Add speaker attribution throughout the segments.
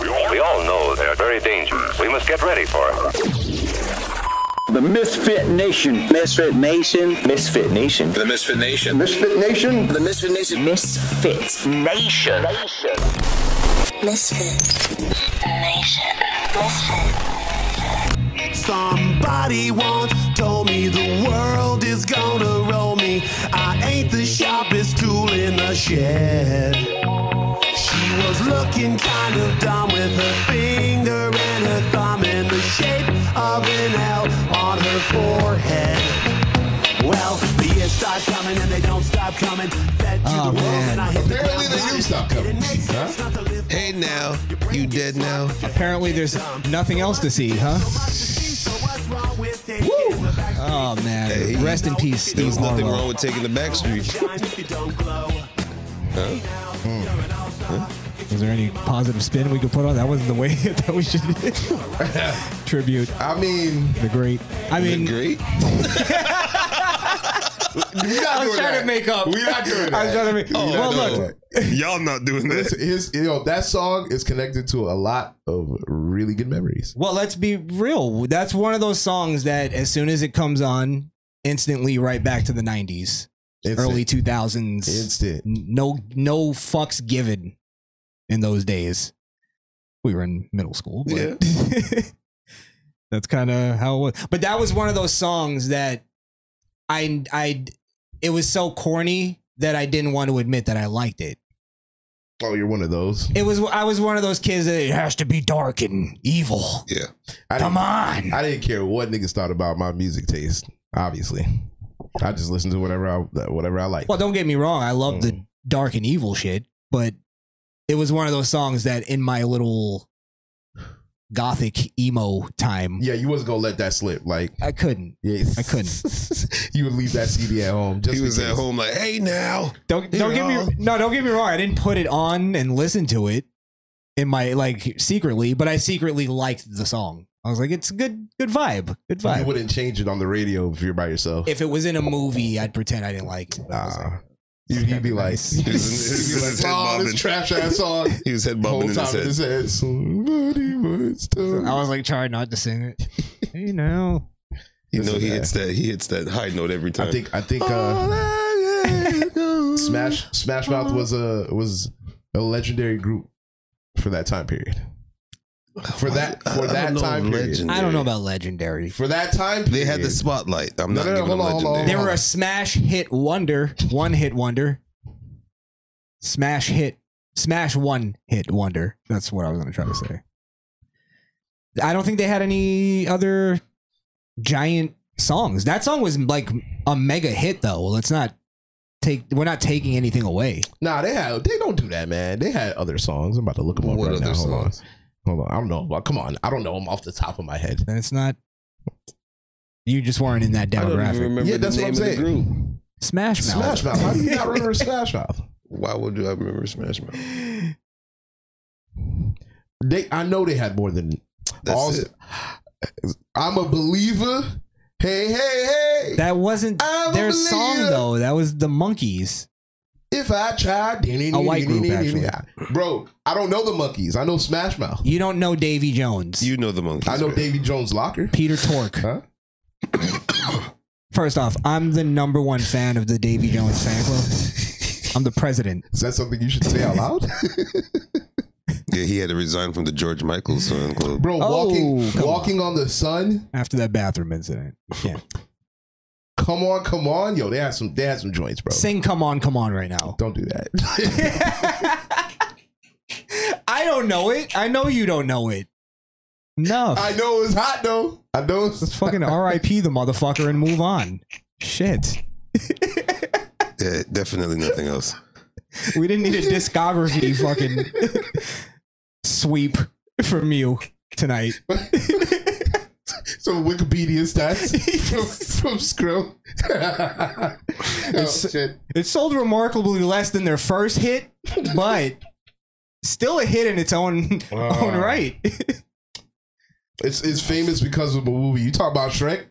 Speaker 1: all know they're very dangerous. We must get ready for them.
Speaker 2: The Misfit Nation. Misfit Nation. Misfit Nation.
Speaker 3: The Misfit Nation.
Speaker 2: Misfit Nation.
Speaker 3: The Misfit Nation.
Speaker 4: Misfit Nation. Nation.
Speaker 5: Misfit Nation. Misfit.
Speaker 6: Somebody once told me the world is gonna roll me. I ain't the sharpest tool in the shed. She was looking kind of dumb with her finger and her thumb in the shape of an L on her forehead. Well, the years start coming and they don't stop coming. Fed to
Speaker 7: Oh,
Speaker 6: the world
Speaker 7: man.
Speaker 6: and I hit
Speaker 3: Apparently
Speaker 6: the
Speaker 3: they do
Speaker 6: ground
Speaker 3: stop
Speaker 6: running.
Speaker 3: coming.
Speaker 6: It makes sense not to live
Speaker 8: Hey now, you dead now?
Speaker 7: Apparently, there's nothing else to see, huh?
Speaker 6: So what's wrong with taking the back
Speaker 7: Oh man,
Speaker 8: Hey,
Speaker 7: rest in peace, Steve
Speaker 8: There's nothing
Speaker 7: Harwell.
Speaker 8: wrong with taking the back street.
Speaker 6: shine if you don't glow?
Speaker 7: Was there any positive spin we could put on? That wasn't the way that we should tribute
Speaker 3: I mean,
Speaker 7: the great. I mean,
Speaker 8: Great.
Speaker 3: we're not
Speaker 7: I was trying
Speaker 3: doing that.
Speaker 7: to make up.
Speaker 3: We're not doing that.
Speaker 7: I was trying to make.
Speaker 3: We're not
Speaker 7: well,
Speaker 3: doing
Speaker 7: look,
Speaker 3: that.
Speaker 8: Y'all not doing
Speaker 3: This
Speaker 8: this.
Speaker 3: is you know that song is connected to a lot of really good memories.
Speaker 7: Well, let's be real. That's one of those songs that as soon as it comes on, instantly right back to the 90s,
Speaker 3: Instant.
Speaker 7: early 2000s.
Speaker 3: instant.
Speaker 7: no no fucks given in those days. We were in middle school, but that's kind of how it was. But that was one of those songs that I I it was so corny that I didn't want to admit that I liked it.
Speaker 3: Oh, you're one of those.
Speaker 7: It was I was one of those kids that it has to be dark and evil.
Speaker 8: Yeah.
Speaker 3: I
Speaker 7: Come
Speaker 3: didn't,
Speaker 7: on.
Speaker 3: I didn't care what niggas thought about my music taste. Obviously, I just listened to whatever I whatever I like.
Speaker 7: Well, don't get me wrong. I love
Speaker 3: Mm.
Speaker 7: the dark and evil shit, but it was one of those songs that in my little gothic emo time,
Speaker 3: Yeah, you wasn't gonna let that slip. Like,
Speaker 7: I couldn't.
Speaker 3: yeah,
Speaker 7: I couldn't.
Speaker 3: you would leave that CD at home. Just
Speaker 8: He was
Speaker 3: in
Speaker 8: at
Speaker 3: case.
Speaker 8: home like, hey now.
Speaker 7: Don't
Speaker 8: Here,
Speaker 7: don't get
Speaker 8: I'll-
Speaker 7: me no. Don't get me wrong. I didn't put it on and listen to it in my like secretly, but I secretly liked the song. I was like, it's a good good vibe, good
Speaker 3: You
Speaker 7: vibe.
Speaker 3: wouldn't change it on the radio if you're by yourself.
Speaker 7: If it was in a movie, I'd pretend I didn't like it. but I was like,
Speaker 3: Nah. You'd, you'd be like,
Speaker 8: He was, he
Speaker 3: you'd be like,
Speaker 8: was head
Speaker 3: oh, this
Speaker 8: bobbing.
Speaker 3: trash ass song.
Speaker 8: He was head
Speaker 3: The
Speaker 8: bobbing
Speaker 3: whole
Speaker 8: in his
Speaker 3: time in
Speaker 8: head.
Speaker 3: his head. Somebody once told me.
Speaker 7: I was like trying not to sing it. you know,
Speaker 8: You know he
Speaker 3: Listen to
Speaker 8: hits that. He hits that high note every time.
Speaker 3: I think I think uh, Smash Smash Mouth was a was a legendary group for that time period. For that
Speaker 8: I- I
Speaker 3: for
Speaker 8: don't
Speaker 3: that
Speaker 8: know
Speaker 3: time period.
Speaker 8: legend.
Speaker 7: I don't know about legendary.
Speaker 3: For that time
Speaker 8: They
Speaker 3: period.
Speaker 8: had the spotlight. I'm
Speaker 3: No,
Speaker 8: not
Speaker 3: no, no,
Speaker 8: giving them
Speaker 3: hold on, hold on,
Speaker 8: legendary.
Speaker 7: They were a smash hit wonder, one hit wonder, smash hit, smash one hit wonder. That's what I was going to try to say. I don't think they had any other giant songs. That song was like a mega hit, though. Let's not take. We're not taking anything away.
Speaker 3: Nah, they had they don't do that, man. They had other songs. I'm about to look them up
Speaker 8: What
Speaker 3: right now.
Speaker 8: other
Speaker 3: Hold on.
Speaker 8: songs?
Speaker 3: Hold on. I don't know. Well, come on. I don't know them off the top of my head.
Speaker 7: And it's not. You just weren't in that
Speaker 8: I don't even
Speaker 7: demographic.
Speaker 8: remember
Speaker 3: Yeah,
Speaker 8: the
Speaker 3: that's what
Speaker 8: name
Speaker 3: I'm
Speaker 8: of the
Speaker 3: saying.
Speaker 8: group.
Speaker 7: Smash Mouth.
Speaker 3: Smash Mouth. How do you not remember Smash Mouth?
Speaker 8: Why would I remember Smash Mouth?
Speaker 3: They I know they had more than
Speaker 8: That's
Speaker 3: all-
Speaker 8: it.
Speaker 3: I'm a believer. Hey, hey, hey.
Speaker 7: That wasn't
Speaker 3: I'm a
Speaker 7: their song
Speaker 3: believer.
Speaker 7: though. That was the Monkeys.
Speaker 3: If I tried,
Speaker 7: A white group, actually.
Speaker 3: Bro, I don't know the monkeys. I know Smash Mouth.
Speaker 7: You don't know Davy Jones.
Speaker 8: You know the monkeys.
Speaker 3: I know
Speaker 8: man.
Speaker 3: Davy Jones Locker.
Speaker 7: Peter Tork.
Speaker 3: Huh?
Speaker 7: First off, I'm the number one fan of the Davy Jones fan club. I'm the president.
Speaker 3: Is that something you should say out loud?
Speaker 8: Yeah, he had to resign from the George Michael Son Club.
Speaker 3: Bro,
Speaker 7: Oh,
Speaker 3: walking
Speaker 7: come on.
Speaker 3: walking on. the sun.
Speaker 7: After that bathroom incident, yeah.
Speaker 3: Come on, come on. Yo, they had some they had some joints, bro.
Speaker 7: Sing "Come On, Come On" right now.
Speaker 3: don't do that.
Speaker 7: I don't know it. I know you don't know it. No,
Speaker 3: I know it's hot though. I know it's
Speaker 7: Let's fucking R.I.P. the motherfucker and move on. Shit,
Speaker 8: Yeah, definitely nothing else.
Speaker 7: we didn't need a discography fucking sweep from you tonight.
Speaker 3: some Wikipedia stats from, from Scrum. oh, shit.
Speaker 7: It sold remarkably less than their first hit, but still a hit in its own
Speaker 3: Oh.
Speaker 7: own right.
Speaker 3: It's it's famous because of a movie. You talk about Shrek,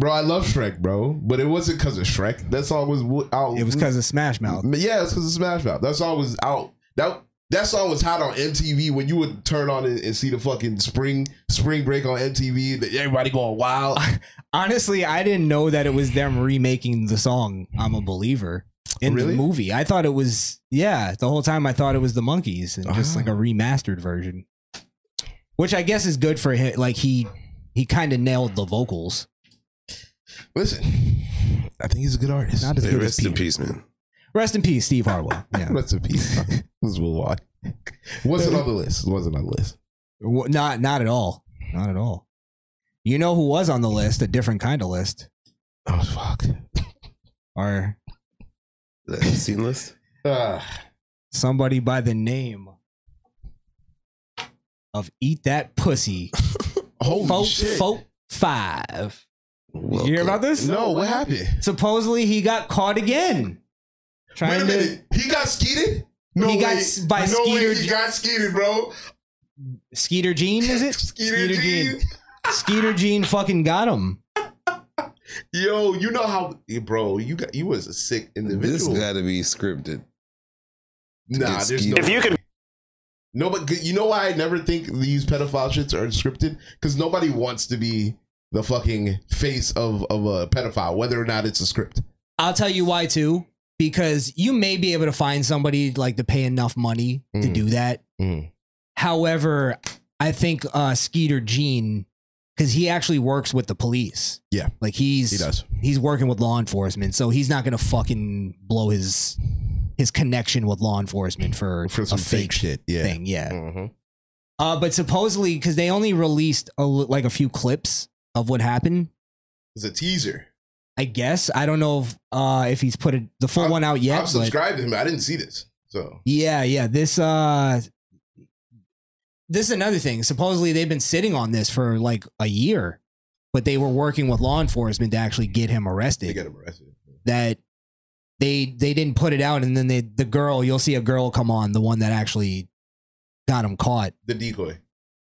Speaker 3: bro. I love Shrek, bro, but it wasn't because of Shrek. That song was wo- out.
Speaker 7: it was because of Smash Mouth.
Speaker 3: yeah, it's because of Smash Mouth. That song was out. That That song was hot on MTV when you would turn on it and see the fucking spring spring break on MTV. That everybody going wild.
Speaker 7: Honestly, I didn't know that it was them remaking the song "I'm a Believer" in
Speaker 3: Mm. Really?
Speaker 7: the movie. I thought it was yeah. The whole time I thought it was the monkeys and just
Speaker 3: Ah.
Speaker 7: like a remastered version, which I guess is good for him. Like he he kind of nailed the vocals.
Speaker 3: Listen, I think he's a good artist.
Speaker 7: Not as
Speaker 8: Hey,
Speaker 7: good as
Speaker 8: rest in
Speaker 7: Peter.
Speaker 8: peace, man.
Speaker 7: Rest in peace, Steve Harwell. Yeah.
Speaker 3: Rest in peace. this is Will Walk. Wasn't on the list. Wasn't on the list.
Speaker 7: W- Not not at all. Not at all. You know who was on the list? A different kind of list.
Speaker 3: Oh fuck.
Speaker 7: Or
Speaker 8: That scene list?
Speaker 3: Uh,
Speaker 7: somebody by the name of Eat That Pussy.
Speaker 3: holy
Speaker 7: Folk,
Speaker 3: shit.
Speaker 7: Folk Five. You hear about this?
Speaker 3: no, what happened?
Speaker 7: Supposedly he got caught again.
Speaker 3: Wait a
Speaker 7: Trying to
Speaker 3: minute. He got skeeted? No
Speaker 7: He got
Speaker 3: way.
Speaker 7: s- by
Speaker 3: no
Speaker 7: Skeeter
Speaker 3: way he
Speaker 7: G-
Speaker 3: got skeeted, bro.
Speaker 7: Skeeter Jean, is it?
Speaker 3: Skeeter Jean.
Speaker 7: Skeeter Jean fucking got him.
Speaker 3: Yo, you know how bro, you got you was a sick
Speaker 8: This
Speaker 3: individual.
Speaker 8: got to be scripted.
Speaker 3: nah,
Speaker 8: It's
Speaker 3: there's no
Speaker 8: Skeeter. If
Speaker 3: you can No, but you know why I never think these pedophile shits are scripted? Because nobody wants to be the fucking face of, of a pedophile, whether or not it's a script.
Speaker 7: I'll tell you why too. Because you may be able to find somebody like to pay enough money to
Speaker 3: Mm.
Speaker 7: do that.
Speaker 3: Mm.
Speaker 7: However, I think uh, Skeeter Jean, because he actually works with the police.
Speaker 3: Yeah.
Speaker 7: like he's
Speaker 3: He does.
Speaker 7: he's working with law enforcement, so he's not gonna fucking blow his his connection with law enforcement for
Speaker 3: For some
Speaker 7: a
Speaker 3: fake, shit. Yeah.
Speaker 7: thing. Yeah.
Speaker 3: Mhm.
Speaker 7: Uh, but supposedly, because they only released a, li- like a few clips of what happened.
Speaker 3: It's a teaser.
Speaker 7: I guess I don't know if uh, if he's put a, the full
Speaker 3: I'm-
Speaker 7: one out yet.
Speaker 3: I'm
Speaker 7: but
Speaker 3: subscribed to him. I didn't see this. So
Speaker 7: Yeah, yeah. This uh this is another thing. Supposedly they've been sitting on this for like a year, but they were working with law enforcement to actually get him
Speaker 3: they
Speaker 7: arrested.
Speaker 3: got him arrested.
Speaker 7: that they they didn't put it out and then they the girl, you'll see a girl come on, the one that actually got him caught.
Speaker 3: The decoy.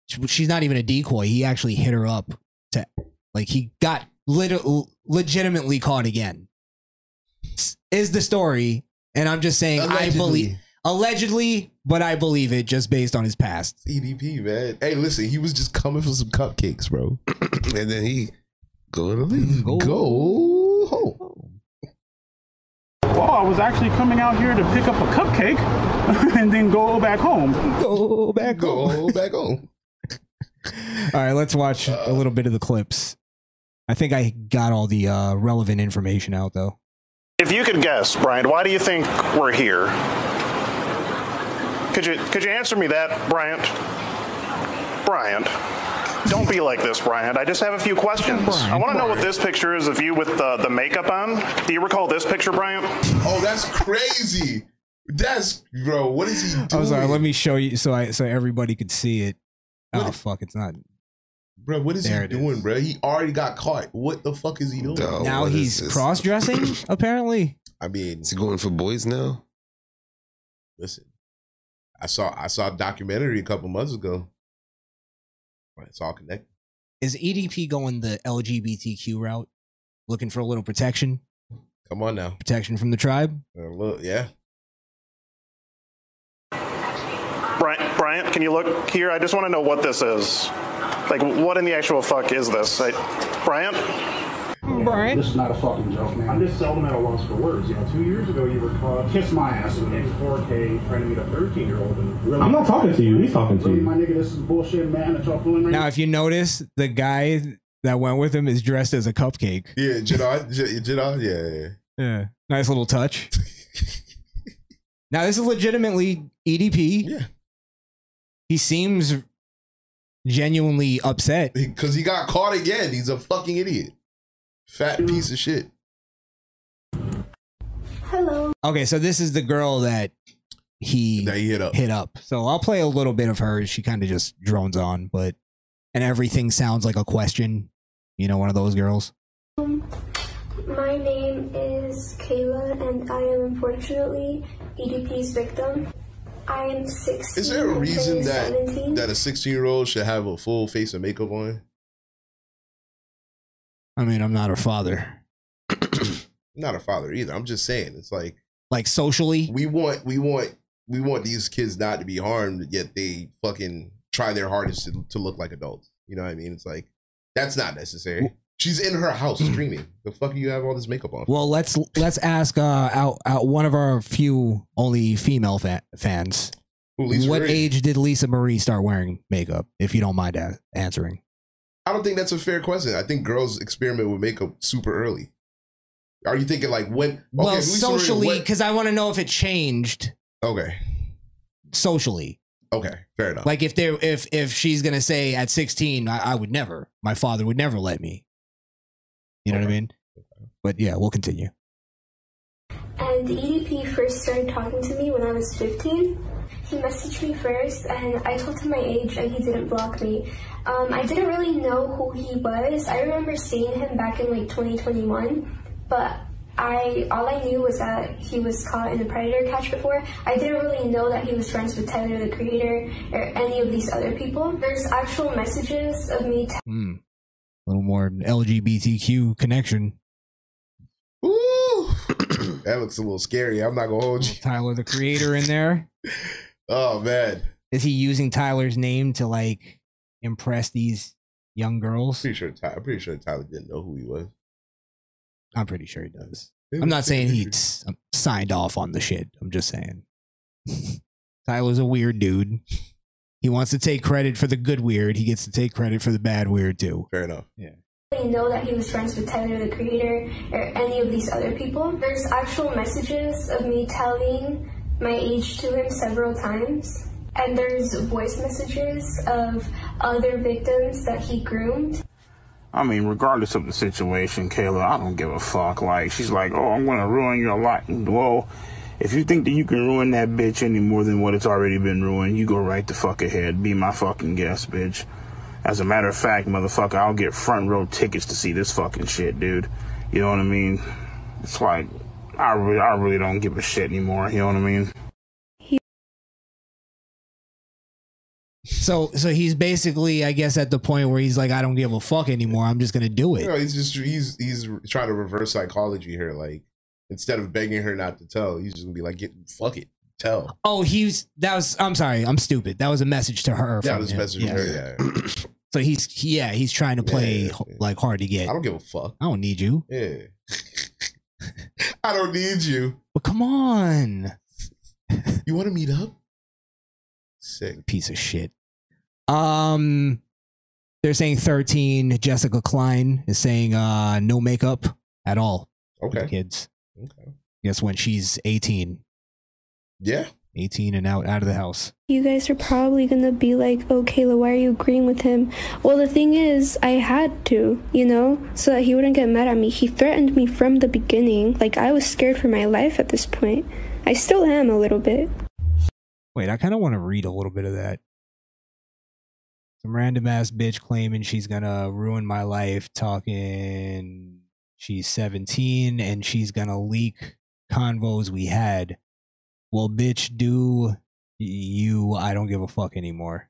Speaker 7: She- She's not even a decoy. He actually hit her up to like he got lit- legitimately caught again. S- Is the story and I'm just saying I believe allegedly, but I believe it just based on his past.
Speaker 3: EDP, man. Hey, listen, he was just coming for some cupcakes, bro.
Speaker 8: and then he go to leave.
Speaker 3: Go home.
Speaker 9: Oh, I was actually coming out here to pick up a cupcake and then go back home.
Speaker 7: Go back.
Speaker 3: Go back home.
Speaker 7: All right, let's watch
Speaker 3: Uh,
Speaker 7: a little bit of the clips. I think I got all the uh, relevant information out though.
Speaker 10: If you could guess, Brian, why do you think we're here? Could you could you answer me that, Bryant? Bryant. Don't be like this, Bryant. I just have a few questions. I want to know what this picture is of you with the, the makeup on. Do you recall this picture, Bryant?
Speaker 3: Oh, that's crazy. That's bro. What is he doing?
Speaker 7: I'm Oh, sorry. Let me show you so I so everybody could see it. Oh fuck, it's not.
Speaker 3: bro. What is
Speaker 7: There
Speaker 3: he
Speaker 7: it
Speaker 3: doing,
Speaker 7: is.
Speaker 3: bro? He already got caught. What the fuck is he doing?
Speaker 8: Dog. Oh,
Speaker 7: now
Speaker 8: what is
Speaker 7: he's
Speaker 8: this?
Speaker 7: cross dressing apparently.
Speaker 3: I mean,
Speaker 8: Is he going for boys now?
Speaker 3: listen. I saw I saw a documentary a couple months ago. Right, It's all connected.
Speaker 7: Is EDP going the LGBTQ route, looking for a little protection,
Speaker 3: Come on now.
Speaker 7: protection from the tribe?
Speaker 3: Uh, Look, yeah.
Speaker 10: Bryant, Bryant, can you look here? I just want to know what this is. Like, what in the actual fuck is this? I, Bryant?
Speaker 7: Brian,
Speaker 9: is not a fucking joke, man. I'm just seldom at a loss for words. You know, two years ago you were caught kiss my ass in 4K trying to meet a 13 year old. Really, I'm not talking to you. He's talking to you. My nigga, this is bullshit, man. That y'all fooling right
Speaker 7: now if you notice, the guy that went with him is dressed as a cupcake.
Speaker 3: Yeah, Jedi, J- Jedi, yeah, yeah.
Speaker 7: Yeah. Nice little touch. now this is legitimately EDP.
Speaker 3: Yeah.
Speaker 7: He seems genuinely upset.
Speaker 3: because he got caught again. He's a fucking idiot, fat piece of shit.
Speaker 7: Okay, so this is the girl that he
Speaker 3: That he hit up.
Speaker 7: hit up. So I'll play a little bit of hers. She kind of just drones on, but and everything sounds like a question. You know, one of those girls.
Speaker 11: My name is Kayla, and I am unfortunately EDP's victim. I am 16.
Speaker 3: Is there a reason
Speaker 11: turning
Speaker 3: that
Speaker 11: 17.
Speaker 3: that a sixteen year old should have a full face of makeup on?
Speaker 7: I mean, I'm not her father.
Speaker 3: I'm not a father either. I'm just saying, it's like
Speaker 7: Like socially,
Speaker 3: we want we want we want these kids not to be harmed, yet they fucking try their hardest to, to look like adults. You know what I mean? It's like that's not necessary. She's in her house
Speaker 7: Hmm.
Speaker 3: streaming. The fuck you have all this makeup on? for?
Speaker 7: Well, let's let's ask uh, out out one of our few only female fa- fans.
Speaker 3: Who, Lisa
Speaker 7: what
Speaker 3: Marie?
Speaker 7: age did Lisa Marie start wearing makeup? If you don't mind a- answering,
Speaker 3: I don't think that's a fair question. I think girls experiment with makeup super early. Are you thinking like when? okay,
Speaker 7: well,
Speaker 3: Lisa Marie,
Speaker 7: socially,
Speaker 3: what- Oh.
Speaker 7: because I want to know if it changed
Speaker 3: okay,
Speaker 7: socially.
Speaker 3: okay, fair enough.
Speaker 7: Like if there, if if she's gonna say at sixteen, I, I would never. My father would never let me. You know what I mean? But yeah, we'll continue.
Speaker 11: And the EDP first started talking to me when I was 15. He messaged me first, and I told him my age, and he didn't block me. Um, I didn't really know who he was. I remember seeing him back in like 2021, but I all I knew was that he was caught in the predator catch before. I didn't really know that he was friends with Tyler the Creator or any of these other people. There's actual messages of me
Speaker 7: Hmm. A little more LGBTQ connection.
Speaker 3: Ooh, that looks a little scary. I'm not gonna hold you.
Speaker 7: Tyler the Creator in there.
Speaker 3: Oh man,
Speaker 7: Is he using Tyler's name to like impress these young girls?
Speaker 3: Pretty sure Tyler, I'm pretty sure Tyler didn't know who he was.
Speaker 7: I'm pretty sure he does. I'm not saying he's signed off on the shit. I'm just saying. Tyler's a weird dude. He wants to take credit for the good weird. He gets to take credit for the bad weird too.
Speaker 3: Fair enough.
Speaker 7: Yeah.
Speaker 11: didn't know that he was friends with Tyler the Creator or any of these other people. There's actual messages of me telling my age to him several times. And there's voice messages of other victims that he groomed.
Speaker 12: I mean, regardless of the situation, Kayla, I don't give a fuck. Like, she's like, oh, I'm gonna ruin your life. Well, if you think that you can ruin that bitch any more than what it's already been ruined, you go right the fuck ahead. Be my fucking guest, bitch. As a matter of fact, motherfucker, I'll get front row tickets to see this fucking shit, dude. You know what I mean? It's like, I really, I really don't give a shit anymore. You know what I mean?
Speaker 7: So so he's basically, I guess, at the point where he's like, I don't give a fuck anymore. I'm just gonna do it.
Speaker 3: No, he's just he's he's trying to reverse psychology here. Like instead of begging her not to tell, he's just gonna be like, "Get fuck it, tell."
Speaker 7: Oh, he's that was. I'm sorry, I'm stupid. That was a message to her.
Speaker 3: That
Speaker 7: from
Speaker 3: was
Speaker 7: him.
Speaker 3: message to her. Yeah,
Speaker 7: So he's he- yeah, he's trying to play
Speaker 3: yeah,
Speaker 7: like hard to get.
Speaker 3: I don't give a fuck.
Speaker 7: I don't need you.
Speaker 3: yeah. I don't need you.
Speaker 7: But come on,
Speaker 3: you want to meet up? Sick
Speaker 7: piece of shit. Um, they're saying 13. Jessica Klein is saying uh no makeup at all. for the
Speaker 3: Okay.
Speaker 7: kids.
Speaker 3: Okay.
Speaker 7: Guess when she's 18.
Speaker 3: Yeah.
Speaker 7: 18 and out out of the house.
Speaker 13: You guys are probably gonna be like, oh, Kayla, why are you agreeing with him? Well, the thing is, I had to, you know, so that he wouldn't get mad at me. He threatened me from the beginning. Like, I was scared for my life at this point. I still am a little bit.
Speaker 7: Wait, I kind of want to read a little bit of that. Some random ass bitch claiming she's gonna ruin my life, talking she's 17 and she's gonna leak convos we had. Well, bitch, do you? I don't give a fuck anymore.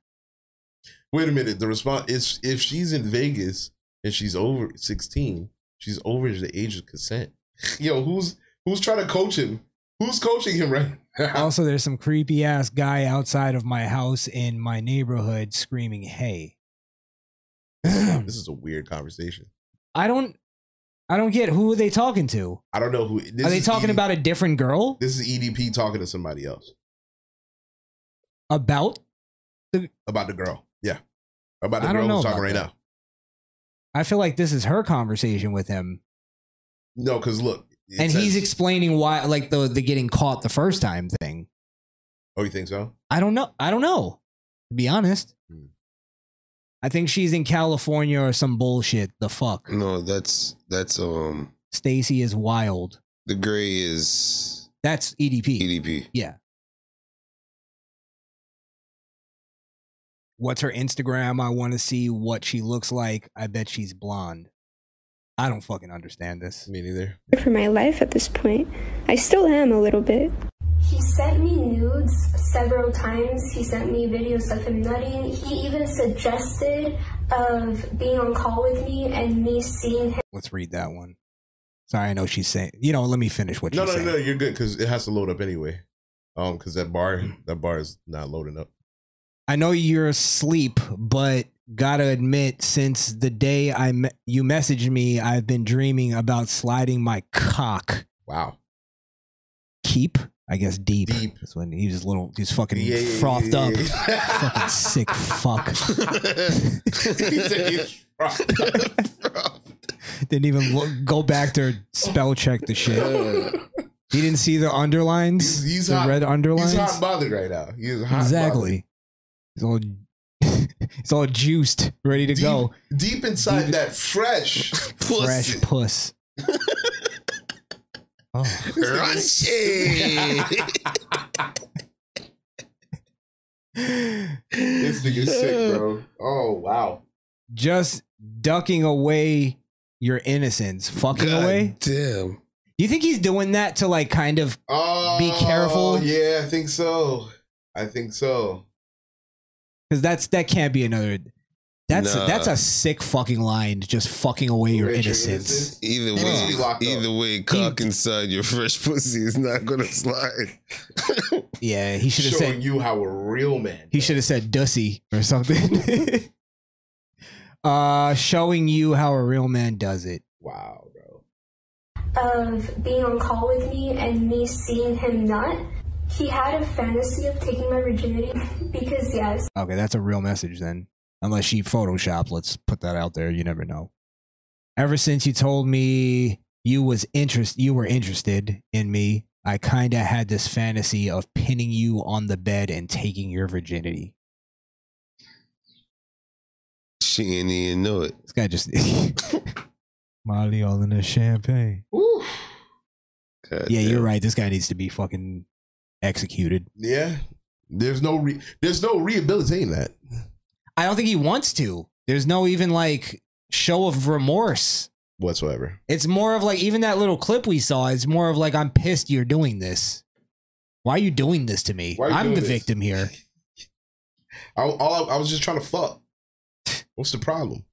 Speaker 3: Wait a minute. The response is if she's in Vegas and she's over 16, she's over the age of consent. Yo, who's who's trying to coach him? Who's coaching him right?
Speaker 7: also, there's some creepy ass guy outside of my house in my neighborhood screaming, "Hey!"
Speaker 3: this is a weird conversation.
Speaker 7: I don't, I don't get who are they talking to?
Speaker 3: I don't know who. This
Speaker 7: are they
Speaker 3: is
Speaker 7: talking
Speaker 3: ED
Speaker 7: about a different girl?
Speaker 3: This is EDP talking to somebody else
Speaker 7: About
Speaker 3: about the girl. Yeah, about the
Speaker 7: I don't
Speaker 3: girl
Speaker 7: know
Speaker 3: who's talking
Speaker 7: about
Speaker 3: right
Speaker 7: that.
Speaker 3: now.
Speaker 7: I feel like this is her conversation with him,
Speaker 3: No, because look, it
Speaker 7: and
Speaker 3: says-
Speaker 7: he's explaining why, like the the getting caught the first time thing.
Speaker 3: oh, you think so?
Speaker 7: I don't know. I don't know. To be honest,
Speaker 3: Hmm.
Speaker 7: I think she's in California or some bullshit. The fuck,
Speaker 8: No, that's that's um
Speaker 7: Stacy is wild.
Speaker 8: the gray is
Speaker 7: that's E
Speaker 3: E
Speaker 7: EDP.
Speaker 8: EDP.
Speaker 7: Yeah. What's her Instagram? I want to see what she looks like. I bet she's blonde. I don't fucking understand this.
Speaker 3: Me neither.
Speaker 13: Scared For my life at this point, I still am a little bit.
Speaker 11: He sent me nudes several times. He sent me videos of him nutting. He even suggested of being on call with me and me seeing him
Speaker 7: Let's read that one. Sorry, I know she's saying. You know, let me finish what
Speaker 3: no,
Speaker 7: she's
Speaker 3: no,
Speaker 7: saying.
Speaker 3: no. You're good because it has to load up anyway. Um, because that bar that bar is not loading up.
Speaker 7: I know you're asleep, but gotta admit, since the day I me- you messaged me, I've been dreaming about sliding my cock.
Speaker 3: Wow.
Speaker 7: Keep, I guess, deep. Deep. That's when he was little. He's fucking
Speaker 3: Yeah, yeah, yeah,
Speaker 7: frothed
Speaker 3: yeah,
Speaker 7: up.
Speaker 3: yeah.
Speaker 7: fucking sick fuck.
Speaker 3: He said he's frothed
Speaker 7: Didn't even look, go back to spell check the shit. He didn't see the underlines.
Speaker 3: He's
Speaker 7: the
Speaker 3: hot.
Speaker 7: red underlines.
Speaker 3: He's hot bothered right now. He is hot. bothered.
Speaker 7: exactly. He's all he's all juiced, ready to go.
Speaker 3: Deep inside that fresh,
Speaker 7: Fresh puss. Oh.
Speaker 3: Raunchy. this nigga's sick, bro. Oh wow.
Speaker 7: Just ducking away your innocence. Fucking away.
Speaker 8: Damn.
Speaker 7: You think he's doing that to like kind of be careful?
Speaker 3: Oh yeah, I think so. I think so.
Speaker 7: Because that's that can't be another. That's
Speaker 8: Nah.
Speaker 7: that's a sick fucking line. Just fucking away your innocence.
Speaker 8: Either
Speaker 7: He needs to be
Speaker 8: way,
Speaker 7: locked
Speaker 8: either way, cock inside your fresh pussy is not gonna slide.
Speaker 7: Yeah, he should have
Speaker 3: Showing
Speaker 7: said
Speaker 3: you how a real man.
Speaker 7: he should have said dussy or something. uh, showing you how a real man does it.
Speaker 3: Wow,
Speaker 11: of being on call with me and me seeing him not. He had a fantasy of taking my virginity because, yes,
Speaker 7: Okay, that's a real message then. Unless she Photoshop, let's put that out there. You never know. Ever since you told me you was interest, you were interested in me, I kinda had this fantasy of pinning you on the bed and taking your virginity.
Speaker 8: She didn't even know it.
Speaker 7: This guy just Molly all in the champagne. yeah, you're right. This guy needs to be fucking executed.
Speaker 3: Yeah. There's no re- there's no rehabilitating that.
Speaker 7: I don't think he wants to. There's no even like show of remorse.
Speaker 3: Whatsoever.
Speaker 7: It's more of like even that little clip we saw. It's more of like I'm pissed you're doing this. Why are you doing this to me?
Speaker 3: Why are you
Speaker 7: I'm
Speaker 3: doing
Speaker 7: the
Speaker 3: this?
Speaker 7: victim here.
Speaker 3: I, all I, I was just trying to fuck. What's the problem?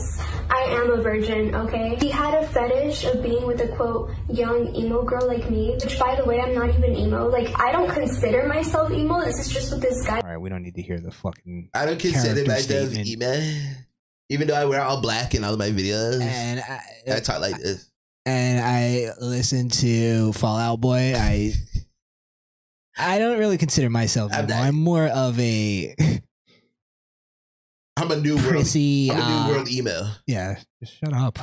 Speaker 11: I am a virgin, okay? He had a fetish of being with a quote, young emo girl like me, which by the way, I'm not even emo. Like, I don't consider myself emo. This is just what this guy
Speaker 7: All right, we don't need to hear the fucking.
Speaker 2: I don't consider
Speaker 7: character
Speaker 2: myself
Speaker 7: statement.
Speaker 2: emo, E, even though I wear all black in all of my videos.
Speaker 7: And I,
Speaker 2: I talk like this.
Speaker 7: and I listen to Fallout Boy. I I don't really consider myself. I'm, I'm more of a
Speaker 3: I'm a new
Speaker 7: prissy.
Speaker 2: I'm a
Speaker 7: uh,
Speaker 2: new world emo.
Speaker 7: Yeah, just shut up.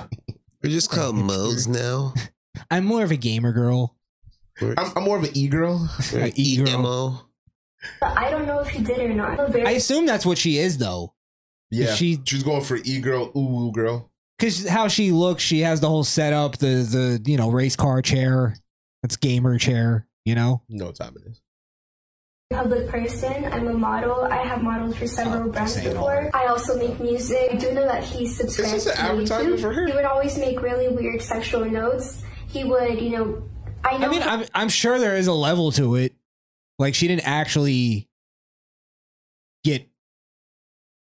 Speaker 8: We just call modes now.
Speaker 7: I'm more of a gamer girl.
Speaker 3: I'm, I'm more of an e girl.
Speaker 7: An e
Speaker 8: girl.
Speaker 11: But I don't know if he did or not. I'm a very
Speaker 7: I assume that's what she is though.
Speaker 3: Yeah,
Speaker 7: She
Speaker 3: she's going for e girl, ooh ooh girl.
Speaker 7: because how she looks, she has the whole setup, the the you know race car chair, that's gamer chair, you know.
Speaker 3: No time it is.
Speaker 11: public person. I'm a model. I have modeled for several brands before. I also make music. I do know that he subscribes to
Speaker 3: advertisement
Speaker 11: YouTube. He would always make really weird sexual notes. He would, you know, I know
Speaker 7: I mean, I'm I'm sure there is a level to it. Like she didn't actually get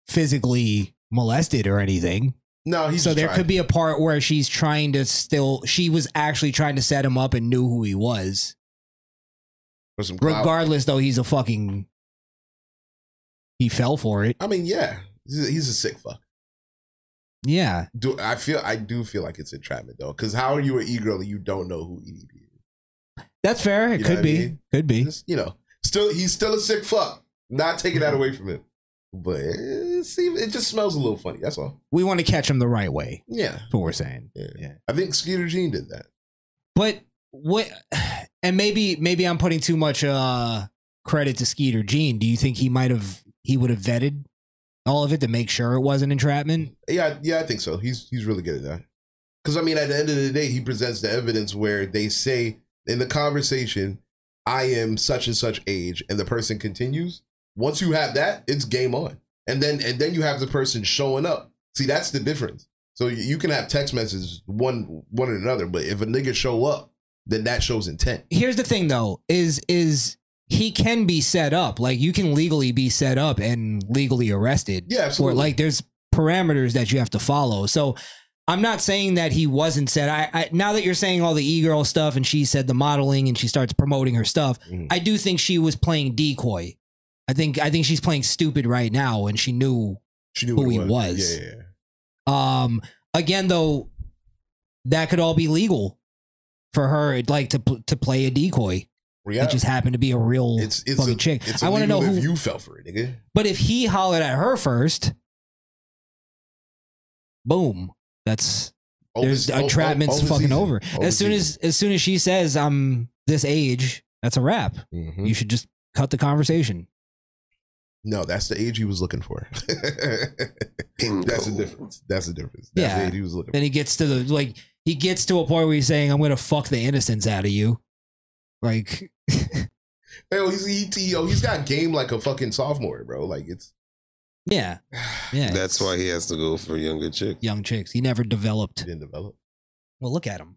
Speaker 7: physically molested or anything.
Speaker 3: No, he's
Speaker 7: so
Speaker 3: just
Speaker 7: there
Speaker 3: trying.
Speaker 7: could be a part where she's trying to still. She was actually trying to set him up and knew who he was.
Speaker 3: For some clout.
Speaker 7: Regardless, though, he's a fucking. He fell for it.
Speaker 3: I mean, yeah, he's a, he's a sick fuck.
Speaker 7: Yeah.
Speaker 3: Do I feel? I do feel like it's entrapment though, because how are you an e girl and you don't know who EDP? is?
Speaker 7: That's fair. It
Speaker 3: You know
Speaker 7: could
Speaker 3: what I
Speaker 7: be.
Speaker 3: mean?
Speaker 7: Could be.
Speaker 3: You know, still he's still a sick fuck. Not taking
Speaker 7: Mm-hmm.
Speaker 3: that away from him, but eh, it, seems, it just smells a little funny. That's all.
Speaker 7: we want to catch him the right way.
Speaker 3: Yeah,
Speaker 7: That's what we're saying.
Speaker 3: yeah. I think Skeeter Jean did that.
Speaker 7: But what? And maybe maybe I'm putting too much uh credit to Skeeter Gene. Do you think he might have he would have vetted all of it to make sure it wasn't entrapment?
Speaker 3: Yeah, yeah, I think so. He's he's really good at that. Because I mean, at the end of the day, he presents the evidence where they say in the conversation, "I am such and such age," and the person continues. Once you have that, it's game on. And then and then you have the person showing up. See, that's the difference. So you- you can have text messages one one and another, but if a nigga show up, then that shows intent.
Speaker 7: Here's the thing though: is is he can be set up. Like you can legally be set up and legally arrested.
Speaker 3: Yeah, absolutely.
Speaker 7: Or like there's parameters that you have to follow. So I'm not saying that he wasn't said. I, I now that you're saying all the e girl stuff and she said the modeling and she starts promoting her stuff,
Speaker 3: Mm-hmm.
Speaker 7: I do think she was playing decoy. I think I think she's playing stupid right now, and she knew
Speaker 3: she knew
Speaker 7: who
Speaker 3: what
Speaker 7: he
Speaker 3: it
Speaker 7: was.
Speaker 3: was. Yeah, yeah,
Speaker 7: Um. Again, though, that could all be legal for her. It like to pl- to play a decoy.
Speaker 3: Yeah.
Speaker 7: It just happened to be a real fucking chick.
Speaker 3: It's
Speaker 7: I want to know
Speaker 3: illegal
Speaker 7: who
Speaker 3: if you fell for it, nigga.
Speaker 7: But if he hollered at her first, boom, that's
Speaker 3: Oh,
Speaker 7: there's
Speaker 3: Obvious-
Speaker 7: entrapment's
Speaker 3: obvious
Speaker 7: fucking
Speaker 3: easy.
Speaker 7: over.
Speaker 3: Obvious
Speaker 7: As soon as as soon as she says I'm this age, that's a wrap.
Speaker 3: Mm-hmm.
Speaker 7: You should just cut the conversation.
Speaker 3: No, that's the age he was looking for. that's the difference. That's the difference. That's the
Speaker 7: yeah,
Speaker 3: age he was looking
Speaker 7: then he gets to the like he gets to a point where he's saying I'm gonna fuck the innocence out of you. Like
Speaker 3: for. Yo, he's, he, he- yo, he's got game like a fucking sophomore, bro. Like it's
Speaker 7: yeah, yeah,
Speaker 8: That's why he has to go for younger chick.
Speaker 7: young chicks. He never developed.
Speaker 3: didn't develop.
Speaker 7: Well, look at him.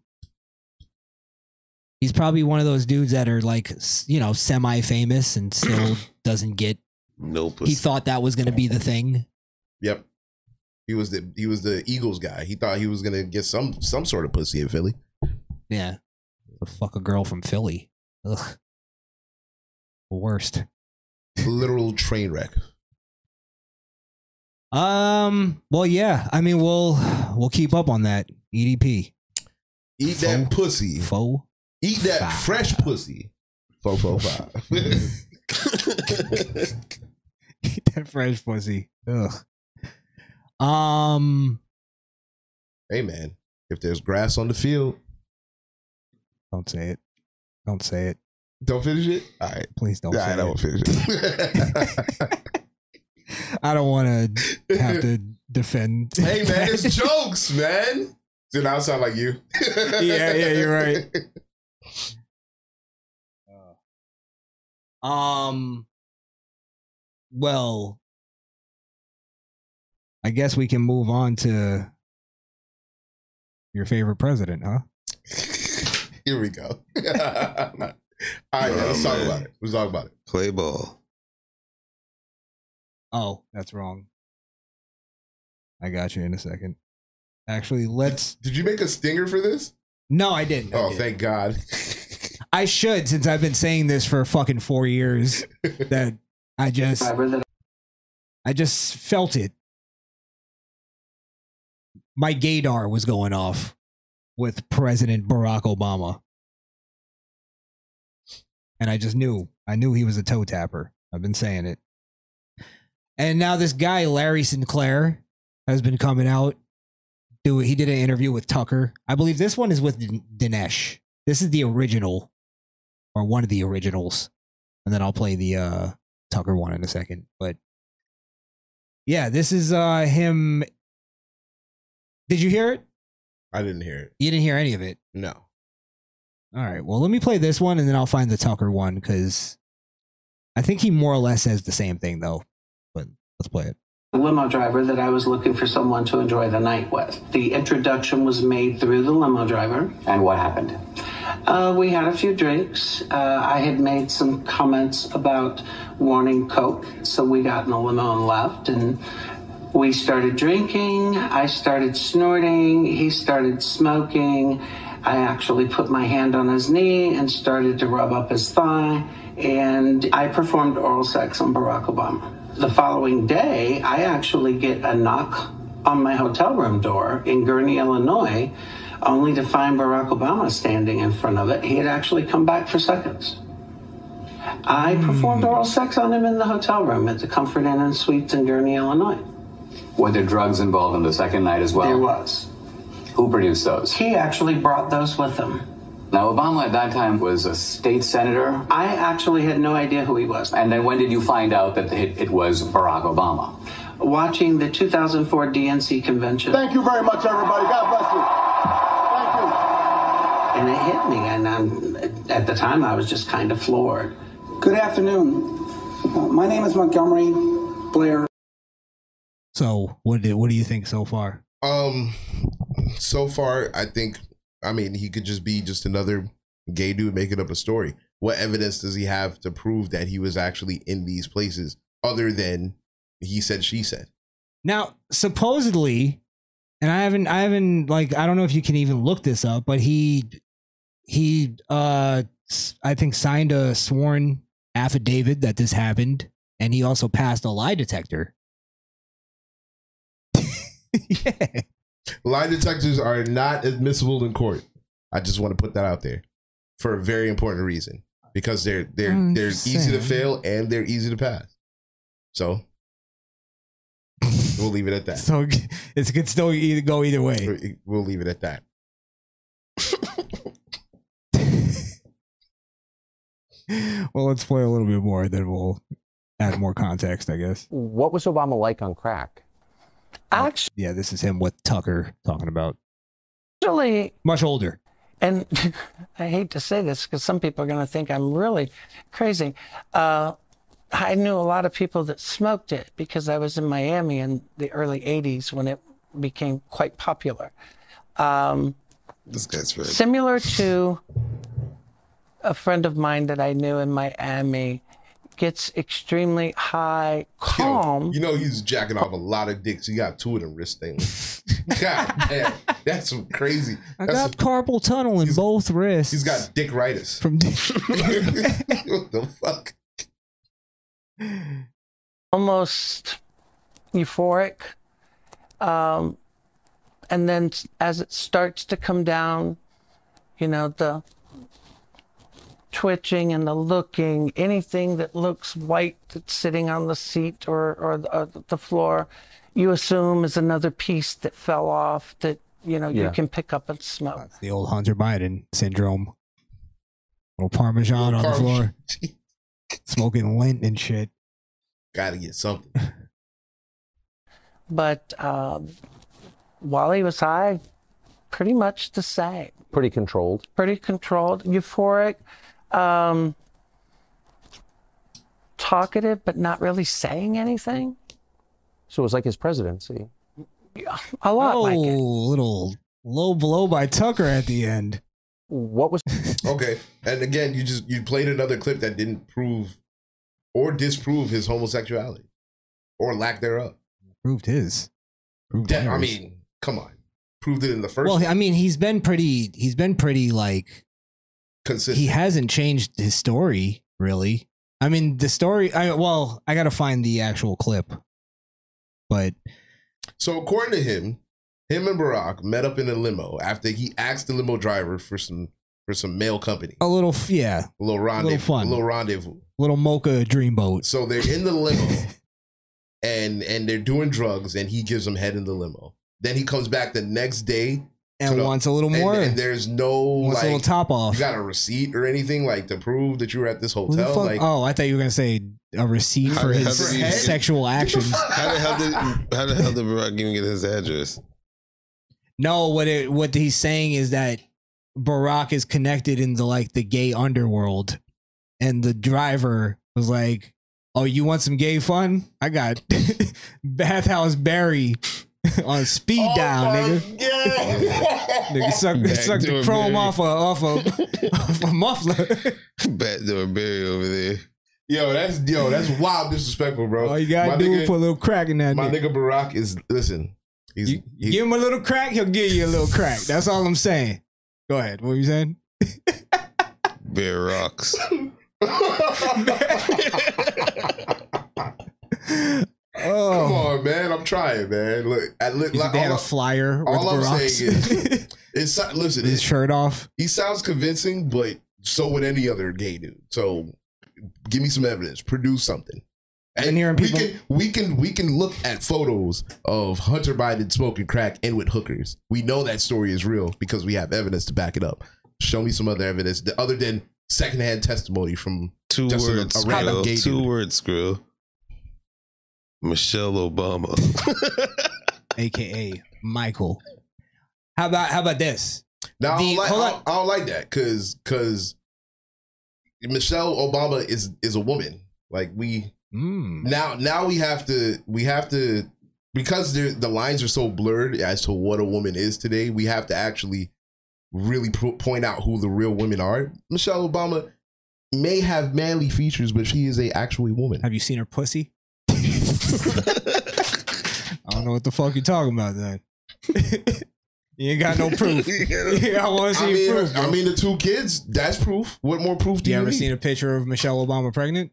Speaker 7: He's probably one of those dudes that are like, s- you know, semi-famous and still doesn't get.
Speaker 8: No pussy.
Speaker 7: He thought that was going to be the thing.
Speaker 3: Yep. He was the he was the Eagles guy. He thought he was gonna get some some sort of pussy in Philly.
Speaker 7: Yeah. The fuck a girl from Philly. E Ugh. Worst.
Speaker 3: Literal train wreck.
Speaker 7: Um. Well, yeah. I mean, we'll we'll keep up on that. E EDP.
Speaker 3: Eat that pussy.
Speaker 7: Faux.
Speaker 3: Eat that fresh pussy. Four four five.
Speaker 7: Eat that fresh pussy. Ugh. Um.
Speaker 3: Hey man, if there's grass on the field,
Speaker 7: don't say it. Don't say it.
Speaker 3: Don't finish it. All right,
Speaker 7: please don't.
Speaker 3: Nah,
Speaker 7: say
Speaker 3: I don't
Speaker 7: it.
Speaker 3: finish
Speaker 7: I don't want to have to defend.
Speaker 3: hey man, it's jokes, man. Dude, I sound like you.
Speaker 7: yeah, yeah, you're right. Um. Well, I guess we can move on to your favorite president, huh?
Speaker 3: Here we go. All right, man, let's talk about it. Let's talk about it.
Speaker 8: Play ball.
Speaker 7: Oh, that's wrong. I got you in a second. Actually, let's.
Speaker 3: Did you make a stinger for this?
Speaker 7: No, I didn't.
Speaker 3: Oh, thank God.
Speaker 7: I should, since I've been saying this for fucking four years. that I just, I just felt it. My gaydar was going off with President Barack Obama, and I just knew, I knew he was a toe tapper. I've been saying it, and now this guy Larry Sinclair has been coming out. Do he did an interview with Tucker? I believe this one is with Din- Dinesh. This is the original or one of the originals, and then I'll play the uh, Tucker one in a second. But yeah, this is uh, him. Did you hear it?
Speaker 3: I didn't hear it.
Speaker 7: You didn't hear any of it.
Speaker 3: No.
Speaker 7: All right. Well, let me play this one, and then I'll find the Tucker one because I think he more or less says the same thing though. But let's play it.
Speaker 14: the limo driver that I was looking for someone to enjoy the night with. The introduction was made through the limo driver. And what happened? Uh, we had a few drinks. Uh, I had made some comments about wanting Coke, so we got in the limo and left. And we started drinking. I started snorting. He started smoking. I actually put my hand on his knee and started to rub up his thigh. And I performed oral sex on Barack Obama. The following day, I actually get a knock on my hotel room door in Gurney, Illinois, only to find Barack Obama standing in front of it. He had actually come back for seconds. I
Speaker 15: Hmm.
Speaker 14: performed oral sex on him in the hotel room at the Comfort Inn and Suites in Gurney, Illinois.
Speaker 15: Were there drugs involved in the second night as well?
Speaker 14: There was.
Speaker 15: Who produced those?
Speaker 14: He actually brought those with him.
Speaker 15: Now, Obama at that time was a state senator.
Speaker 14: I actually had no idea who he was.
Speaker 15: And then when did you find out that it, it was Barack Obama?
Speaker 14: Watching the 2004 DNC convention.
Speaker 16: Thank you very much, everybody. God bless you.
Speaker 14: And it hit me, and I'm, at the time I was just kind of floored.
Speaker 17: Good afternoon. Uh, My name is Montgomery Blair.
Speaker 7: So what do what do you think so far?
Speaker 3: Um, so far, I think. I mean, he could just be just another gay dude making up a story. What evidence does he have to prove that he was actually in these places, other than he said she said?
Speaker 7: Now, supposedly, and I haven't I haven't like I don't know if you can even look this up, but he he uh s- I think signed a sworn affidavit that this happened, and he also passed a lie detector.
Speaker 3: Lie detectors are not admissible in court. I just want to put that out there for a very important reason because they're they're
Speaker 7: I'm
Speaker 3: they're
Speaker 7: just
Speaker 3: easy to
Speaker 7: saying.
Speaker 3: fail and they're easy to pass. So we'll leave it at that.
Speaker 7: So it could still either go either way.
Speaker 3: We'll leave it at that.
Speaker 7: Well, let's play a little bit more, then we'll add more context, I guess. Uh,
Speaker 18: What was Obama like on crack? Actually,
Speaker 7: yeah, this is him with Tucker talking about
Speaker 18: Actually,
Speaker 7: much older.
Speaker 18: and I hate to say this because some people are going to think I'm really crazy. Uh, I knew a lot of people that smoked it because I was in Miami in the early 80s when it became quite popular. Um,
Speaker 8: This guy's right.
Speaker 18: similar to a friend of mine that I knew in Miami gets extremely high, calm.
Speaker 3: You know he's jacking off a lot of dicks. He got two of them wrist things. God damn, that's some crazy.
Speaker 7: I
Speaker 3: That's
Speaker 7: got carpal tunnel in both wrists.
Speaker 3: He's got dick rightus.
Speaker 7: From
Speaker 3: what the fuck?
Speaker 18: almost euphoric. Um, and then s- as it starts to come down, you know, the twitching and the looking, anything that looks white that's sitting on the seat or, or, the- or the floor, you assume is another piece that fell off that, you know, you
Speaker 7: Yeah.
Speaker 18: can pick up and smoke.
Speaker 7: the old Hunter Biden syndrome. Little Parmesan on the floor, smoking lint and shit.
Speaker 3: Gotta get something.
Speaker 18: But uh, while he was high, pretty much the same.
Speaker 19: Pretty controlled.
Speaker 18: pretty controlled, euphoric, um, talkative, but not really saying anything.
Speaker 19: So it was like his presidency.
Speaker 18: A lot
Speaker 7: oh,
Speaker 18: like
Speaker 7: little low blow by Tucker at the end.
Speaker 19: What was
Speaker 3: Okay, and again, you just you played another clip that didn't prove or disprove his homosexuality or lack thereof.
Speaker 7: proved his? Proved
Speaker 3: That- I
Speaker 7: ours.
Speaker 3: mean, come on, proved it in the first.
Speaker 7: well,
Speaker 3: one.
Speaker 7: I mean, he's been pretty. He's been pretty like
Speaker 3: consistent.
Speaker 7: He hasn't changed his story really. I mean, the story. I well, I gotta find the actual clip, but
Speaker 3: So according to him, him and Barack met up in a limo after he asked the limo driver for some for some male company,
Speaker 7: a little f- yeah,
Speaker 3: a little rendezvous,
Speaker 7: fun.
Speaker 3: a little rendezvous.
Speaker 7: little mocha dreamboat.
Speaker 3: So they're in the limo, and and they're doing drugs, and he gives them head in the limo. Then he comes back the next day
Speaker 7: And
Speaker 3: to the-
Speaker 7: wants a little
Speaker 3: and-
Speaker 7: more.
Speaker 3: And, there's no
Speaker 7: Wants a
Speaker 3: like
Speaker 7: little top off.
Speaker 3: You got a receipt or anything like to prove that you were at this
Speaker 7: Who the
Speaker 3: hotel?
Speaker 7: fuck-
Speaker 3: Like
Speaker 7: oh, I thought you were gonna say a receipt
Speaker 8: How
Speaker 7: for
Speaker 8: the
Speaker 7: his
Speaker 8: hell did he-
Speaker 7: sexual actions.
Speaker 8: How the hell did how the hell did Barack even get his address?
Speaker 7: No, what it, what he's saying is that Barack is connected into like the gay underworld, and the driver was like, "Oh, you want some gay fun? I got bathhouse Barry on speed down, nigga. nigga sucked
Speaker 8: Back
Speaker 7: sucked
Speaker 8: to
Speaker 7: the
Speaker 8: a
Speaker 7: chrome
Speaker 8: Barry.
Speaker 7: off a off a, off a muffler.
Speaker 8: Backdoor Barry over there.
Speaker 3: Yo, that's yo, that's wild disrespectful, bro.
Speaker 7: All you gotta do
Speaker 3: nigga-
Speaker 7: put a little crack in that.
Speaker 3: my
Speaker 7: nigga.
Speaker 3: nigga Barack is listen. He's he-
Speaker 7: Give him a little crack, he'll give you a little crack. That's all I'm saying. Go ahead. What were you saying?
Speaker 8: Bear rocks.
Speaker 3: Come on, man. I'm trying, man. Look, I look
Speaker 7: oh. You think
Speaker 3: like
Speaker 7: they had
Speaker 3: all,
Speaker 7: a flyer
Speaker 3: all
Speaker 7: with
Speaker 3: I'm
Speaker 7: Barack's
Speaker 3: saying is, it's not- listen.
Speaker 7: his
Speaker 3: it-
Speaker 7: shirt off?
Speaker 3: he sounds convincing, but so would any other gay dude. So, give me some evidence. Produce something. And
Speaker 7: hearing
Speaker 3: we can we can we can look at photos of Hunter Biden smoking crack and with hookers. We know that story is real because we have evidence to back it up. Show me some other evidence th- other than secondhand testimony from
Speaker 8: Two
Speaker 3: just a-
Speaker 8: words,
Speaker 3: a random
Speaker 8: Skrill.
Speaker 3: gay
Speaker 8: Two
Speaker 3: dude.
Speaker 8: words, Skrill. Michelle Obama.
Speaker 7: aka Michael. How about how about this?
Speaker 3: Now I
Speaker 7: The-
Speaker 3: don't, like,
Speaker 7: hold
Speaker 3: I,
Speaker 7: on.
Speaker 3: don't, I don't like that because because Michelle Obama is is a woman. Like we
Speaker 7: Hmm.
Speaker 3: now now we have to we have to because there- the lines are so blurred as to what a woman is today. We have to actually really pro point out who the real women are. Michelle Obama may have manly features, but she is a actually woman.
Speaker 7: Have you seen her pussy? I don't know what the fuck you're talking about then. You ain't got no proof. yeah, I want to see
Speaker 3: I mean,
Speaker 7: proof.
Speaker 3: I mean, the two kids, that's proof. What more proof do
Speaker 7: you
Speaker 3: you,
Speaker 7: ever
Speaker 3: need?
Speaker 7: seen a picture of Michelle Obama pregnant?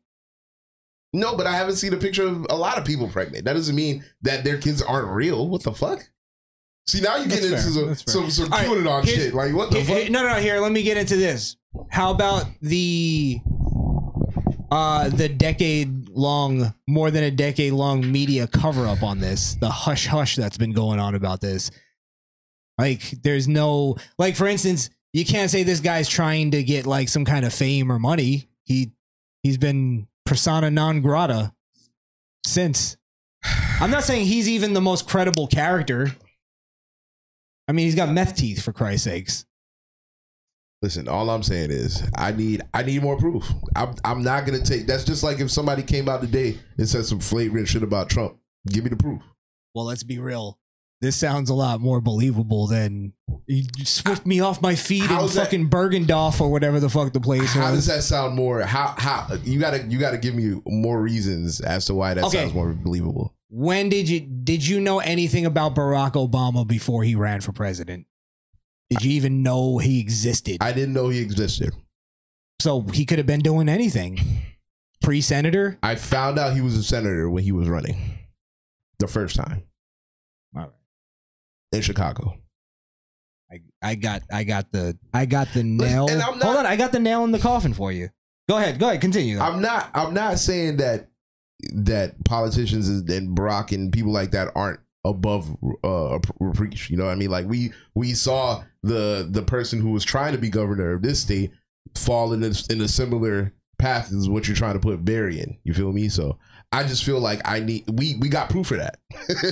Speaker 3: No, but I haven't seen a picture of a lot of people pregnant. That doesn't mean that their kids aren't real. What the fuck? See, now you're
Speaker 7: That's
Speaker 3: getting
Speaker 7: fair.
Speaker 3: into some,
Speaker 7: That's fair.
Speaker 3: some, some
Speaker 7: All right,
Speaker 3: QAnon
Speaker 7: here's-
Speaker 3: shit. Like, what the
Speaker 7: here-
Speaker 3: fuck?
Speaker 7: here- no, no, here. Let me get into this. How about the uh the decade long, more than a decade long media cover up on this? The hush hush that's been going on about this. Like, there's no like, for instance, you can't say this guy's trying to get like some kind of fame or money. He he's been persona non grata since. I'm not saying he's even the most credible character. I mean, he's got meth teeth for Christ's sakes.
Speaker 3: Listen, all I'm saying is I need I need more proof. I'm I'm not gonna take that's just like if somebody came out today and said some flagrant shit about Trump. Give me the proof.
Speaker 7: Well, let's be real. This sounds a lot more believable than you you swift me off my feet in
Speaker 3: How's that-
Speaker 7: fucking Bergendorf or whatever the fuck the place
Speaker 3: How does
Speaker 7: was.
Speaker 3: that sound more how how you gotta you gotta give me more reasons as to why that
Speaker 7: Okay.
Speaker 3: sounds more believable.
Speaker 7: when did you did you know anything about Barack Obama before he ran for president? Did you even know he existed?
Speaker 3: I didn't know he existed.
Speaker 7: So he could have been doing anything. Pre senator?
Speaker 3: I found out he was a senator when he was running. The first time.
Speaker 7: All right.
Speaker 3: In Chicago.
Speaker 7: I, I got I got the I got the nail.
Speaker 3: and I'm not-
Speaker 7: Hold on, I got the nail in the coffin for you. Go ahead, go ahead, continue. though.
Speaker 3: I'm not. I'm not saying that that politicians and and Barack and people like that aren't above uh, reproach. You know what I mean? Like we we saw the the person who was trying to be governor of this state fall in this in a similar path as what you're trying to put Barry in. You feel me? So I just feel like I need we we got proof for that.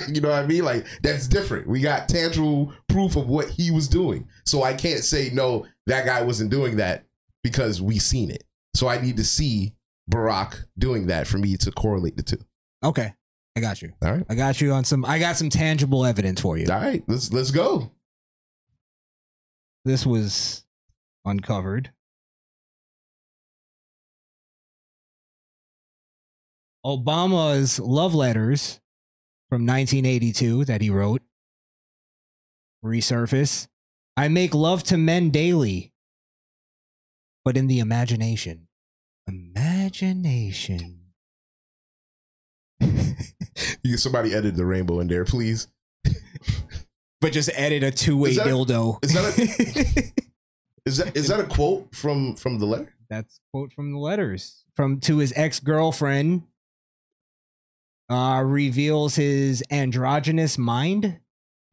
Speaker 3: you know what I mean? Like that's different. We got tangible proof of what he was doing. So I can't say no, that guy wasn't doing that because we seen it. So I need to see Barack doing that for me to correlate the two.
Speaker 7: Okay. I got you.
Speaker 3: All right.
Speaker 7: I got you on some I got some tangible evidence for you.
Speaker 3: All right. Let's let's go.
Speaker 7: This was uncovered. Obama's love letters from 1982 that he wrote resurface. I make love to men daily, but in the imagination. Imagination.
Speaker 3: You somebody edit the rainbow in there, please.
Speaker 7: But just edit a two way
Speaker 3: Is that a-
Speaker 7: dildo.
Speaker 3: Is that a is that is that a quote from from the letter?
Speaker 7: That's quote from the letters from to his ex girlfriend. Uh, reveals his androgynous mind.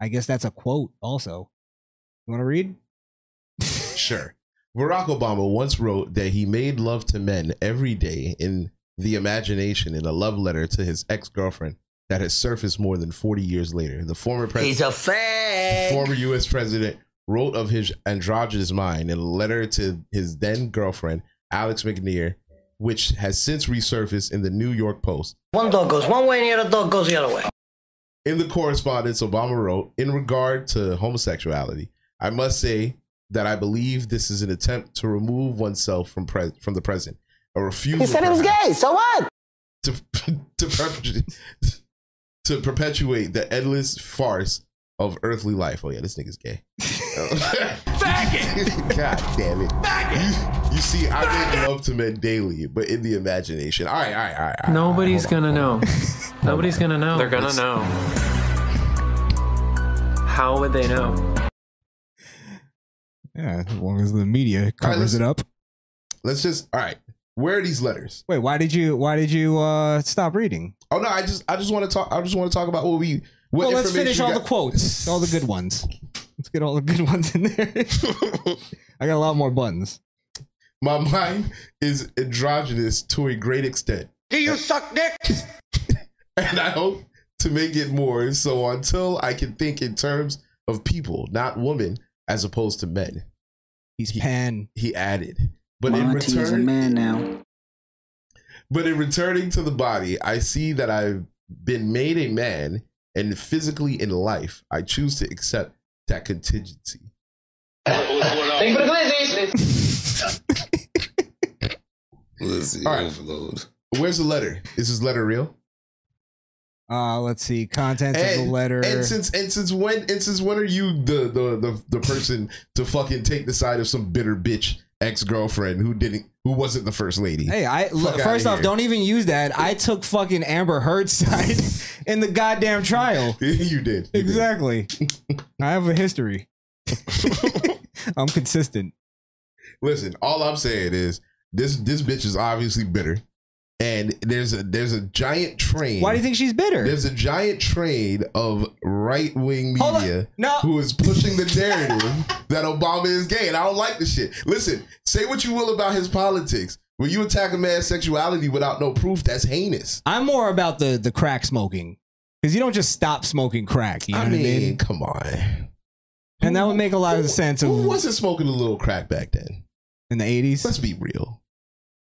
Speaker 7: I guess that's a quote. Also, you want to read?
Speaker 3: Sure. Barack Obama once wrote that he made love to men every day in the imagination in a love letter to his ex girlfriend that has surfaced more than 40 years later. The former president.
Speaker 20: He's a fag.
Speaker 3: The former U.S. president wrote of his androgynous mind in a letter to his then girlfriend, Alex McNear, which has since resurfaced in the New York Post.
Speaker 20: One dog goes one way and the other dog goes the other way.
Speaker 3: In the correspondence, Obama wrote, in regard to homosexuality, I must say that I believe this is an attempt to remove oneself from pres from the present. A refusal.
Speaker 20: He said it was
Speaker 3: perhaps,
Speaker 20: gay, so what?
Speaker 3: To, to, perpetuate, to perpetuate the endless farce of earthly life. Oh, yeah, this nigga's gay. God damn it. You, you see, I make love to men daily, but in the imagination. All right, all right, all right. all right,
Speaker 21: Nobody's
Speaker 3: hold on,
Speaker 21: gonna
Speaker 3: hold
Speaker 21: know.
Speaker 3: on.
Speaker 21: Nobody's gonna know.
Speaker 3: They're gonna
Speaker 21: know. How would they know?
Speaker 7: Yeah, as long as the media covers it up.
Speaker 3: Let's just. All right. Where are these letters?
Speaker 7: Wait, why did you? Why did you uh stop reading?
Speaker 3: Oh no, I just I just want to talk I just want to talk about what we what
Speaker 7: Well, let's finish all the
Speaker 3: quotes.
Speaker 7: quotes, all the good ones. Let's get all the good ones in there. I got a lot more buttons.
Speaker 3: My mind is androgynous to a great extent.
Speaker 20: Do you suck dick?
Speaker 3: and I hope to make it more so until I can think in terms of people, not women, as opposed to men.
Speaker 7: He's pan.
Speaker 3: He added. But in
Speaker 22: Monty is a
Speaker 3: return
Speaker 22: man now.
Speaker 3: But in returning to the body, I see that I've been made a man, and physically in life, I choose to accept that contingency.
Speaker 20: Thank you for the glizzies.
Speaker 3: All right. Where's the letter? Is this letter real?
Speaker 7: Uh, let's see. Contents of
Speaker 3: And,
Speaker 7: the letter.
Speaker 3: and since and since when and since when are you the the the, the person to fucking take the side of some bitter bitch ex girlfriend who didn't who wasn't the first lady?
Speaker 7: Hey, I look, first off, don't even use that. I took fucking Amber Heard's side in the goddamn trial.
Speaker 3: you did
Speaker 7: exactly. I have a history. I'm consistent.
Speaker 3: Listen, all I'm saying is this this bitch is obviously bitter. And there's a there's a giant train.
Speaker 7: Why do you think she's bitter?
Speaker 3: There's a giant train of right wing
Speaker 7: Hold on.
Speaker 3: media
Speaker 7: No.
Speaker 3: who is pushing the narrative that Obama is gay, and I don't like this shit. Listen, say what you will about his politics. When you attack a man's sexuality without no proof, that's heinous.
Speaker 7: I'm more about the the crack smoking because you don't just stop smoking crack. You know
Speaker 3: I
Speaker 7: what I mean?
Speaker 3: mean, come on.
Speaker 7: And that would make a lot of sense. Of,
Speaker 3: Who wasn't smoking a little crack back then?
Speaker 7: Mm-hmm. In the 80s?
Speaker 3: Let's be real.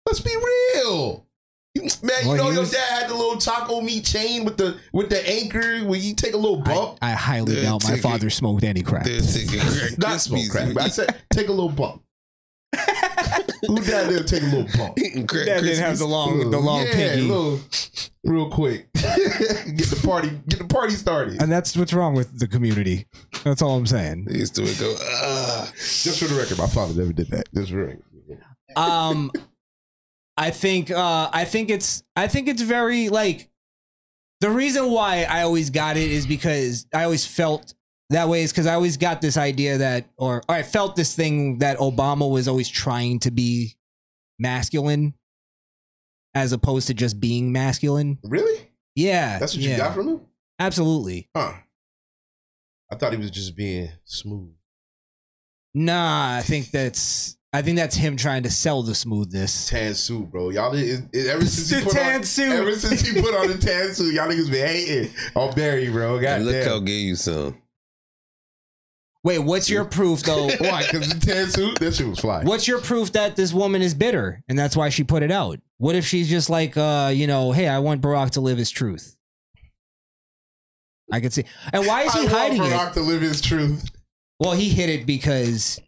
Speaker 3: Let's be real. You- Man, you
Speaker 7: Well,
Speaker 3: know
Speaker 7: he
Speaker 3: your
Speaker 7: was-
Speaker 3: dad had the little taco meat chain with the with the anchor where you take a little bump.
Speaker 7: I highly doubt my father smoked any crack.
Speaker 3: Not smoke crack, but I said take a little bump. Who dad did take a little bump?
Speaker 7: Dad didn't have the long- the long
Speaker 3: yeah,
Speaker 7: pinky.
Speaker 3: little- real quick. get the party get the party started.
Speaker 7: And that's what's wrong with the community. That's all I'm saying.
Speaker 3: They used to go, ah. Just for the record, my father never did that. Just for the record.
Speaker 7: um i think uh i think it's i think it's very like the reason why i always got it is because i always felt that way is because i always got this idea that or, or i felt this thing that obama was always trying to be masculine as opposed to just being masculine
Speaker 3: really
Speaker 7: yeah
Speaker 3: That's what you got from him?
Speaker 7: absolutely
Speaker 3: huh I thought he was just being smooth.
Speaker 7: nah i think that's i think that's him trying to sell the smoothness
Speaker 3: tan suit bro y'all did, ever since he
Speaker 7: The
Speaker 3: put
Speaker 7: tan
Speaker 3: on,
Speaker 7: suit.
Speaker 3: Ever since he put on the tan suit, y'all niggas been hating. Oh, Barry, bro. God
Speaker 8: look
Speaker 3: damn.
Speaker 8: how gay you sound.
Speaker 7: wait what's your proof though
Speaker 3: Why? Because the tan suit, that shit was fly.
Speaker 7: What's your proof that this woman is bitter and that's why she put it out? What if she's just like, uh, you know, hey, I want Barack to live his truth. I could see. And why is he
Speaker 3: I
Speaker 7: hiding
Speaker 3: want
Speaker 7: it?
Speaker 3: Barack to live his truth.
Speaker 7: Well, he hid it because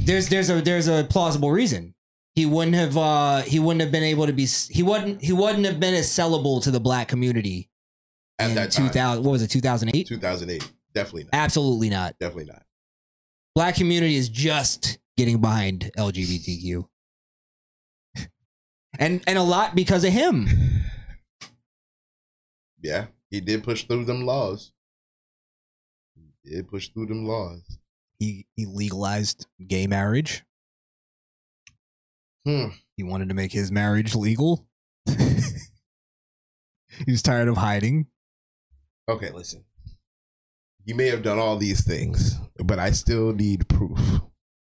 Speaker 7: there's there's a there's a plausible reason. He wouldn't have uh he wouldn't have been able to be s- he wouldn't he wouldn't have been as sellable to the black community
Speaker 3: At
Speaker 7: in
Speaker 3: that time.
Speaker 7: 2000 what was it 2008?
Speaker 3: 2008. Definitely not.
Speaker 7: Absolutely not.
Speaker 3: Definitely not.
Speaker 7: Black community is just getting behind LGBTQ. And and a lot because of him.
Speaker 3: Yeah, he did push through them laws. He did push through them laws.
Speaker 7: He he legalized gay marriage.
Speaker 3: Hmm.
Speaker 7: He wanted to make his marriage legal. he was tired of hiding.
Speaker 3: Okay, listen. You may have done all these things, but I still need proof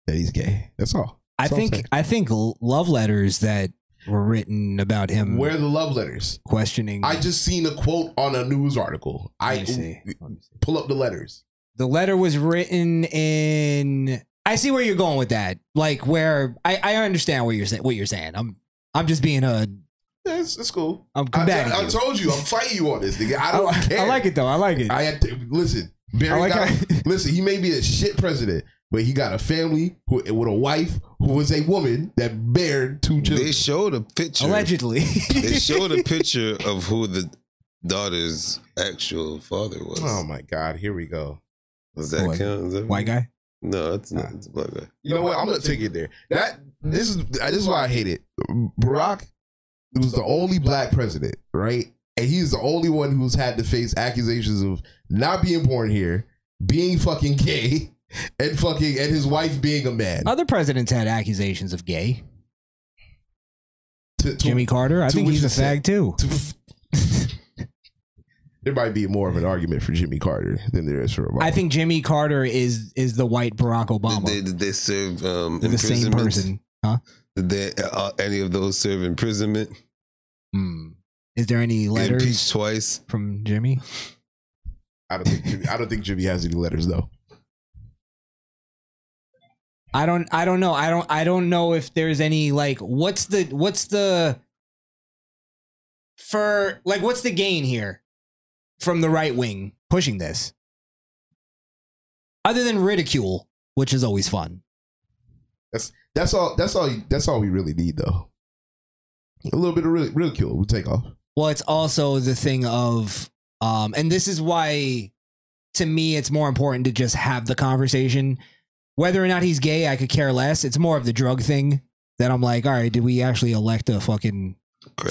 Speaker 3: that he's gay. That's all.
Speaker 7: I
Speaker 3: That's all I'm
Speaker 7: think
Speaker 3: saying.
Speaker 7: I think l- love letters that were written about him
Speaker 3: Where are the love letters?
Speaker 7: questioning
Speaker 3: I just seen a quote on a news article. I
Speaker 7: Mm. see.
Speaker 3: pull up the letters.
Speaker 7: the letter was written in I see where you're going with that. Like where I, I understand what you're saying what you're saying. I'm I'm just being a
Speaker 3: That's, that's cool.
Speaker 7: I'm
Speaker 3: I,
Speaker 7: combating.
Speaker 3: I
Speaker 7: you.
Speaker 3: told you, I'm fighting you on this, nigga. I don't care.
Speaker 7: I like it though. I like it.
Speaker 3: I had to, listen. Barry
Speaker 7: I like
Speaker 3: got, listen. He may be a shit president, but he got a family who, with a wife who was a woman that bared two children.
Speaker 8: They showed a picture.
Speaker 7: Allegedly.
Speaker 8: they showed a picture of who the daughter's actual father was.
Speaker 3: Oh my god! Here we go.
Speaker 8: Does that
Speaker 3: What?
Speaker 8: count? Is that
Speaker 7: White guy?
Speaker 8: No, it's not. It's a black guy.
Speaker 3: You know what? I'm gonna take it there. That this is uh, this is why I hate it. Barack was the only black president, right? And he's the only one who's had to face accusations of not being born here, being fucking gay, and fucking and his wife being a man.
Speaker 7: Other presidents had accusations of gay.
Speaker 3: To- to-
Speaker 7: Jimmy Carter, I
Speaker 3: to
Speaker 7: think
Speaker 3: which
Speaker 7: he's a fag
Speaker 3: extent?
Speaker 7: too.
Speaker 3: There might be more of an argument for Jimmy Carter than there is for Obama.
Speaker 7: I think Jimmy Carter is is the white Barack Obama.
Speaker 8: Did they, did they serve um,
Speaker 7: They're the same
Speaker 8: imprisonment?
Speaker 7: person, huh?
Speaker 8: Did they, uh, any of those serve imprisonment?
Speaker 7: Is there any letters
Speaker 8: Impeached twice
Speaker 7: from Jimmy?
Speaker 3: I don't think Jimmy, I don't think Jimmy has any letters though.
Speaker 7: I don't I don't know. I don't I don't know if there's any like what's the what's the for like what's the gain here from the right wing pushing this? Other than ridicule, which is always fun.
Speaker 3: That's that's all. That's all. That's all we really need, though. A little bit of ri- ridicule. We take off.
Speaker 7: Well, it's also the thing of, um, and this is why, to me, it's more important to just have the conversation. Whether or not he's gay, I could care less. It's more of the drug thing that I'm like, all right, did we actually elect a fucking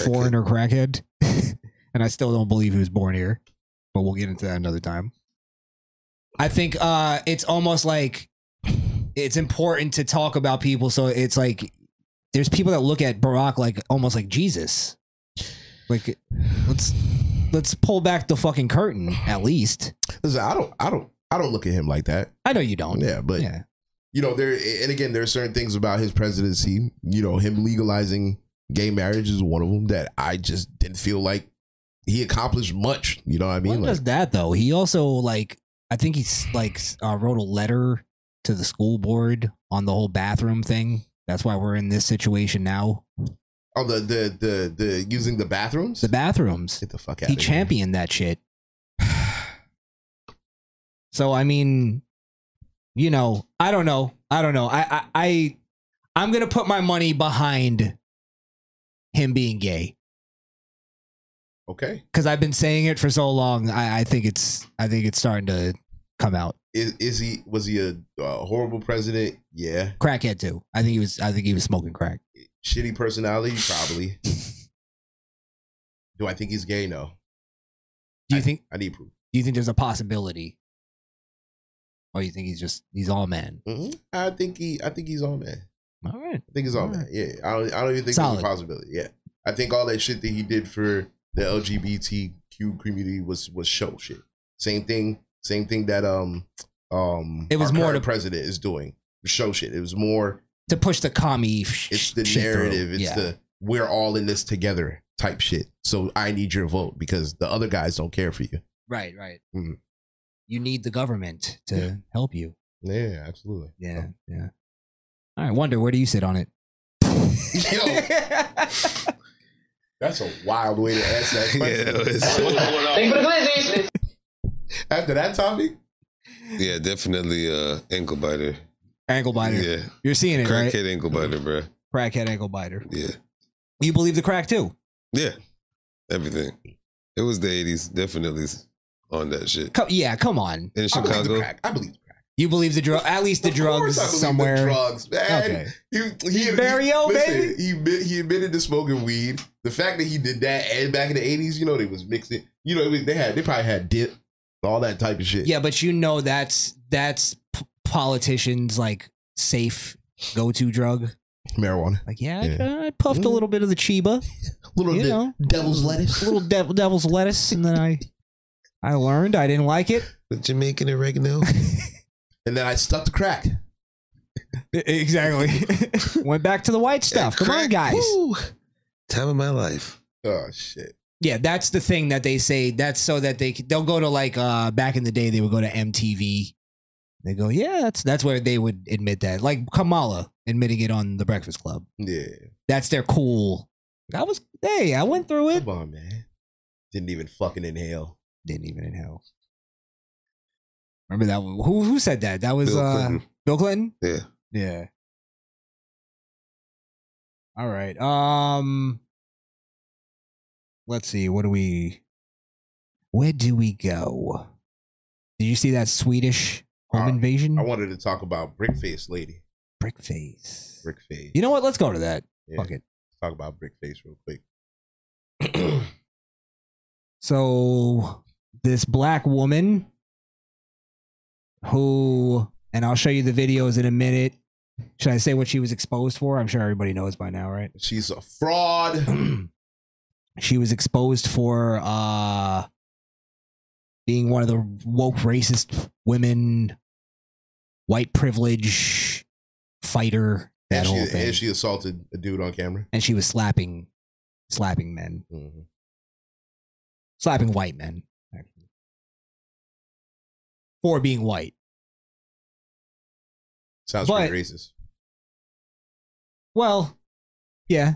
Speaker 7: foreigner crackhead? and I still don't believe he was born here, but we'll get into that another time. I think uh, it's almost like it's important to talk about people. So it's like there's people that look at Barack like almost like Jesus. Like let's let's pull back the fucking curtain at least.
Speaker 3: Listen, I don't, I don't, I don't look at him like that.
Speaker 7: I know you don't.
Speaker 3: Yeah, but you know there, and again, there are certain things about his presidency. You know, him legalizing gay marriage is one of them that I just didn't feel like he accomplished much. You know what I mean?
Speaker 7: What
Speaker 3: Like,
Speaker 7: does that though? He also like I think he's like uh, wrote a letter to the school board on the whole bathroom thing. That's why we're in this situation now.
Speaker 3: oh, the, the the the using the bathrooms.
Speaker 7: The bathrooms.
Speaker 3: Get the fuck out.
Speaker 7: He championed that shit. So I mean, you know, I don't know. I don't know. I I, I I'm gonna put my money behind him being gay.
Speaker 3: Okay.
Speaker 7: Because I've been saying it for so long. I, I think it's I think it's starting to come out.
Speaker 3: Is, is he was he a, uh horrible president? Yeah.
Speaker 7: Crackhead too. I think he was I think he was smoking crack.
Speaker 3: Shitty personality, probably. Do I think he's gay? No.
Speaker 7: Do you think
Speaker 3: I need proof.
Speaker 7: do you think there's a possibility? Or you think he's just he's all man?
Speaker 3: I think he. I think he's on man.
Speaker 7: All right.
Speaker 3: I think he's on
Speaker 7: All
Speaker 3: man.
Speaker 7: right.
Speaker 3: Yeah. I don't. I don't even think
Speaker 7: Solid.
Speaker 3: there's a possibility. Yeah. I think all that shit that he did for the LGBTQ community was was show shit. Same thing. Same thing that um um.
Speaker 7: It was
Speaker 3: our
Speaker 7: more
Speaker 3: current
Speaker 7: to-
Speaker 3: president is doing show shit. It was more
Speaker 7: To push the commie
Speaker 3: it's the
Speaker 7: shit through.
Speaker 3: narrative. It's
Speaker 7: Yeah.
Speaker 3: the we're all in this together type shit. So I need your vote because the other guys don't care for you.
Speaker 7: Right, right.
Speaker 3: Mm.
Speaker 7: You need the government to
Speaker 3: Yeah.
Speaker 7: help you.
Speaker 3: Yeah, absolutely.
Speaker 7: Yeah, yeah. All right, Wonder, where do you sit on it?
Speaker 3: That's a wild way to ask that question.
Speaker 20: Thank you for the glizzies.
Speaker 3: After that topic,
Speaker 8: Yeah, definitely uh, ankle biter.
Speaker 7: Ankle biter.
Speaker 8: Yeah.
Speaker 7: You're seeing it, right?
Speaker 8: Crackhead ankle biter, bro.
Speaker 7: Crackhead ankle biter.
Speaker 8: Yeah.
Speaker 7: You believe the crack too?
Speaker 8: Yeah. Everything. It was the 80s, definitely on that shit.
Speaker 7: Co- yeah, come on.
Speaker 8: In Chicago.
Speaker 3: I believe
Speaker 7: You believe the drug? At least the drugs
Speaker 3: I believe the
Speaker 7: somewhere.
Speaker 3: drugs, man.
Speaker 7: Okay.
Speaker 3: He, he, he,
Speaker 7: Barrio,
Speaker 3: listen, He, admit- he admitted to smoking weed. The fact that he did that and back in the eighties, you know, they was mixing. You know, it was- they had they probably had dip, all that type of shit.
Speaker 7: Yeah, but you know that's that's p- politicians like safe go-to drug.
Speaker 3: marijuana.
Speaker 7: Like yeah, I, I puffed a little bit of the chiba,
Speaker 3: Mm. little
Speaker 7: you
Speaker 3: de-
Speaker 7: know,
Speaker 3: devil's lettuce,
Speaker 7: little dev- devil's lettuce, and then I I learned I didn't like it.
Speaker 8: With Jamaican oregano.
Speaker 3: and then I stuck to crack.
Speaker 7: E, exactly. Went back to the white stuff. Come on, guys.
Speaker 8: Time of my life.
Speaker 3: Oh shit.
Speaker 7: Yeah, that's the thing that they say. That's so that they c- they'll go to like uh back in the day they would go to MTV. They go, yeah, that's that's where they would admit that. Like Kamala admitting it on The Breakfast Club.
Speaker 3: Yeah.
Speaker 7: That's their cool. I was hey, I went through it.
Speaker 3: Come on, man. Didn't even fucking inhale.
Speaker 7: Didn't even inhale. Remember that one? Who who said that? That was
Speaker 8: Bill
Speaker 7: uh
Speaker 8: Clinton.
Speaker 7: Bill Clinton.
Speaker 8: Yeah.
Speaker 7: Yeah. All right. Um. Let's see. What do we? Where do we go? Did you see that Swedish home invasion?
Speaker 3: Uh, I wanted to talk about Brickface Lady.
Speaker 7: Brickface.
Speaker 3: Brickface.
Speaker 7: You know what? Let's go to that.
Speaker 3: Yeah.
Speaker 7: Fuck it.
Speaker 3: Talk about Brickface real quick.
Speaker 7: So this black woman who and I'll show you the videos in a minute. Should I say what she was exposed for? I'm sure everybody knows by now, right?
Speaker 3: She's a fraud.
Speaker 7: she was exposed for uh being one of the woke racist women, white privilege fighter, that
Speaker 3: and,
Speaker 7: whole
Speaker 3: she,
Speaker 7: thing.
Speaker 3: and she assaulted a dude on camera.
Speaker 7: and she was slapping slapping men slapping white men actually. for being white
Speaker 3: Sounds
Speaker 7: But-
Speaker 3: pretty racist.
Speaker 7: well yeah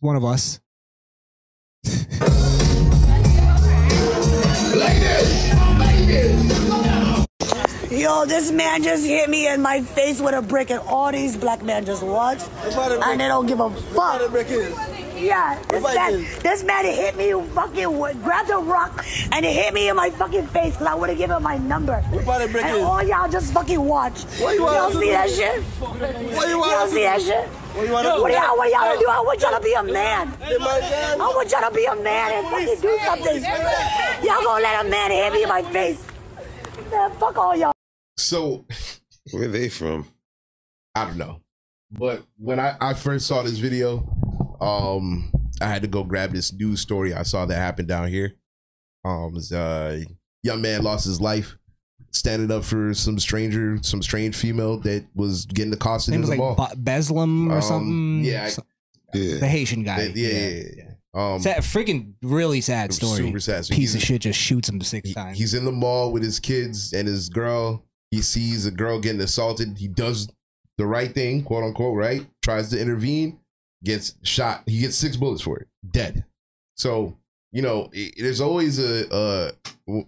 Speaker 7: one of us
Speaker 1: Yo, this man just hit me in my face with a brick, and all these black men just watch, and they don't give a fuck. yeah. This man, this man hit me, fucking wa- grabbed a rock and it hit me in my fucking face because I would have given him my number. and all y'all just fucking watch.
Speaker 20: What you wanna
Speaker 1: all
Speaker 20: do?
Speaker 1: see that shit?
Speaker 20: What you wanna
Speaker 1: all see
Speaker 20: do?
Speaker 1: that shit?
Speaker 20: What you wanna do?
Speaker 1: What y'all, what y'all gonna do? I want y'all to be a
Speaker 20: Hey,
Speaker 1: man.
Speaker 20: hey, my
Speaker 1: I want y'all to be a man and fucking do something. Y'all gonna let a man hit me in my face. Man, fuck all y'all.
Speaker 3: So,
Speaker 8: where they from?
Speaker 3: I don't know. But when I, I first saw this video, um, I had to go grab this news story I saw that happened down here. Um, this uh, young man lost his life standing up for some stranger, some strange female that was getting accosted
Speaker 7: Name
Speaker 3: in
Speaker 7: was
Speaker 3: the
Speaker 7: like
Speaker 3: mall.
Speaker 7: Ba- Bedlam or
Speaker 3: Um,
Speaker 7: something.
Speaker 3: yeah, I-
Speaker 7: So-
Speaker 3: yeah.
Speaker 7: the Haitian guy.
Speaker 3: Yeah, yeah, yeah, Um,
Speaker 7: sad, freaking really sad story.
Speaker 3: super sad. So
Speaker 7: Piece
Speaker 3: he's-
Speaker 7: of shit just shoots him six times.
Speaker 3: He's in the mall with his kids and his girl. He sees a girl getting assaulted. He does the right thing, quote unquote, right? Tries to intervene, gets shot. He gets six bullets for it, dead. So, you know, it, there's always a, uh,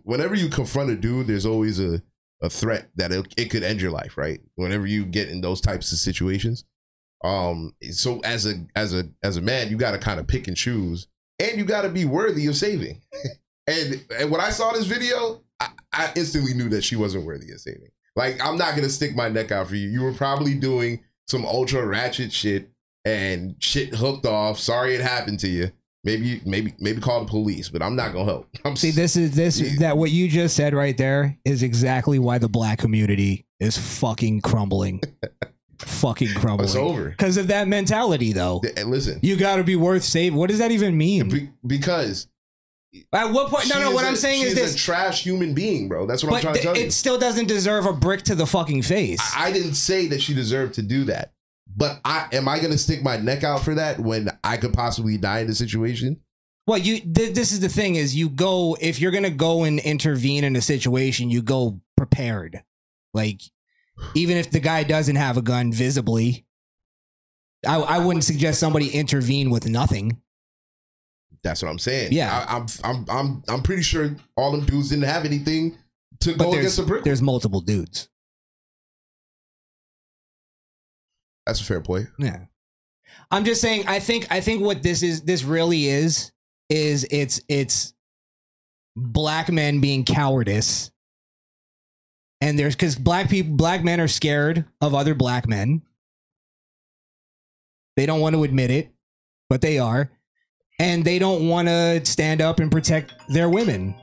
Speaker 3: whenever you confront a dude, there's always a, a threat that it, it could end your life, right? Whenever you get in those types of situations. Um, so as a, as a, as a man, you got to kind of pick and choose and you got to be worthy of saving. And and when I saw this video, I, I instantly knew that she wasn't worthy of saving. Like I'm not gonna stick my neck out for you. You were probably doing some ultra ratchet shit and shit hooked off. Sorry it happened to you. Maybe maybe maybe call the police, but I'm not gonna help. I'm
Speaker 7: See, this is this that what you just said right there is exactly why the black community is fucking crumbling. fucking crumbling.
Speaker 3: over.
Speaker 7: Because of that mentality though.
Speaker 3: And listen.
Speaker 7: You gotta be worth saving. What does that even mean?
Speaker 3: because
Speaker 7: at what point no
Speaker 3: She
Speaker 7: no
Speaker 3: is
Speaker 7: what
Speaker 3: a-
Speaker 7: i I'm saying
Speaker 3: she
Speaker 7: is
Speaker 3: a
Speaker 7: this
Speaker 3: trash human being, bro. That's what I'm
Speaker 7: but
Speaker 3: trying
Speaker 7: th-
Speaker 3: to tell you.
Speaker 7: it still doesn't deserve a brick to the fucking face.
Speaker 3: I didn't say that she deserved to do that. But I am I gonna stick my neck out for that when I could possibly die in the situation?
Speaker 7: Well, you th- this is the thing is you go if you're gonna go and intervene in a situation, you go prepared. Like even if the guy doesn't have a gun visibly, I I wouldn't suggest somebody intervene with nothing.
Speaker 3: That's what I'm saying.
Speaker 7: Yeah.
Speaker 3: I, I'm I'm I'm I'm pretty sure all them dudes didn't have anything to
Speaker 7: But
Speaker 3: go
Speaker 7: there's
Speaker 3: against the brick.
Speaker 7: there's multiple dudes.
Speaker 3: That's a fair point.
Speaker 7: Yeah. I'm just saying I think I think what this is this really is is it's it's black men being cowardice. And there's cuz black people black men are scared of other black men. They don't want to admit it, but they are. And they don't want to stand up and protect their women.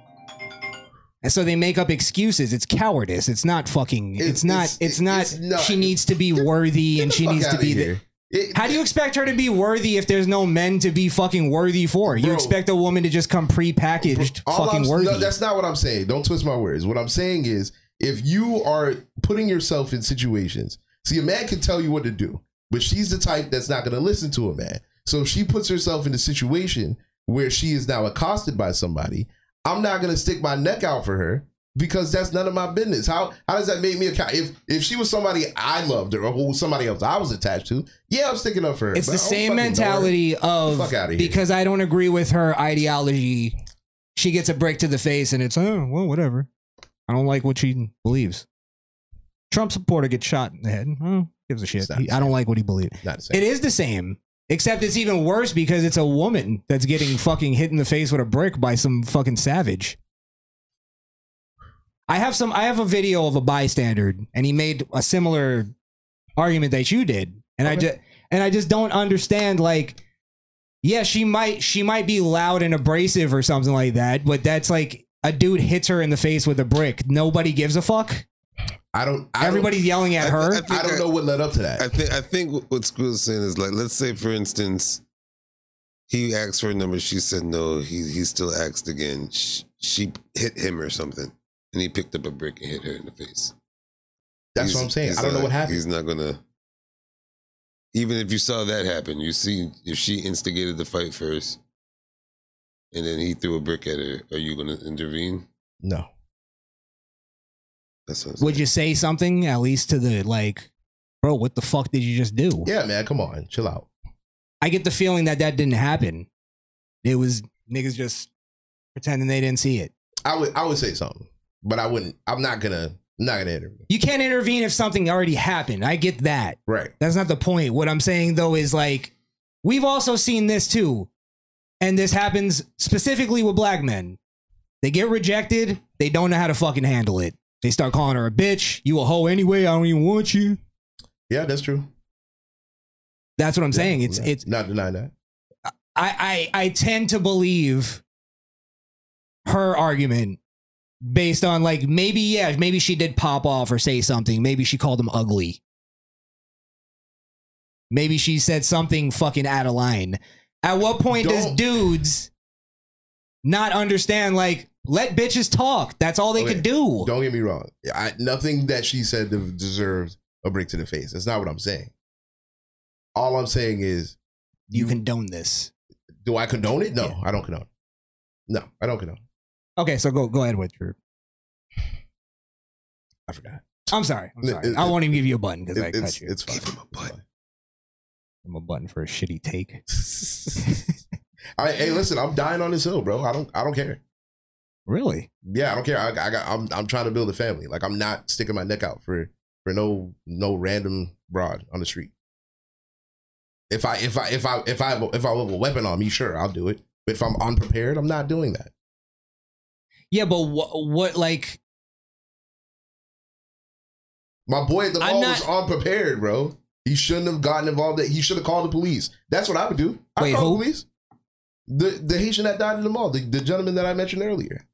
Speaker 7: And so they make up excuses. It's cowardice. It's not fucking. It's, not. It's, not, She needs to be worthy, and she
Speaker 3: fuck
Speaker 7: needs to
Speaker 3: outta
Speaker 7: be
Speaker 3: here.
Speaker 7: there. How do you expect her to be worthy if there's no men to be fucking worthy for? You
Speaker 3: Bro.
Speaker 7: expect a woman to just come prepackaged,
Speaker 3: All
Speaker 7: fucking
Speaker 3: I'm-
Speaker 7: worthy.
Speaker 3: No, that's not what I'm saying. Don't twist my words. What I'm saying is, if you are putting yourself in situations, see, a man can tell you what to do, but she's the type that's not going to listen to a man. So if she puts herself in a situation where she is now accosted by somebody, I'm not going to stick my neck out for her because that's none of my business. How how does that make me account? If if she was somebody I loved or who was somebody else I was attached to, yeah, I'm sticking up for her.
Speaker 7: it's
Speaker 3: but
Speaker 7: the
Speaker 3: I don't
Speaker 7: same
Speaker 3: fucking know her.
Speaker 7: mentality of
Speaker 3: fuck outta here.
Speaker 7: because I don't agree with her ideology, she gets a break to the face, and it's oh well, whatever. I don't like what she believes. Trump supporter gets shot in the head. Oh, gives a shit. He- I don't like what he believed.
Speaker 3: Not the same.
Speaker 7: It is the same, except it's even worse because it's a woman that's getting fucking hit in the face with a brick by some fucking savage. I have some. I have a video of a bystander, and he made a similar argument that you did, and I just and I just don't understand. Like, yeah, she might she might be loud and abrasive or something like that, but that's like a dude hits her in the face with a brick. Nobody gives a fuck.
Speaker 3: I don't. I
Speaker 7: Everybody's yelling at her.
Speaker 8: think I-
Speaker 3: what led up to that.
Speaker 8: I think I think what Squeal's saying is like, let's say for instance, he asked for a number, she said no. He he still asked again. She, she hit him or something, and he picked up a brick and hit her in the face.
Speaker 3: That's what I'm saying.
Speaker 8: he's
Speaker 3: I don't know
Speaker 8: not-
Speaker 3: what happened.
Speaker 8: He's not gonna. Even if you saw that happen, you see if she instigated the fight first, and then he threw a brick at her. Are you gonna intervene?
Speaker 3: No.
Speaker 8: That's what I'm
Speaker 7: Would you say something at least to the like, bro? What the fuck did you just do?
Speaker 3: Yeah, man, come on, chill out.
Speaker 7: I get the feeling that that didn't happen. It was niggas just pretending they didn't see it.
Speaker 3: I would I would say something, but I wouldn't. I'm not gonna. I'm not gonna intervene.
Speaker 7: You can't intervene if something already happened. I get that.
Speaker 3: Right.
Speaker 7: That's not the point. What I'm saying though is like We've also seen this too. And this happens specifically with black men. They get rejected, they don't know how to fucking handle it. They start calling her a bitch. You a hoe anyway. I don't even want you.
Speaker 3: Yeah, that's true.
Speaker 7: That's what I'm saying. It's
Speaker 3: Yeah.
Speaker 7: it's
Speaker 3: not denying that.
Speaker 7: I, I I tend to believe her argument based on like maybe yeah maybe she did pop off or say something maybe she called him ugly maybe she said something fucking out of line at what point does dudes not understand like let bitches talk that's all they
Speaker 3: Okay,
Speaker 7: could do
Speaker 3: Don't get me wrong. I, nothing that she said de- deserved a break to the face. That's not what I'm saying. All I'm saying is
Speaker 7: you, condone this.
Speaker 3: Do I condone it? No, I don't condone. It. No, I don't condone.
Speaker 7: okay so go go ahead with your
Speaker 3: I forgot.
Speaker 7: i'm sorry i'm
Speaker 3: It-
Speaker 7: sorry
Speaker 3: it-
Speaker 7: i won't even give you a button because
Speaker 3: it-
Speaker 7: i
Speaker 3: it's-
Speaker 7: cut you
Speaker 3: it's fine.
Speaker 7: i'm a button for a shitty take
Speaker 3: I, hey, listen, I'm dying on this hill, bro. I don't, I don't care.
Speaker 7: Really?
Speaker 3: Yeah, I don't care. I, I got, I'm, I'm trying to build a family. Like I'm not sticking my neck out for, for no, no random broad on the street. If I, if I, if I, if I, have a, if I have a weapon on me, sure, I'll do it. But if I'm unprepared, I'm not doing that.
Speaker 7: Yeah, but what, what like?
Speaker 3: My boy at the mall was unprepared, bro. He shouldn't have gotten involved. He should have called the police. That's what I would do. I
Speaker 7: Wait, who?
Speaker 3: call the police. The the Haitian that died in the mall, the, the gentleman that I mentioned earlier,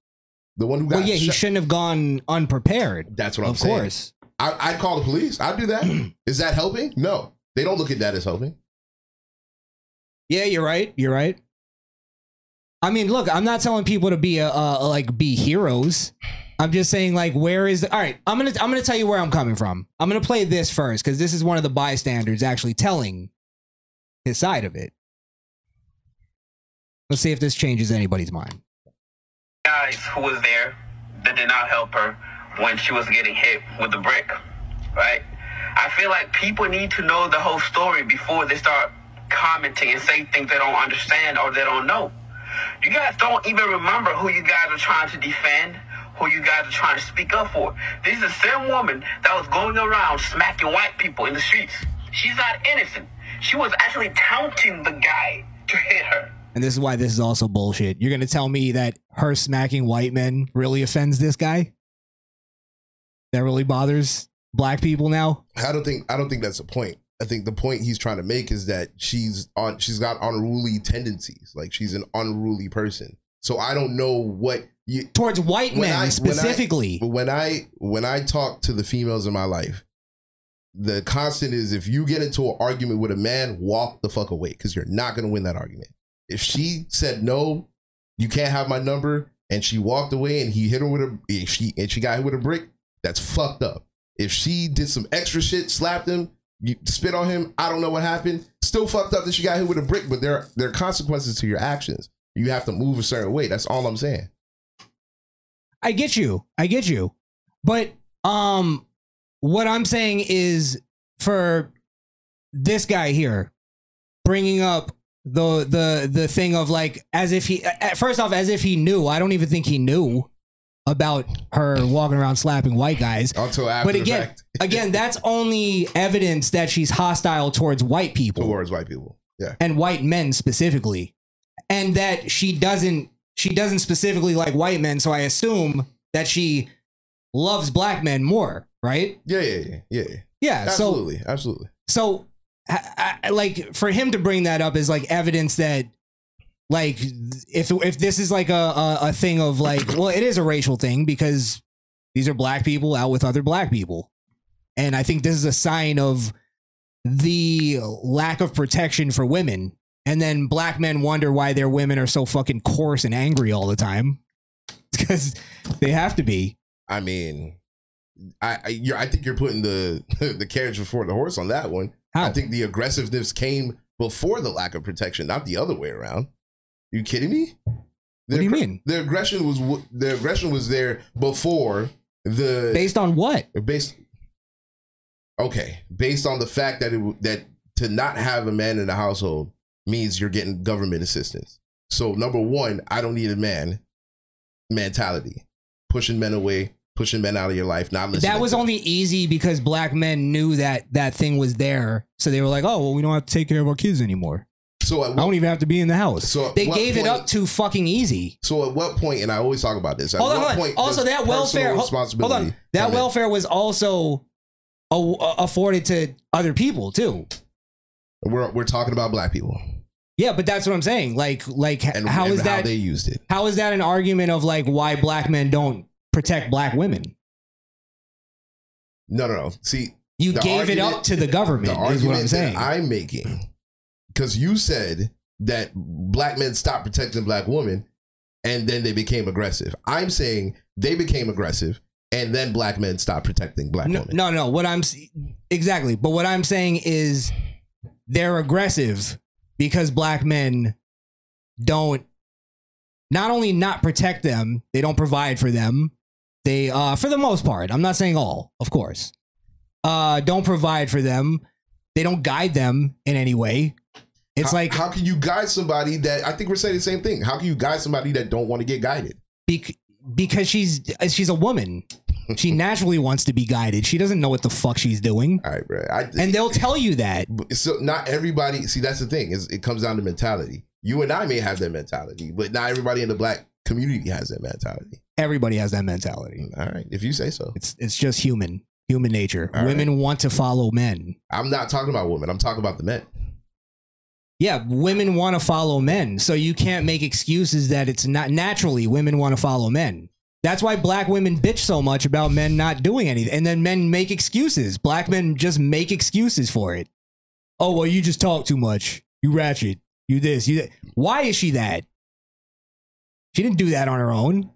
Speaker 3: the one who got.
Speaker 7: well, yeah, he
Speaker 3: shot.
Speaker 7: shouldn't have gone unprepared.
Speaker 3: That's what I'm
Speaker 7: of
Speaker 3: saying.
Speaker 7: course.
Speaker 3: I, I'd call the police. I'd do that. Is that helping? No, they don't look at that as helping.
Speaker 7: Yeah, you're right. You're right. I mean, look, I'm not telling people to be a, uh like be heroes. I'm just saying like where is the All right, I'm going to I'm going to tell you where I'm coming from. I'm going to play this first cuz this is one of the bystanders actually telling his side of it. Let's see if this changes anybody's mind.
Speaker 4: guys who was there that did not help her when she was getting hit with the brick, right? I feel like people need to know the whole story before they start commenting and say things they don't understand or they don't know. You guys don't even remember who you guys are trying to defend, who you guys are trying to speak up for. This is the same woman that was going around smacking white people in the streets. She's not innocent. She was actually taunting the guy to hit her.
Speaker 7: And this is why this is also bullshit. You're going to tell me that her smacking white men really offends this guy? That really bothers black people now?
Speaker 3: I don't think I don't think that's the point. I think the point he's trying to make is that she's on she's got unruly tendencies. Like she's an unruly person. So I don't know what you
Speaker 7: towards white men specifically.
Speaker 3: When I when I talk to the females in my life, the constant is if you get into an argument with a man, walk the fuck away because you're not gonna win that argument. If she said no, you can't have my number, and she walked away and he hit her with a if she and she got hit with a brick, that's fucked up. If she did some extra shit, slapped him, you spit on him, I don't know what happened. Still fucked up that she got hit with a brick, but there there are consequences to your actions. You have to move a certain way. That's all I'm saying.
Speaker 7: I get you. I get you. But um what I'm saying is for this guy here bringing up the the the thing of like as if he at first off as if he knew. I don't even think he knew about her walking around slapping white guys.
Speaker 3: Until after
Speaker 7: but
Speaker 3: the
Speaker 7: again,
Speaker 3: fact.
Speaker 7: again, that's only evidence that she's hostile towards white people.
Speaker 3: Towards white people. Yeah.
Speaker 7: And white men specifically. And that she doesn't she doesn't specifically like white men, so I assume that she loves black men more, right?
Speaker 3: Yeah, yeah, yeah. Yeah. yeah.
Speaker 7: Yeah, so-
Speaker 3: absolutely, absolutely.
Speaker 7: So I, I, like for him to bring that up is like evidence that like if if this is like a, a a thing of like well it is a racial thing because these are black people out with other black people and i think this is a sign of the lack of protection for women and then black men wonder why their women are so fucking coarse and angry all the time because they have to be
Speaker 3: I mean, I I, you're, I think you're putting the the carriage before the horse on that one. I think the aggressiveness came before the lack of protection, not the other way around. You kidding me? what do you mean? The aggression was w- the aggression was there before the
Speaker 7: based on what?
Speaker 3: Based okay, based on the fact that it w- that to not have a man in the household means you're getting government assistance. So number one, I don't need a man mentality, pushing men away, pushing men out of your life, not listening.
Speaker 7: That was only easy because black men knew that that thing was there, so they were like, "Oh, well, we don't have to take care of our kids anymore."
Speaker 3: So I
Speaker 7: won't even have to be in the house.
Speaker 3: So
Speaker 7: They gave it up too fucking easy.
Speaker 3: So at what point? And I always talk about this. At
Speaker 7: hold on,
Speaker 3: what
Speaker 7: hold on.
Speaker 3: point
Speaker 7: also
Speaker 3: does
Speaker 7: that
Speaker 3: personal
Speaker 7: welfare hold, hold
Speaker 3: responsibility
Speaker 7: on that
Speaker 3: come in?
Speaker 7: welfare was also a- afforded to other people too
Speaker 3: We're we're talking about black people.
Speaker 7: yeah but that's what i'm saying like like h-
Speaker 3: And-
Speaker 7: how
Speaker 3: and
Speaker 7: is
Speaker 3: how
Speaker 7: that
Speaker 3: they used it?
Speaker 7: how is that an argument of like why black men don't protect black women
Speaker 3: No, no, no. See,
Speaker 7: You
Speaker 3: the
Speaker 7: gave it up to the government, is what I'm
Speaker 3: argument that
Speaker 7: saying.
Speaker 3: I'm making because you said that black men stopped protecting black women, and then they became aggressive. I'm saying they became aggressive, and then black men stopped protecting black
Speaker 7: no,
Speaker 3: women.
Speaker 7: no no what i'm s- exactly but what i'm saying is they're aggressive because black men don't not only not protect them they don't provide for them they uh for the most part i'm not saying all of course uh don't provide for them they don't guide them in any way it's
Speaker 3: How-
Speaker 7: like
Speaker 3: how can you guide somebody that I think we're saying the same thing? How can you guide somebody that don't want to get guided?
Speaker 7: bec- because she's uh, she's a woman she naturally wants to be guided she doesn't know what the fuck she's doing
Speaker 3: all right bro
Speaker 7: and they'll tell you that
Speaker 3: So not everybody. See, that's the thing. Is it comes down to mentality. You and I may have that mentality, but not everybody in the black community has that mentality.
Speaker 7: Everybody has that mentality.
Speaker 3: All right, if you say so.
Speaker 7: It's it's just human, human nature.
Speaker 3: All right.
Speaker 7: women want to follow men.
Speaker 3: I'm not talking about women. I'm talking about the men.
Speaker 7: Yeah, women want to follow men. So you can't make excuses that it's not naturally women want to follow men. That's why black women bitch so much about men not doing anything. And then men make excuses. Black men just make excuses for it. Oh, well, you just talk too much. You ratchet. You this, you that. Why is she that? She didn't do that on her own.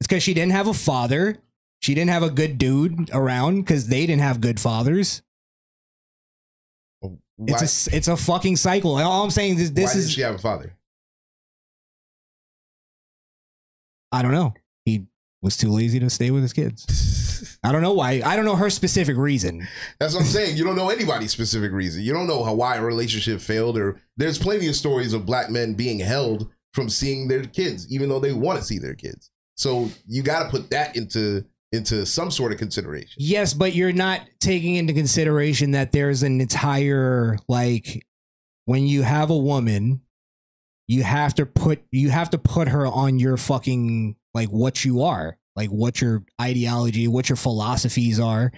Speaker 7: It's because she didn't have a father. She didn't have a good dude around because they didn't have good fathers. It's a s- it's a fucking cycle. And all I'm saying is this
Speaker 3: Why
Speaker 7: is
Speaker 3: did she have a father?
Speaker 7: I don't know. He was too lazy to stay with his kids. I don't know why. I don't know her specific reason.
Speaker 3: That's what I'm saying. You don't know anybody's specific reason. You don't know how why a relationship failed, or there's plenty of stories of black men being held from seeing their kids, even though they want to see their kids. So you got to put that into into some sort of consideration.
Speaker 7: Yes, but you're not taking into consideration that there's an entire like when you have a woman, you have to put you have to put her on your fucking like what you are, like what your ideology, what your philosophies are.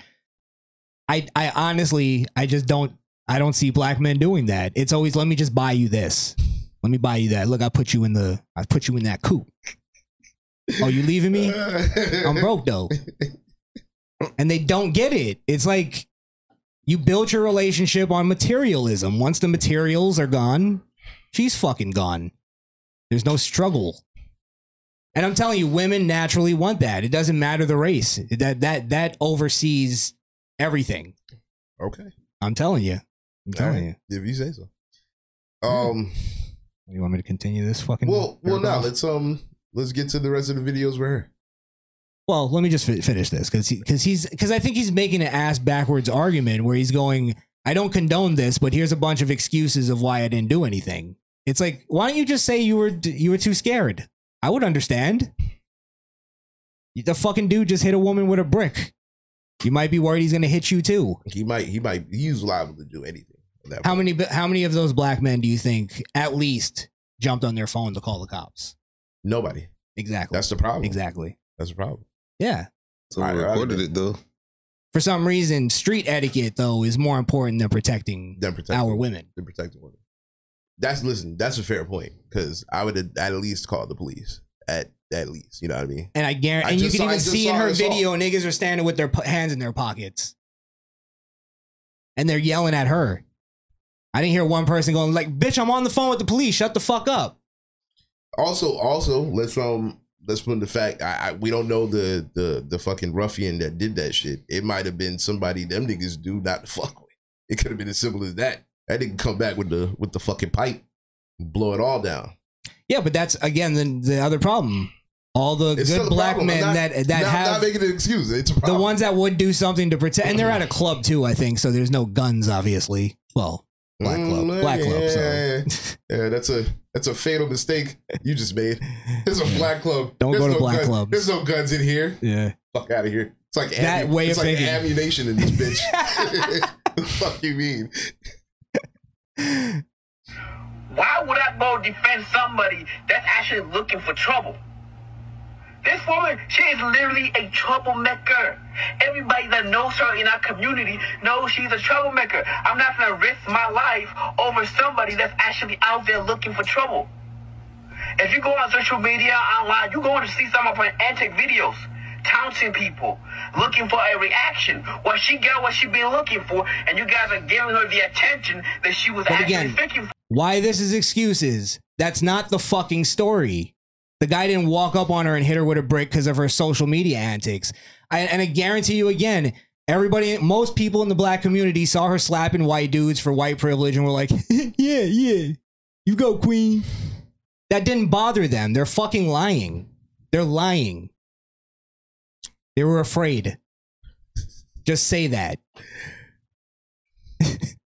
Speaker 7: I I honestly I just don't I don't see black men doing that. It's always let me just buy you this. Let me buy you that. Look, I put you in the I put you in that coupe. Oh, you leaving me? I'm broke though. And they don't get it. It's like you build your relationship on materialism. Once the materials are gone, she's fucking gone. There's no struggle. And I'm telling you, women naturally want that. It doesn't matter the race. That that that oversees everything.
Speaker 3: Okay.
Speaker 7: I'm telling you. I'm telling
Speaker 3: All
Speaker 7: you. Hmm.
Speaker 3: right, If you say so. Um,
Speaker 7: you want me to continue this fucking?
Speaker 3: Well, well, no.
Speaker 7: paragraph?
Speaker 3: Let's um, let's get to the rest of the videos with her.
Speaker 7: Well, let me just fi- finish this because because he's because I think he's making an ass backwards argument where he's going, I don't condone this, but here's a bunch of excuses of why I didn't do anything. It's like, why don't you just say you were d- you were too scared? I would understand. The fucking dude just hit a woman with a brick. You might be worried he's gonna hit you too.
Speaker 3: He might, he might, he's liable to do anything. at that
Speaker 7: How many how many of those black men do you think at least jumped on their phone to call the cops?
Speaker 3: Nobody.
Speaker 7: Exactly.
Speaker 3: That's the problem.
Speaker 7: Exactly.
Speaker 3: That's the problem.
Speaker 7: Yeah.
Speaker 8: Someone
Speaker 3: I- I
Speaker 8: recorded it though.
Speaker 7: for some reason, street etiquette though is more important than protecting
Speaker 3: Than protecting
Speaker 7: our women.
Speaker 3: Than protecting women. That's listen. That's a fair point because I would have at least call the police. At at least, you know what I mean.
Speaker 7: And I guarantee,
Speaker 3: I
Speaker 7: and you
Speaker 3: just
Speaker 7: can
Speaker 3: saw- I
Speaker 7: even
Speaker 3: just
Speaker 7: see in
Speaker 3: saw
Speaker 7: her
Speaker 3: an assault.
Speaker 7: video, niggas are standing with their po- hands in their pockets, and they're yelling at her. I didn't hear one person going like, "Bitch, I'm on the phone with the police. Shut the fuck up."
Speaker 3: Also, also let's um let's put in the fact I, I we don't know the the the fucking ruffian that did that shit. It might have been somebody them niggas do not to fuck with. It could have been as simple as that. That didn't come back with the with the fucking pipe, blow it all down.
Speaker 7: Yeah, but that's again the, the other problem. All the
Speaker 3: It's still
Speaker 7: good
Speaker 3: a
Speaker 7: black
Speaker 3: problem.
Speaker 7: men
Speaker 3: I'm not-
Speaker 7: that that
Speaker 3: not-
Speaker 7: have
Speaker 3: not making an excuse. It's a
Speaker 7: the
Speaker 3: problem. Mm-hmm.
Speaker 7: ones that would do something to protect, and they're at a club too, I think. So there's no guns, obviously. Well, black club,
Speaker 3: Mm,
Speaker 7: black
Speaker 3: yeah,
Speaker 7: club. So.
Speaker 3: yeah, yeah. Yeah, that's a that's a fatal mistake you just made. There's a black club.
Speaker 7: Don't
Speaker 3: There's
Speaker 7: go to
Speaker 3: no
Speaker 7: black
Speaker 3: gun-
Speaker 7: clubs.
Speaker 3: There's no guns in here.
Speaker 7: Yeah.
Speaker 3: Fuck out of here. It's like
Speaker 7: That
Speaker 3: ammu-
Speaker 7: way
Speaker 3: it's
Speaker 7: of
Speaker 3: like
Speaker 7: thinking.
Speaker 3: ammunition in this bitch. the fuck you mean?
Speaker 4: Why would I go defend somebody that's actually looking for trouble? This woman, she is literally a troublemaker. Everybody that knows her in our community knows she's a troublemaker. I'm not gonna risk my life over somebody that's actually out there looking for trouble. If you go on social media, online, you're going to see some of her antic videos, taunting people, looking for a reaction. Well, she got what she been looking for, and you guys are giving her the attention that she was
Speaker 7: But
Speaker 4: actually
Speaker 7: again,
Speaker 4: seeking for.
Speaker 7: why this is excuses. That's not the fucking story. The guy didn't walk up on her and hit her with a brick because of her social media antics. I, and I guarantee you again, everybody, most people in the black community saw her slapping white dudes for white privilege and were like, yeah, yeah, you go, queen. That didn't bother them. They're fucking lying. They're lying. They were afraid. Just say that.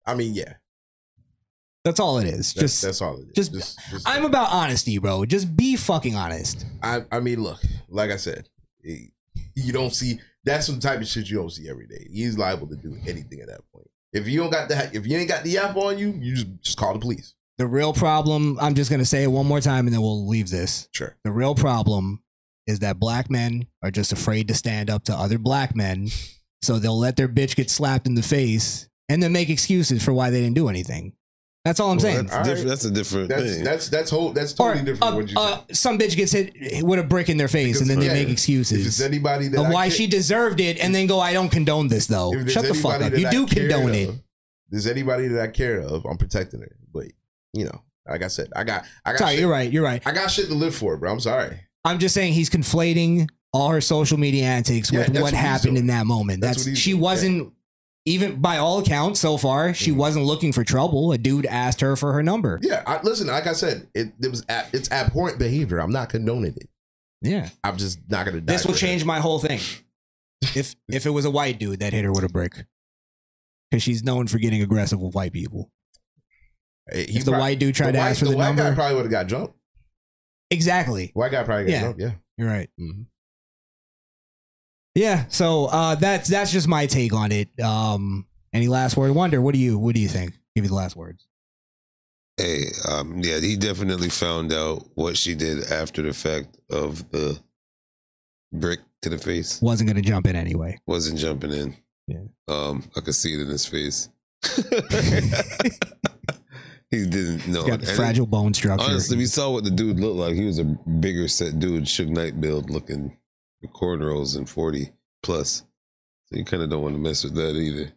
Speaker 3: I mean, yeah.
Speaker 7: That's all it is.
Speaker 3: That's-
Speaker 7: just
Speaker 3: that's all it is.
Speaker 7: Just, I'm about honesty, bro. Just be fucking honest.
Speaker 3: I, I mean, look, like I said, eh, you don't see that's some type of shit you don't see every day. He's liable to do anything at that point. If you don't got that, if you ain't got the app on you, you just, just call the police.
Speaker 7: The real problem, I'm just gonna say it one more time and then we'll leave this.
Speaker 3: Sure.
Speaker 7: The real problem is that black men are just afraid to stand up to other black men, so they'll let their bitch get slapped in the face and then make excuses for why they didn't do anything. That's all I'm
Speaker 8: Well,
Speaker 7: saying.
Speaker 8: That's, different. that's a different
Speaker 3: That's
Speaker 8: thing.
Speaker 3: that's that's whole that's totally different. what you
Speaker 7: Uh, some bitch gets hit with a brick in their face and then they
Speaker 3: yeah,
Speaker 7: make
Speaker 3: if it's
Speaker 7: excuses
Speaker 3: anybody that
Speaker 7: of
Speaker 3: I
Speaker 7: why
Speaker 3: ca-
Speaker 7: she deserved it and then go, I don't condone this though.
Speaker 3: if there's
Speaker 7: Shut the fuck
Speaker 3: anybody
Speaker 7: up.
Speaker 3: that
Speaker 7: You
Speaker 3: I
Speaker 7: do
Speaker 3: care
Speaker 7: condone it.
Speaker 3: of, There's anybody that I care of, I'm protecting her. But you know, like I said, I got I got.
Speaker 7: Sorry,
Speaker 3: shit-
Speaker 7: you're right. You're right.
Speaker 3: I got shit to live for, bro. I'm sorry.
Speaker 7: I'm just saying he's conflating all her social media antics
Speaker 3: Yeah,
Speaker 7: with
Speaker 3: that's
Speaker 7: what,
Speaker 3: what he's
Speaker 7: happened in that moment.
Speaker 3: That's
Speaker 7: That's,
Speaker 3: what he's
Speaker 7: she
Speaker 3: doing, yeah. Mm-hmm.
Speaker 7: wasn't even by all accounts so far. She wasn't looking for trouble. A dude asked her for her number.
Speaker 3: Yeah, I, listen. Like I said, it, it was ab- it's abhorrent behavior. I'm not condoning it.
Speaker 7: Yeah,
Speaker 3: I'm just not gonna.
Speaker 7: This
Speaker 3: die
Speaker 7: will
Speaker 3: for it.
Speaker 7: change my whole thing. If if it was a white dude that hit her with a brick, because she's known for getting aggressive with white people.
Speaker 3: Hey,
Speaker 7: if the
Speaker 3: prob-
Speaker 7: white dude tried to
Speaker 3: white-
Speaker 7: ask for the,
Speaker 3: white
Speaker 7: number,
Speaker 3: guy probably would have got drunk.
Speaker 7: exactly.
Speaker 3: White guy probably got
Speaker 7: Yeah.
Speaker 3: drunk. Yeah,
Speaker 7: You're right.
Speaker 3: Mhm.
Speaker 7: Yeah. So uh, that's that's just my take on it. Um, any last word? Wonder, what do you what do you think? Give you the last words.
Speaker 8: Hey, um, yeah, he definitely found out what she did after the fact of the brick to the face.
Speaker 7: Wasn't gonna jump in anyway.
Speaker 8: Wasn't jumping in.
Speaker 7: Yeah.
Speaker 8: Um, I could see it in his face. he didn't know.
Speaker 7: He's got fragile bone structure.
Speaker 8: Honestly, we saw what the dude looked like. He was a bigger set dude, Suge Knight build looking, with cornrows and 40 plus. So you kind of don't want to mess with that either.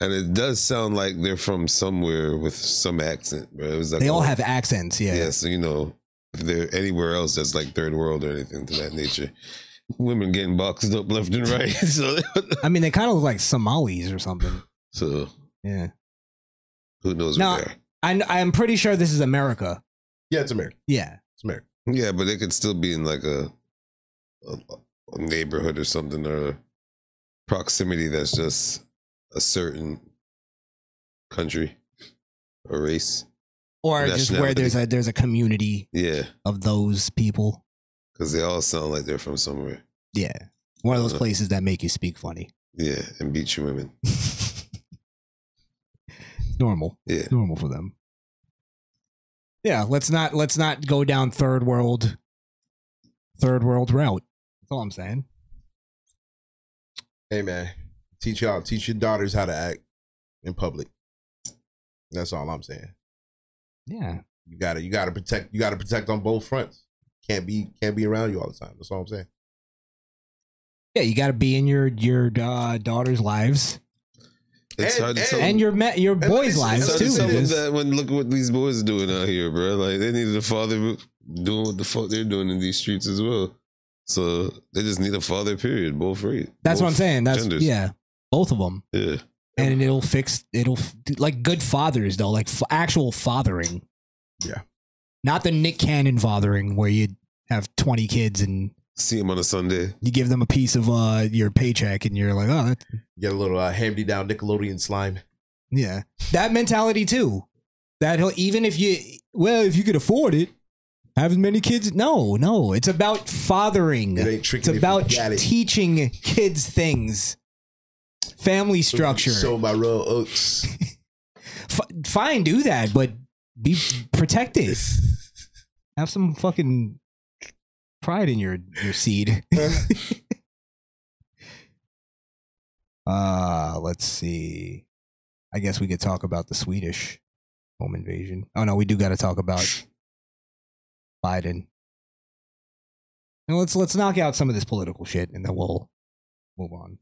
Speaker 8: And it does sound like they're from somewhere with some accent, bro. It was like
Speaker 7: they all
Speaker 8: a-
Speaker 7: have accents. Yeah.
Speaker 8: yeah, so you know, if they're anywhere else that's like third world or anything to that nature, women getting boxed up left and right. so,
Speaker 7: I mean, they kind of look like Somalis or something.
Speaker 8: so
Speaker 7: yeah,
Speaker 8: who knows?
Speaker 7: No,
Speaker 8: where
Speaker 7: I I'm pretty sure this is America.
Speaker 3: Yeah, it's America.
Speaker 7: Yeah.
Speaker 3: It's America.
Speaker 8: Yeah, but they could still be in like a, a, a neighborhood or something or proximity that's just a certain country or race.
Speaker 7: Or just where there's a there's a community
Speaker 8: Yeah,
Speaker 7: of those people.
Speaker 8: because they all sound like they're from somewhere.
Speaker 7: Yeah. One of those
Speaker 3: Uh.
Speaker 8: Uh-huh.
Speaker 7: places that make you speak funny.
Speaker 8: Yeah, and beat your women.
Speaker 7: Normal.
Speaker 8: Yeah.
Speaker 7: Normal for them. Yeah, let's not let's not go down third world third world route. That's all I'm saying.
Speaker 3: Hey man, teach y'all, teach your daughters how to act in public. That's all I'm saying.
Speaker 7: Yeah.
Speaker 3: You gotta, you gotta protect, you gotta protect on both fronts. Can't be, can't be around you all the time. That's all I'm saying.
Speaker 7: Yeah, you got to be in your your uh, daughter's lives.
Speaker 8: It's hard to tell.
Speaker 7: and your me- your
Speaker 8: And
Speaker 7: boys'
Speaker 8: it's-
Speaker 7: lives
Speaker 8: it's
Speaker 7: too.
Speaker 8: hard to tell
Speaker 7: because-
Speaker 8: that when look what these boys are doing out here, bro. Like they needed a father doing what the fuck they're doing in these streets as well. So they just need a father. Period. Both free.
Speaker 7: That's what I'm saying. That's
Speaker 8: genders.
Speaker 7: yeah, both of them.
Speaker 8: Yeah.
Speaker 7: And it'll fix it'll f- like good fathers though, like f- actual fathering,
Speaker 3: Yeah.
Speaker 7: not the Nick Cannon fathering where you have 20 kids and
Speaker 8: See him on a Sunday.
Speaker 7: you give them a piece of uh your paycheck and you're like, oh, that's,
Speaker 3: Get a little uh, hamdy down Nickelodeon slime.
Speaker 7: yeah, that mentality too. That he'll even if you well if you could afford it, have as many kids. No, no, it's about fathering.
Speaker 3: It ain't tricking
Speaker 7: it's
Speaker 3: if you
Speaker 7: about
Speaker 3: got it.
Speaker 7: teaching kids things, family structure.
Speaker 3: So my royal oaks.
Speaker 7: F- fine, do that, but Be protected. Have some fucking pride in your your seed. uh let's see. I guess we could talk about the Swedish home invasion. Oh no, we do got to talk about Biden. And let's let's knock out some of this political shit, and then we'll move on.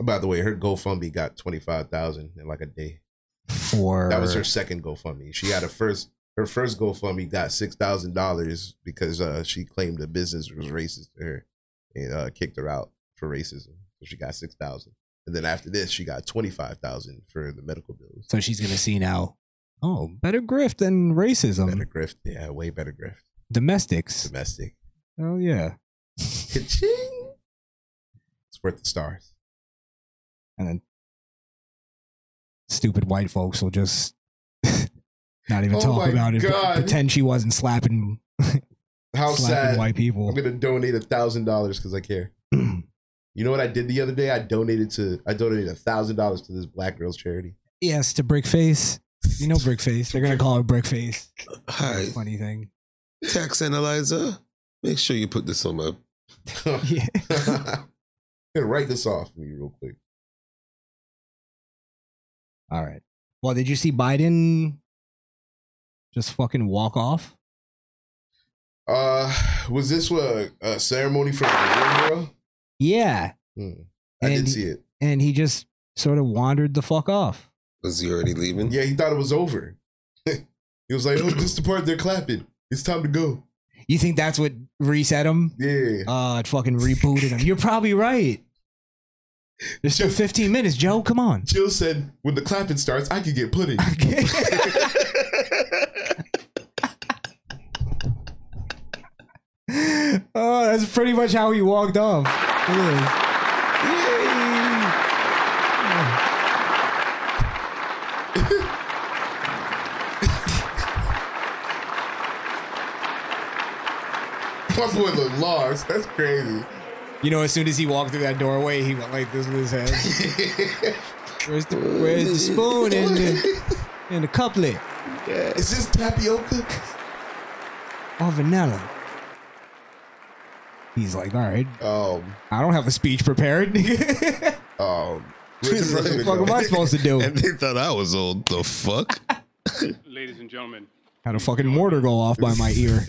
Speaker 3: By the way, her GoFundMe got twenty five thousand in like a day.
Speaker 7: For
Speaker 3: That was her second GoFundMe. She had a first. Her first GoFundMe got six thousand dollars because uh, she claimed the business was racist to her and uh, kicked her out for racism. So she got six thousand, and then after this, she got twenty five thousand for the medical bills.
Speaker 7: So she's gonna see now. Oh, better grift than racism.
Speaker 3: Better grift, yeah, way better grift.
Speaker 7: Domestics.
Speaker 3: Domestic.
Speaker 7: Oh yeah.
Speaker 3: Ka-ching. It's worth the stars.
Speaker 7: and then stupid white folks will just not even
Speaker 3: Oh
Speaker 7: talk
Speaker 3: my
Speaker 7: about it. but
Speaker 3: God.
Speaker 7: Pretend she wasn't slapping
Speaker 3: How
Speaker 7: slapping
Speaker 3: sad.
Speaker 7: white people.
Speaker 3: I'm gonna donate a thousand dollars because I care. you know what I did the other day? I donated to I donated a thousand dollars to this black girls charity.
Speaker 7: Yes, to Brickface. You know Brickface. They're gonna call her Brickface.
Speaker 3: Uh,
Speaker 7: Hi. Funny thing.
Speaker 8: Tax analyzer, make sure you put this on my.
Speaker 7: yeah.
Speaker 3: gonna write this off for me real quick.
Speaker 7: All right. Well, did you see Biden just fucking walk off?
Speaker 3: Uh, was this what a ceremony for the Golden Girl?
Speaker 7: Yeah.
Speaker 3: I did
Speaker 7: And-
Speaker 3: see it.
Speaker 7: And he just sort of wandered the fuck off.
Speaker 8: Was he already leaving?
Speaker 3: Yeah, he thought it was over. he was like, "Oh, this is the part they're clapping. It's time to go."
Speaker 7: You think that's what reset him?
Speaker 3: Yeah.
Speaker 7: Uh, it fucking rebooted him. You're probably right. There's still 15 minutes, Joe. Come on.
Speaker 3: Jill said, "When the clapping starts, I could get pudding."
Speaker 7: Oh, that's pretty much how he walked off. Look at
Speaker 3: My boy look lost. That's crazy.
Speaker 7: this. You know, as soon as he walked through that doorway, he went like this with his head. where's the Where's the spoon and the, and the couplet?
Speaker 3: Is this tapioca?
Speaker 7: Oh, vanilla. He's like, all right.
Speaker 3: Um,
Speaker 7: I don't have a speech prepared.
Speaker 3: um,
Speaker 7: What the fuck am I supposed to do?
Speaker 8: And they thought I was old. The fuck?
Speaker 5: Ladies and gentlemen,
Speaker 7: Had a fucking mortar go off by my ear.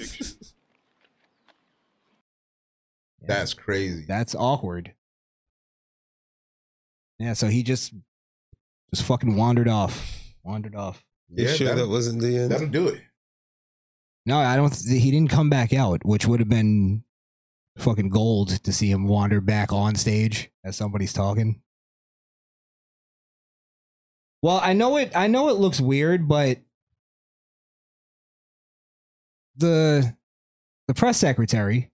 Speaker 3: That's crazy.
Speaker 7: That's awkward. Yeah, so he just just fucking wandered off. Wandered off.
Speaker 8: You sure that wasn't the end?
Speaker 3: That'll do it.
Speaker 7: No, I don't. Th- he didn't come back out, which would have been fucking gold to see him wander back on stage as somebody's talking. Well, I know it. I know it looks weird, but the the press secretary,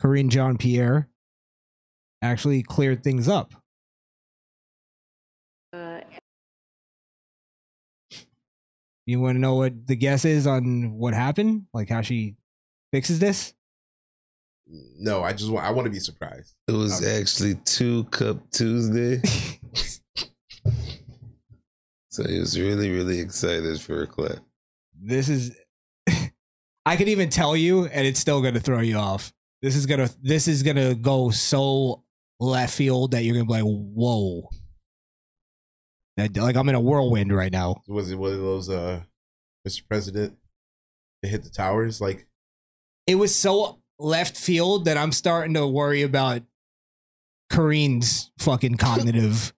Speaker 7: Corinne Jean Pierre, actually cleared things up. You want to know what the guess is on what happened, like how she fixes this?
Speaker 3: No, I just want. I want to be surprised.
Speaker 8: It was actually Two Cup Tuesday. so he was really, really excited for a clip.
Speaker 7: This is. I could even tell you, and it's still gonna throw you off. This is gonna this is gonna go so left field that you're gonna be like, whoa. That, like I'm in a whirlwind right now.
Speaker 3: Was it one of those, uh, Mr. President? They hit the towers. Like
Speaker 7: It was so left field that I'm starting to worry about Kareen's fucking cognitive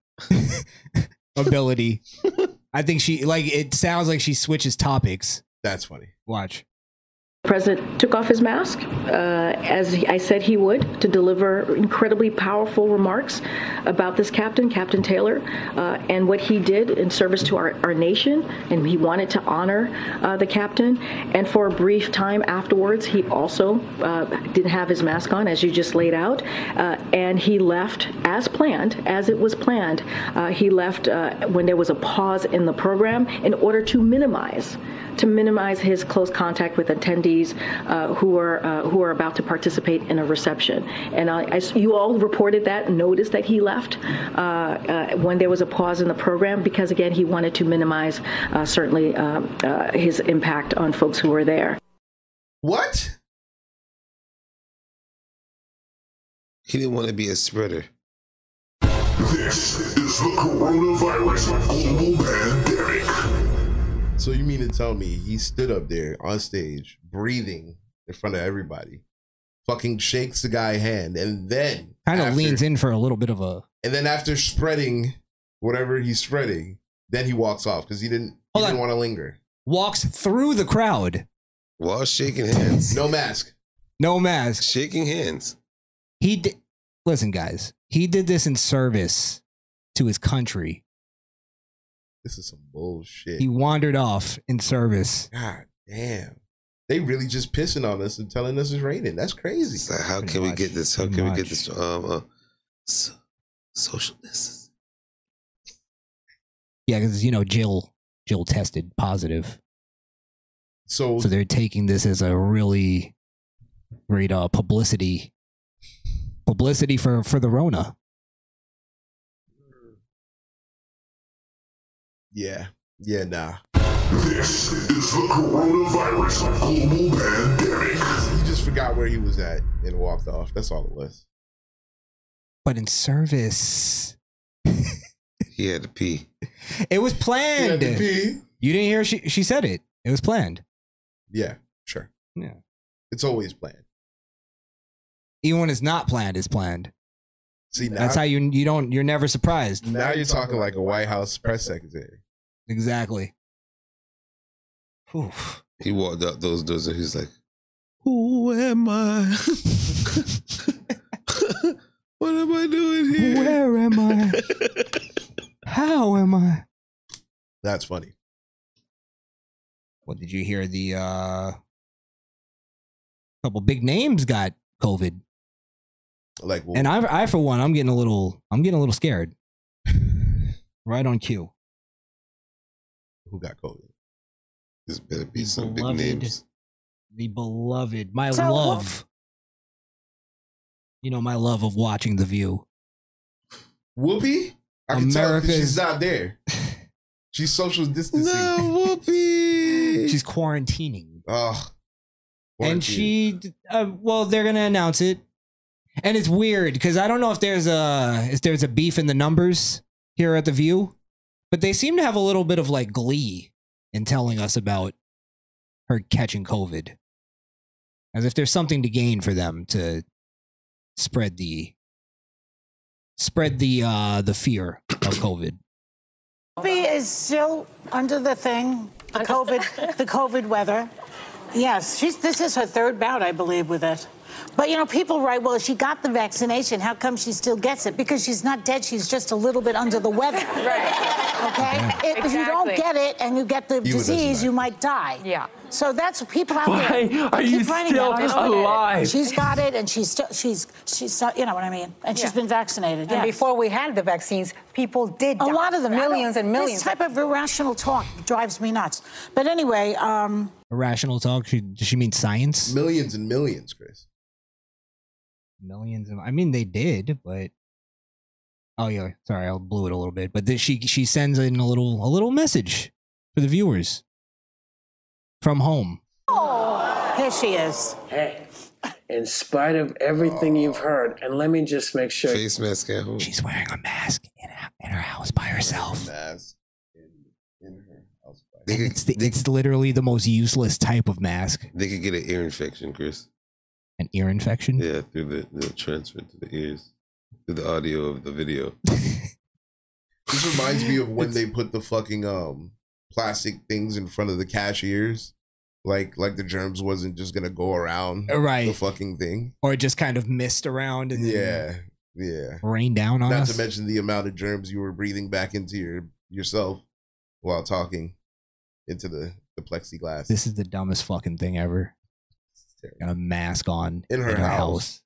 Speaker 7: ability. I think she like it sounds like she switches topics.
Speaker 3: That's funny.
Speaker 7: Watch.
Speaker 22: president took off his mask, uh, as he- I said he would, to deliver incredibly powerful remarks about this captain, Captain Taylor, uh, and what he did in service to our, our nation. And he wanted to honor uh, the captain. And for a brief time afterwards, he also uh, didn't have his mask on, as you just laid out. Uh, and he left as planned, as it was planned. Uh, he left uh, when there was a pause in the program in order to minimize to minimize his close contact with attendees uh, who are uh, who are about to participate in a reception. And I, I s- you all reported that, noticed that he left uh, uh, when there was a pause in the program because again he wanted to minimize uh, certainly um, uh, his impact on folks who were there.
Speaker 3: What?
Speaker 8: He didn't want to be a spreader.
Speaker 6: This is the coronavirus global pandemic.
Speaker 3: So you mean to tell me he stood up there on stage, breathing in front of everybody, fucking shakes the guy hand, and then
Speaker 7: Kind of
Speaker 3: after-
Speaker 7: leans in for a little bit of a.
Speaker 3: and then after spreading whatever he's spreading, then he walks off because he didn't he didn't want to linger.
Speaker 7: Walks through the crowd.
Speaker 8: While shaking hands.
Speaker 3: No mask.
Speaker 7: No mask.
Speaker 8: Shaking hands.
Speaker 7: He did. Listen, guys. He did this in service to his country.
Speaker 3: This is some bullshit.
Speaker 7: He wandered off in service.
Speaker 3: God damn. They really just pissing on us and telling us it's raining. That's crazy.
Speaker 8: It's like, how can we get this? How can we get this? Um, uh, so, social distance.
Speaker 7: Yeah, because you know Jill. Jill tested positive.
Speaker 3: So,
Speaker 7: so they're taking this as a really great uh, publicity, publicity for for the Rona.
Speaker 3: Yeah. Yeah, nah.
Speaker 6: This is the coronavirus global pandemic.
Speaker 3: He just forgot where he was at and walked off. That's all it was.
Speaker 7: But in service,
Speaker 8: He had to pee.
Speaker 7: it was planned.
Speaker 8: Yeah, the pee.
Speaker 7: You didn't hear she she said it. It was planned.
Speaker 3: Yeah, sure.
Speaker 7: Yeah.
Speaker 3: It's always planned.
Speaker 7: Even when it's not planned, it's planned.
Speaker 3: See, now,
Speaker 7: That's how you you don't you're never surprised.
Speaker 3: now you're talking like a White House press secretary.
Speaker 7: Exactly.
Speaker 8: He walked out those doors and he's like,
Speaker 20: Who am I?
Speaker 8: what am I doing here?
Speaker 7: Where am I? How am I?
Speaker 3: That's funny.
Speaker 7: What did you hear? The uh, couple big names got COVID,
Speaker 3: Like,
Speaker 7: and I, I for one, I'm getting a little, I'm getting a little scared. right on cue.
Speaker 3: who got COVID?
Speaker 8: This better be
Speaker 7: some big Beloved. names. The beloved, my
Speaker 20: So what-
Speaker 7: love. You know my love of watching The View.
Speaker 3: Whoopi? I can tell 'cause
Speaker 7: America's-
Speaker 3: she's not there. She's social distancing.
Speaker 8: No, Whoopi.
Speaker 7: She's quarantining.
Speaker 3: Oh.
Speaker 7: and she d- uh, well they're gonna announce it and it's weird because i don't know if there's a if there's a beef in the numbers here at the view but they seem to have a little bit of like glee in telling us about her catching covid as if there's something to gain for them to spread the spread the uh the fear of covid
Speaker 1: Bobby is still under the thing, the COVID, the COVID weather. Yes, she's. This is her third bout, I believe, with it. But you know, people write, "Well, she got the vaccination. How come she still gets it? Because she's not dead. She's just a little bit under the weather." right. Okay. If, if you don't
Speaker 23: Exactly.
Speaker 1: get it and you get the
Speaker 23: doesn't
Speaker 1: disease, you might die. Yeah. So that's people out
Speaker 23: Why
Speaker 1: there.
Speaker 23: are
Speaker 1: they keep
Speaker 23: you
Speaker 1: writing
Speaker 23: still
Speaker 1: that. I don't get it.
Speaker 23: alive?
Speaker 1: She's got it, and she's still. She's. She's. so- You know what I mean? And she's been vaccinated.
Speaker 24: And
Speaker 1: yeah.
Speaker 24: before we had the vaccines, people did
Speaker 1: A lot of them.
Speaker 24: millions and millions.
Speaker 1: This type of irrational talk drives me nuts. But anyway, um,
Speaker 7: irrational talk she, does she mean science
Speaker 3: millions and millions chris
Speaker 7: millions of i mean they did but oh yeah sorry i blew it a little bit but then she she sends in a little a little message for the viewers from home
Speaker 24: Oh.
Speaker 1: here she is.
Speaker 23: Hey, in spite of everything you've heard, and let me just make sure.
Speaker 8: Oh. Face mask at home.
Speaker 7: She's wearing a mask in, in her house by herself.
Speaker 3: Mask in, in her house.
Speaker 7: And it's the, it's literally the most useless type of mask
Speaker 8: They could get an ear infection, Chris.
Speaker 7: an ear infection
Speaker 8: Yeah, through the, the transfer to the ears, through the audio of the video.
Speaker 3: This reminds me of when they put the fucking um plastic things in front of the cashiers, like like the germs wasn't just gonna go around
Speaker 7: Uh, Right.
Speaker 3: the fucking thing.
Speaker 7: or just kind of mist around and
Speaker 3: Yeah, yeah.
Speaker 7: rain down on
Speaker 3: Not
Speaker 7: us
Speaker 3: to mention the amount of germs you were breathing back into your yourself while talking into the the plexiglass.
Speaker 7: this is the dumbest fucking thing ever got a mask on
Speaker 3: In her house. Um.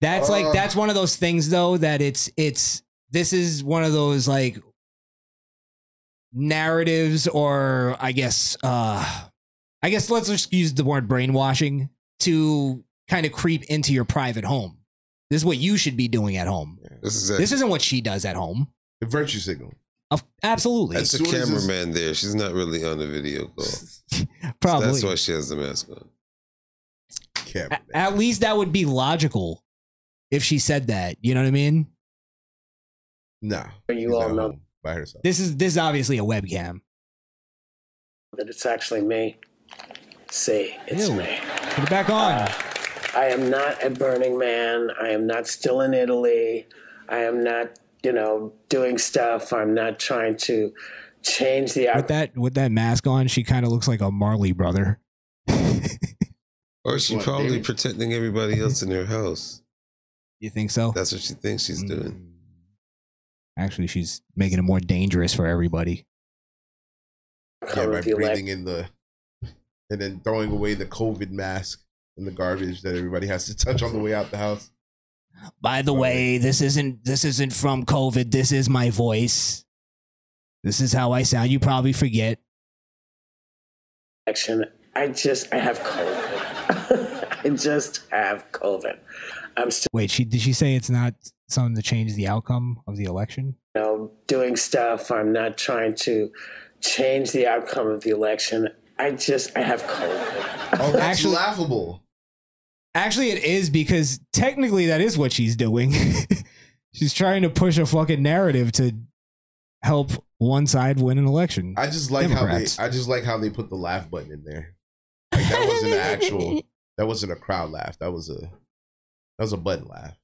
Speaker 7: That's like
Speaker 3: Ugh.
Speaker 7: that's one of those things though that it's it's this is one of those like narratives or I guess uh I guess let's just use the word brainwashing to kind of creep into your private home. This is what you should be doing at home.
Speaker 8: This is
Speaker 7: This isn't what she does at home.
Speaker 3: The virtue signal.
Speaker 7: absolutely.
Speaker 8: That's the cameraman there. She's not really on the video call. So
Speaker 7: Probably.
Speaker 8: that's why she has the mask on.
Speaker 3: Camera.
Speaker 7: At least that would be logical if she said that. You know what I mean?
Speaker 3: No.
Speaker 23: You all know
Speaker 3: by herself.
Speaker 7: This is this is obviously a webcam.
Speaker 23: that it's actually me. Say it's me.
Speaker 7: Put it back on.
Speaker 23: I am not at Burning Man. I am not still in Italy. I am not, you know, doing stuff. I'm not trying to change the
Speaker 7: with that with that mask on, she kind of looks like a Marley brother.
Speaker 8: Or she's probably protecting everybody else in her house.
Speaker 7: You think so? Mm.
Speaker 8: That's what she thinks she's doing.
Speaker 7: Actually, she's making it more dangerous for everybody.
Speaker 3: Yeah, by breathing in the and then throwing away the COVID mask and the garbage that everybody has to touch on the way out the house.
Speaker 7: By the way, this isn't this isn't from COVID. This is my voice. This is how I sound. You probably forget.
Speaker 23: action. I just, I have COVID. I just have COVID. I'm still,
Speaker 7: Wait, she did she say it's not something to change the outcome of the election?
Speaker 23: you know, doing stuff. I'm not trying to change the outcome of the election. I just, I have COVID.
Speaker 3: Oh, that's laughable.
Speaker 7: Actually, it is because technically that is what she's doing. she's trying to push a fucking narrative to help one side win an election.
Speaker 3: I just like
Speaker 7: Democrats.
Speaker 3: how they I just like how they put the laugh button in there. Like that wasn't an actual that wasn't a crowd laugh. That was a that was a button laugh.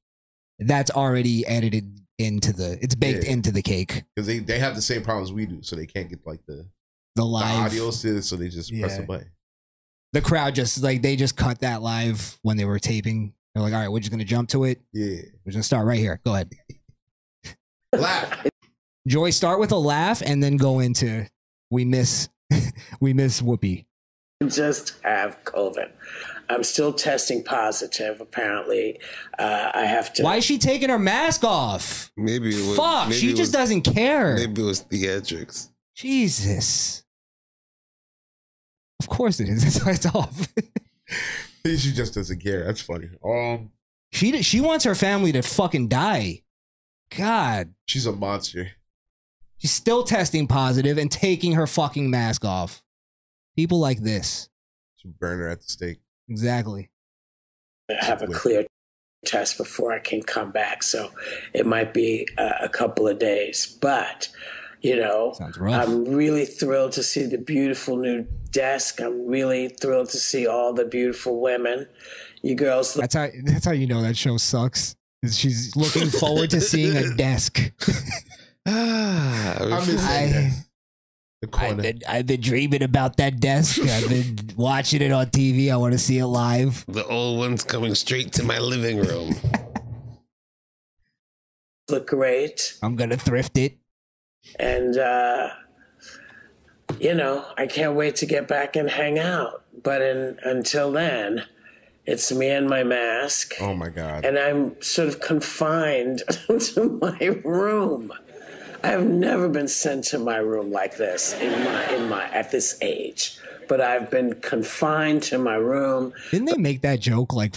Speaker 7: That's already edited into the. It's baked
Speaker 3: Yeah.
Speaker 7: into the cake.
Speaker 3: Because they, they have the same problems we do, so they can't get like the
Speaker 7: The live
Speaker 3: audio to so they just press a
Speaker 7: Yeah.
Speaker 3: button.
Speaker 7: the crowd just like they just cut that live when they were taping. They're like, all right, we're just gonna jump to it.
Speaker 3: Yeah.
Speaker 7: We're just gonna start right here. Go ahead.
Speaker 3: laugh.
Speaker 7: Joy, start with a laugh and then go into we miss we miss Whoopi.
Speaker 23: I just have COVID. I'm still testing positive, apparently. Uh, I have to.
Speaker 7: Why is she taking her mask off?
Speaker 8: Maybe it was.
Speaker 7: Fuck,
Speaker 8: maybe
Speaker 7: she
Speaker 8: it
Speaker 7: just
Speaker 8: was-
Speaker 7: doesn't care.
Speaker 8: Maybe it was theatrics.
Speaker 7: Jesus. Of course it is. That's why it's off.
Speaker 3: She just doesn't care. That's funny. Um
Speaker 7: she she wants her family to fucking die. God.
Speaker 3: she's a monster.
Speaker 7: She's still testing positive and taking her fucking mask off. People like this.
Speaker 3: She's a burner at the stake.
Speaker 7: Exactly.
Speaker 23: have a clear test before I can come back. So it might be uh, a couple of days. But, you know,
Speaker 7: rough.
Speaker 23: I'm really thrilled to see the beautiful new desk. I'm really thrilled to see all the beautiful women. You girls look
Speaker 7: That's how that's how you know that show sucks. is She's looking forward to seeing a desk.
Speaker 8: Ah,
Speaker 7: I miss that desk. I've been, I've been dreaming about that desk. I've been watching it on TV. I want to see it live.
Speaker 8: The old one's coming straight to my living room.
Speaker 23: look great.
Speaker 7: I'm gonna thrift it.
Speaker 23: And, uh, you know, I can't wait to get back and hang out. But in, until then, it's me and my mask.
Speaker 3: Oh my god.
Speaker 23: and I'm sort of confined to my room. I have never been sent to my room like this in my in my at this age, but I've been confined to my room.
Speaker 7: Didn't they make that joke like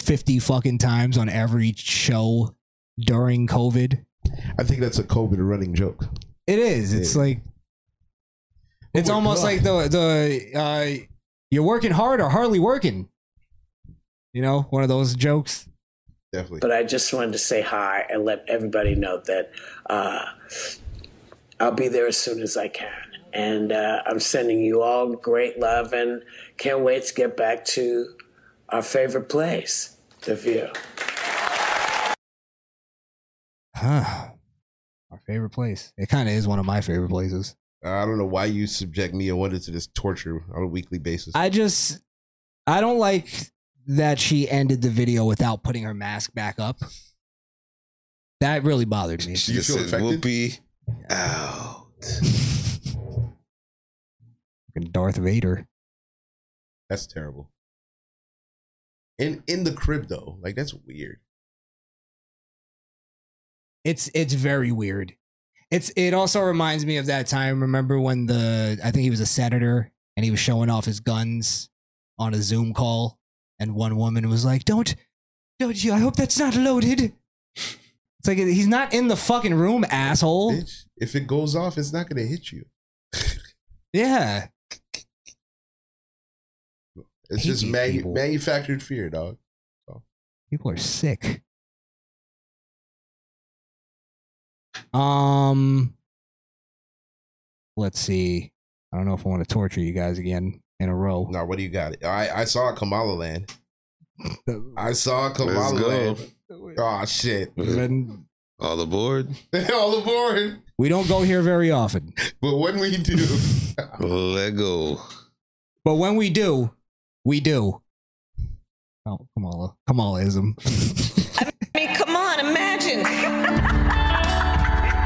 Speaker 7: fifty fucking times on every show during COVID?
Speaker 3: I think that's a COVID running joke.
Speaker 7: It is. It's
Speaker 3: Yeah.
Speaker 7: like it's
Speaker 3: my
Speaker 7: almost
Speaker 3: God.
Speaker 7: like the the uh, you're working hard or hardly working. You know, one of those jokes.
Speaker 3: Definitely.
Speaker 23: But I just wanted to say hi and let everybody know that uh, I'll be there as soon as I can. And uh, I'm sending you all great love and can't wait to get back to our favorite place, The View.
Speaker 7: Huh. Our favorite place. It kind of is one of my favorite places.
Speaker 3: I don't know why you subject me and Wanda to this torture on a weekly basis.
Speaker 7: I just I don't like that she ended the video without putting her mask back up. That really bothered me.
Speaker 8: She just said, "Whoopee out."
Speaker 7: Fucking Darth Vader.
Speaker 3: That's terrible. In in the crib though, like that's weird.
Speaker 7: It's it's very weird. It's it also reminds me of that time. Remember when the I think he was a senator and he was showing off his guns on a Zoom call, and one woman was like, "Don't, don't you? I hope that's not loaded." It's like he's not in the fucking room, asshole.
Speaker 3: If it goes off, it's not gonna hit you.
Speaker 7: yeah.
Speaker 3: It's
Speaker 7: Hate
Speaker 3: just
Speaker 7: these
Speaker 3: manu-
Speaker 7: people.
Speaker 3: manufactured fear, dog.
Speaker 7: People are sick. Um, let's see. I don't know if I want to torture you guys again in a row.
Speaker 3: No, what do you got? I I saw Kamala Land. I saw Kamala
Speaker 8: go.
Speaker 3: Land. Oh shit!
Speaker 8: All aboard.
Speaker 3: All aboard!
Speaker 7: We don't go here very often,
Speaker 3: But when we do,
Speaker 8: Lego.
Speaker 7: but when we do, we do. Oh, Kamala, Kamalaism.
Speaker 2: I mean, come on, imagine.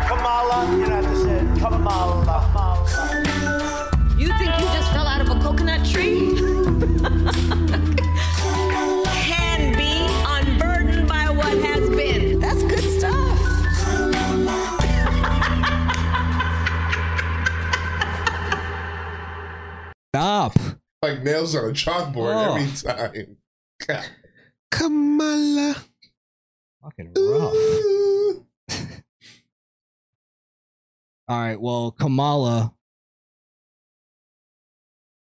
Speaker 16: Kamala, you know what I said. Kamala.
Speaker 2: You think you just fell out of a coconut tree? Can be unburdened by what has been. That's good stuff.
Speaker 7: Stop. Oh.
Speaker 3: Like nails on a chalkboard every time. God.
Speaker 8: Kamala.
Speaker 7: Fucking rough. All right, well, Kamala.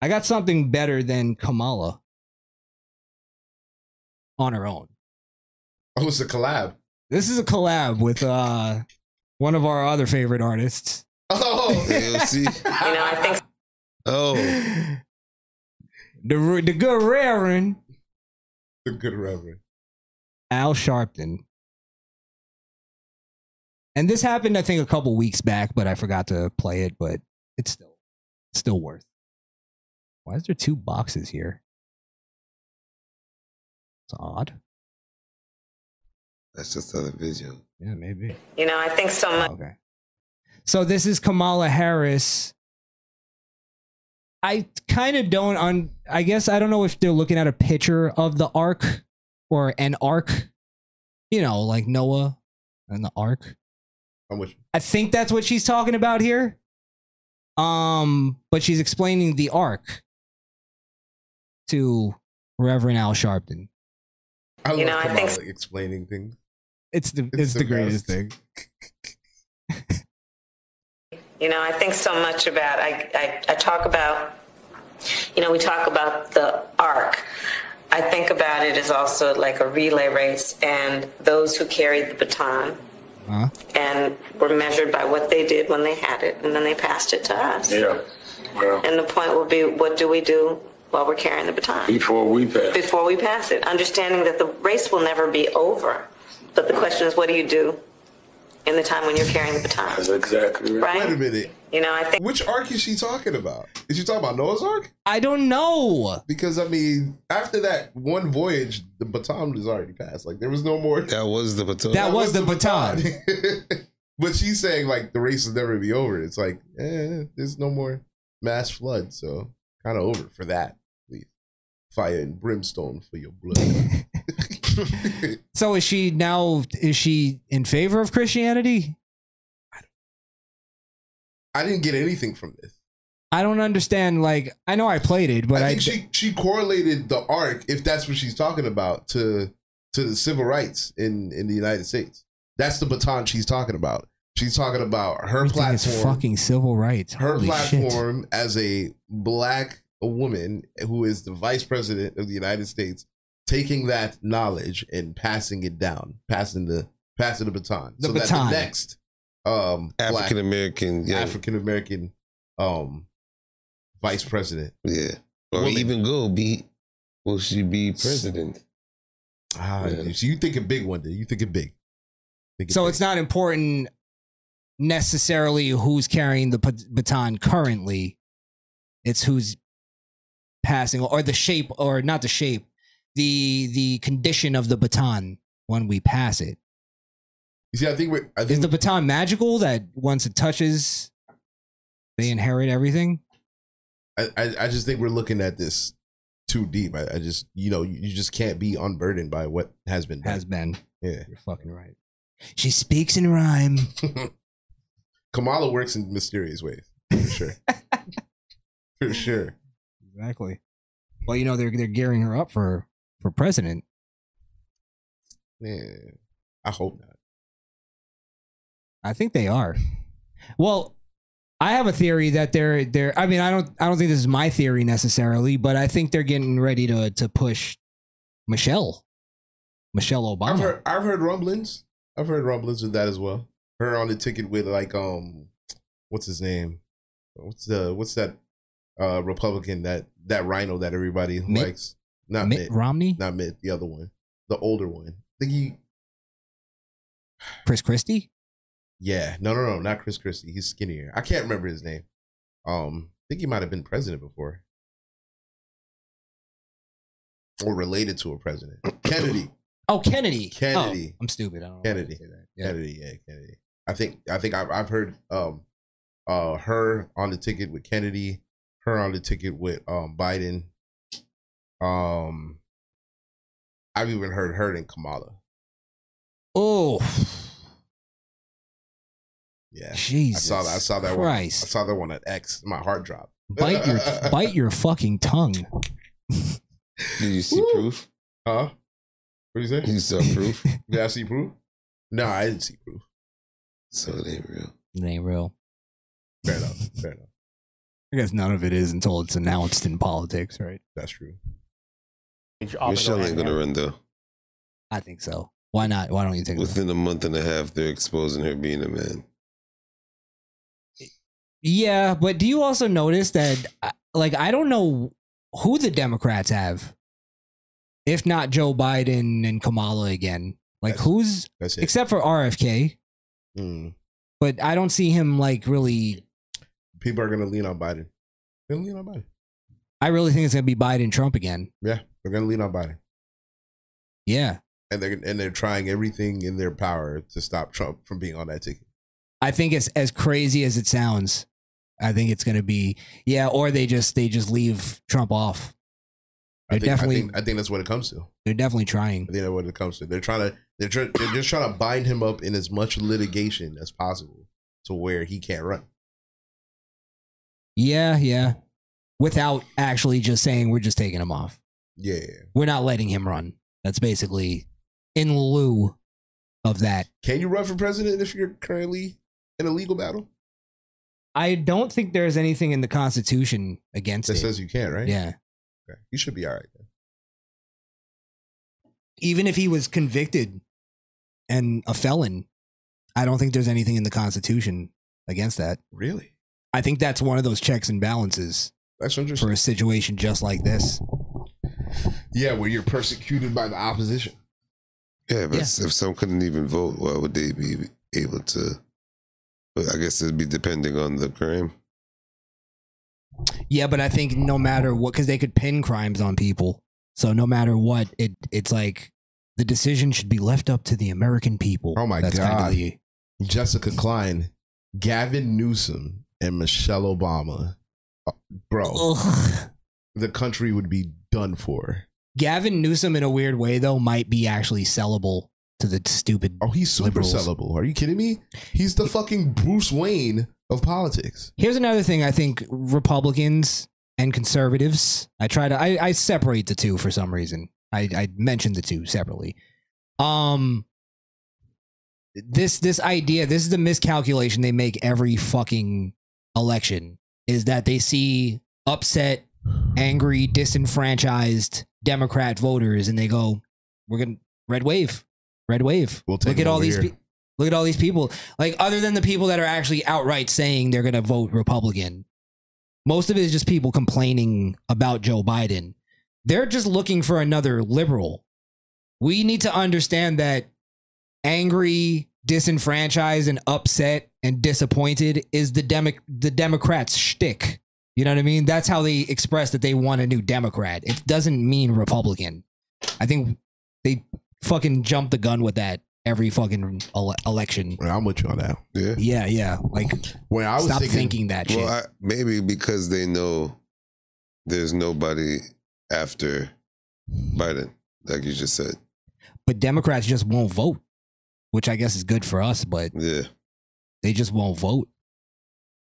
Speaker 7: I got something better than Kamala on her own.
Speaker 3: Oh, it's a collab.
Speaker 7: This is a collab with uh one of our other favorite artists.
Speaker 3: Oh,
Speaker 8: AOC.
Speaker 2: You know, I think
Speaker 8: Oh,
Speaker 7: The Ru- the good Reverend
Speaker 3: the good reverend.
Speaker 7: Al Sharpton. And this happened, I think, a couple weeks back, but I forgot to play it. But it's still, it's still worth. Why is there two boxes here? It's odd.
Speaker 8: that's just other video.
Speaker 7: Yeah, maybe.
Speaker 2: You know, I think so much.
Speaker 7: Okay. So this is Kamala Harris. I kind of don't un I guess I don't know if they're looking at a picture of the ark or an ark. You know, like Noah and the ark.
Speaker 3: I'm with you.
Speaker 7: I think that's what she's talking about here. Um, but she's explaining the ark to Reverend Al Sharpton.
Speaker 3: I love
Speaker 2: You know, I
Speaker 3: Kamala
Speaker 2: think-
Speaker 3: explaining things.
Speaker 7: It's the
Speaker 3: it's the greatest
Speaker 7: thing.
Speaker 2: You know, I think so much about, I, I, I talk about, you know, we talk about the arc. I think about it as also like a relay race and those who carried the baton
Speaker 7: Huh?
Speaker 2: and were measured by what they did when they had it and then they passed it to us.
Speaker 16: Yeah. Well,
Speaker 2: And the point will be, what do we do while we're carrying the baton?
Speaker 16: before we pass.
Speaker 2: Before we pass it, understanding that the race will never be over. But the question is, what do you do in the time when you're carrying the baton?
Speaker 16: That's exactly right.
Speaker 2: Right?
Speaker 3: Wait a minute.
Speaker 2: You know, I think.
Speaker 3: Which arc is she talking about? Is she talking about Noah's Ark?
Speaker 7: I don't know.
Speaker 3: Because I mean, after that one voyage, the baton was already passed. Like there was no more.
Speaker 8: That was the baton.
Speaker 7: That was the baton.
Speaker 3: but she's saying like the race will never be over. It's like eh, there's no more mass flood, so kind of over for that. at least. Fire and brimstone for your blood.
Speaker 7: So is she now is she in favor of Christianity?
Speaker 3: I didn't get anything from this.
Speaker 7: I don't understand. Like I know I played it, but
Speaker 3: I
Speaker 7: I,
Speaker 3: think she she correlated the arc, if that's what she's talking about, to to the civil rights in in the United States. That's the baton she's talking about. She's talking about her
Speaker 7: everything is
Speaker 3: platform,
Speaker 7: fucking civil rights.
Speaker 3: her
Speaker 7: Holy shit.
Speaker 3: platform as a black woman who is the vice president of the United States, taking that knowledge and passing it down, passing the passing the baton,
Speaker 7: The
Speaker 3: so that
Speaker 7: baton.
Speaker 3: the next um
Speaker 8: African American. Yeah.
Speaker 3: African American um vice president.
Speaker 8: yeah. Or
Speaker 3: Woman.
Speaker 8: even go be. Will she be president?
Speaker 3: Ah,
Speaker 8: Yeah.
Speaker 3: so you think a big one, then you think a big. Think
Speaker 7: So
Speaker 3: big.
Speaker 7: it's not important necessarily who's carrying the pat- baton currently. It's who's passing or the shape or not the shape, the the condition of the baton when we pass it.
Speaker 3: You see, I think we're. I
Speaker 7: Is
Speaker 3: think
Speaker 7: the baton magical that once it touches they inherit everything?
Speaker 3: I, I, I just think we're looking at this too deep. I, I just, you know, you, you just can't be unburdened by what has been done.
Speaker 7: Has been.
Speaker 3: yeah.
Speaker 7: You're fucking right. She speaks in rhyme.
Speaker 3: Kamala works in mysterious ways. For sure. for sure.
Speaker 7: Exactly. Well, you know they're they're gearing her up for for president.
Speaker 3: Yeah. I hope not.
Speaker 7: I think they are. Well, I have a theory that they're they're. I mean, I don't I don't think this is my theory necessarily, but I think they're getting ready to to push Michelle, Michelle Obama.
Speaker 3: I've heard I've heard rumblings. I've heard rumblings of that as well. Her on the ticket with like um what's his name? What's the what's that uh Republican that that rhino that everybody
Speaker 7: Mitt?
Speaker 3: likes? Not
Speaker 7: Mitt
Speaker 3: Mitt,
Speaker 7: Romney?
Speaker 3: Not Mitt, the other one. The older one. I think he
Speaker 7: Chris Christie.
Speaker 3: Yeah, no, no, no, not Chris Christie. He's skinnier. I can't remember his name. Um, I think he might have been president before, or related to a president. Kennedy.
Speaker 7: Oh, Kennedy.
Speaker 3: Kennedy.
Speaker 7: Oh, I'm stupid. I don't know.
Speaker 3: Kennedy. Kennedy. Yeah, Kennedy. I think. I think I've I've heard um, uh, her on the ticket with Kennedy. Her on the ticket with um Biden. Um, I've even heard her and Kamala.
Speaker 7: Oh,
Speaker 3: Yeah.
Speaker 7: Jesus.
Speaker 3: I saw that. I saw that
Speaker 7: Christ.
Speaker 3: one. I saw that one at X. My heart dropped.
Speaker 7: bite your bite your fucking tongue.
Speaker 8: Did you see proof?
Speaker 3: Huh? What you say?
Speaker 8: You saw proof?
Speaker 3: Did I see proof? No, I didn't see proof.
Speaker 8: so it ain't real.
Speaker 7: It ain't real.
Speaker 3: Fair enough. Fair enough.
Speaker 7: I guess none of it is until it's announced in politics, right?
Speaker 3: That's true.
Speaker 8: Michelle ain't gonna run though.
Speaker 7: I think so. Why not? Why don't you think?
Speaker 8: Within a month and a half, they're exposing her being a man.
Speaker 7: Yeah, but do you also notice that, uh, like, I don't know who the Democrats have, if not Joe Biden and Kamala again. Like, who's
Speaker 3: that's it.
Speaker 7: except for RFK?
Speaker 3: Mm.
Speaker 7: But I don't see him like really.
Speaker 3: People are gonna lean on Biden. They're gonna lean on Biden.
Speaker 7: I really think it's gonna be Biden Trump again.
Speaker 3: Yeah, they're gonna lean on Biden.
Speaker 7: Yeah,
Speaker 3: And they're and they're trying everything in their power to stop Trump from being on that ticket.
Speaker 7: I think it's as crazy as it sounds. I think it's gonna be yeah, or they just they just leave Trump off.
Speaker 3: I
Speaker 7: They're
Speaker 3: think,
Speaker 7: definitely
Speaker 3: I think, I think that's what it comes to.
Speaker 7: they're definitely trying.
Speaker 3: I think that's what it comes to. They're trying to they're tr- they're just trying to bind him up in as much litigation as possible to where he can't run.
Speaker 7: Yeah, yeah. Without actually just saying we're just taking him off.
Speaker 3: Yeah.
Speaker 7: We're not letting him run. That's basically in lieu of that.
Speaker 3: Can you run for president if you're currently in a legal battle?
Speaker 7: I don't think there's anything in the Constitution against
Speaker 3: That
Speaker 7: it.
Speaker 3: says you can't, right?
Speaker 7: Yeah.
Speaker 3: Okay. You should be all right.
Speaker 7: Even if he was convicted and a felon, I don't think there's anything in the Constitution against that.
Speaker 3: Really?
Speaker 7: I think that's one of those checks and balances.
Speaker 3: That's interesting.
Speaker 7: For a situation just like this.
Speaker 3: Yeah, where you're persecuted by the opposition.
Speaker 8: Yeah, but if some couldn't even vote, why would they be able to? But I guess it'd be depending on the crime.
Speaker 7: Yeah, but I think no matter what, because they could pin crimes on people. So no matter what, it it's like the decision should be left up to the American people.
Speaker 3: Oh my
Speaker 7: That's kind of
Speaker 3: god.
Speaker 7: the-
Speaker 3: Jessica Klein, Gavin Newsom, and Michelle Obama. Uh, Bro. The country would be done for.
Speaker 7: Gavin Newsom, in a weird way though, might be actually sellable to the stupid.
Speaker 3: Oh, he's Super sellable. Are you kidding me? He's the fucking Bruce Wayne of politics.
Speaker 7: Here's another thing I think Republicans and conservatives, I try to I, I separate the two for some reason. I, I mentioned the two separately. Um this this idea, this is the miscalculation they make every fucking election is that they see upset, angry, disenfranchised Democrat voters and they go, We're gonna red wave. Red wave. We'll
Speaker 3: take
Speaker 7: look at
Speaker 3: them
Speaker 7: all
Speaker 3: over
Speaker 7: these
Speaker 3: here.
Speaker 7: people look at all these people like other than the people that are actually outright saying they're going to vote republican most of it is just people complaining about joe biden they're just looking for another liberal we need to understand that angry disenfranchised and upset and disappointed is the Demo- the democrats shtick you know what i mean that's how they express that they want a new democrat it doesn't mean republican i think they fucking jump the gun with that every fucking ele- election.
Speaker 3: I'm with you on that.
Speaker 8: Yeah.
Speaker 7: Yeah, yeah. Like,
Speaker 3: when I was
Speaker 7: stop
Speaker 8: thinking-
Speaker 7: thinking that shit.
Speaker 8: Well, I, maybe because they know there's nobody after Biden, like you just said.
Speaker 7: but Democrats just won't vote, which I guess is good for us, but
Speaker 8: yeah,
Speaker 7: they just won't vote.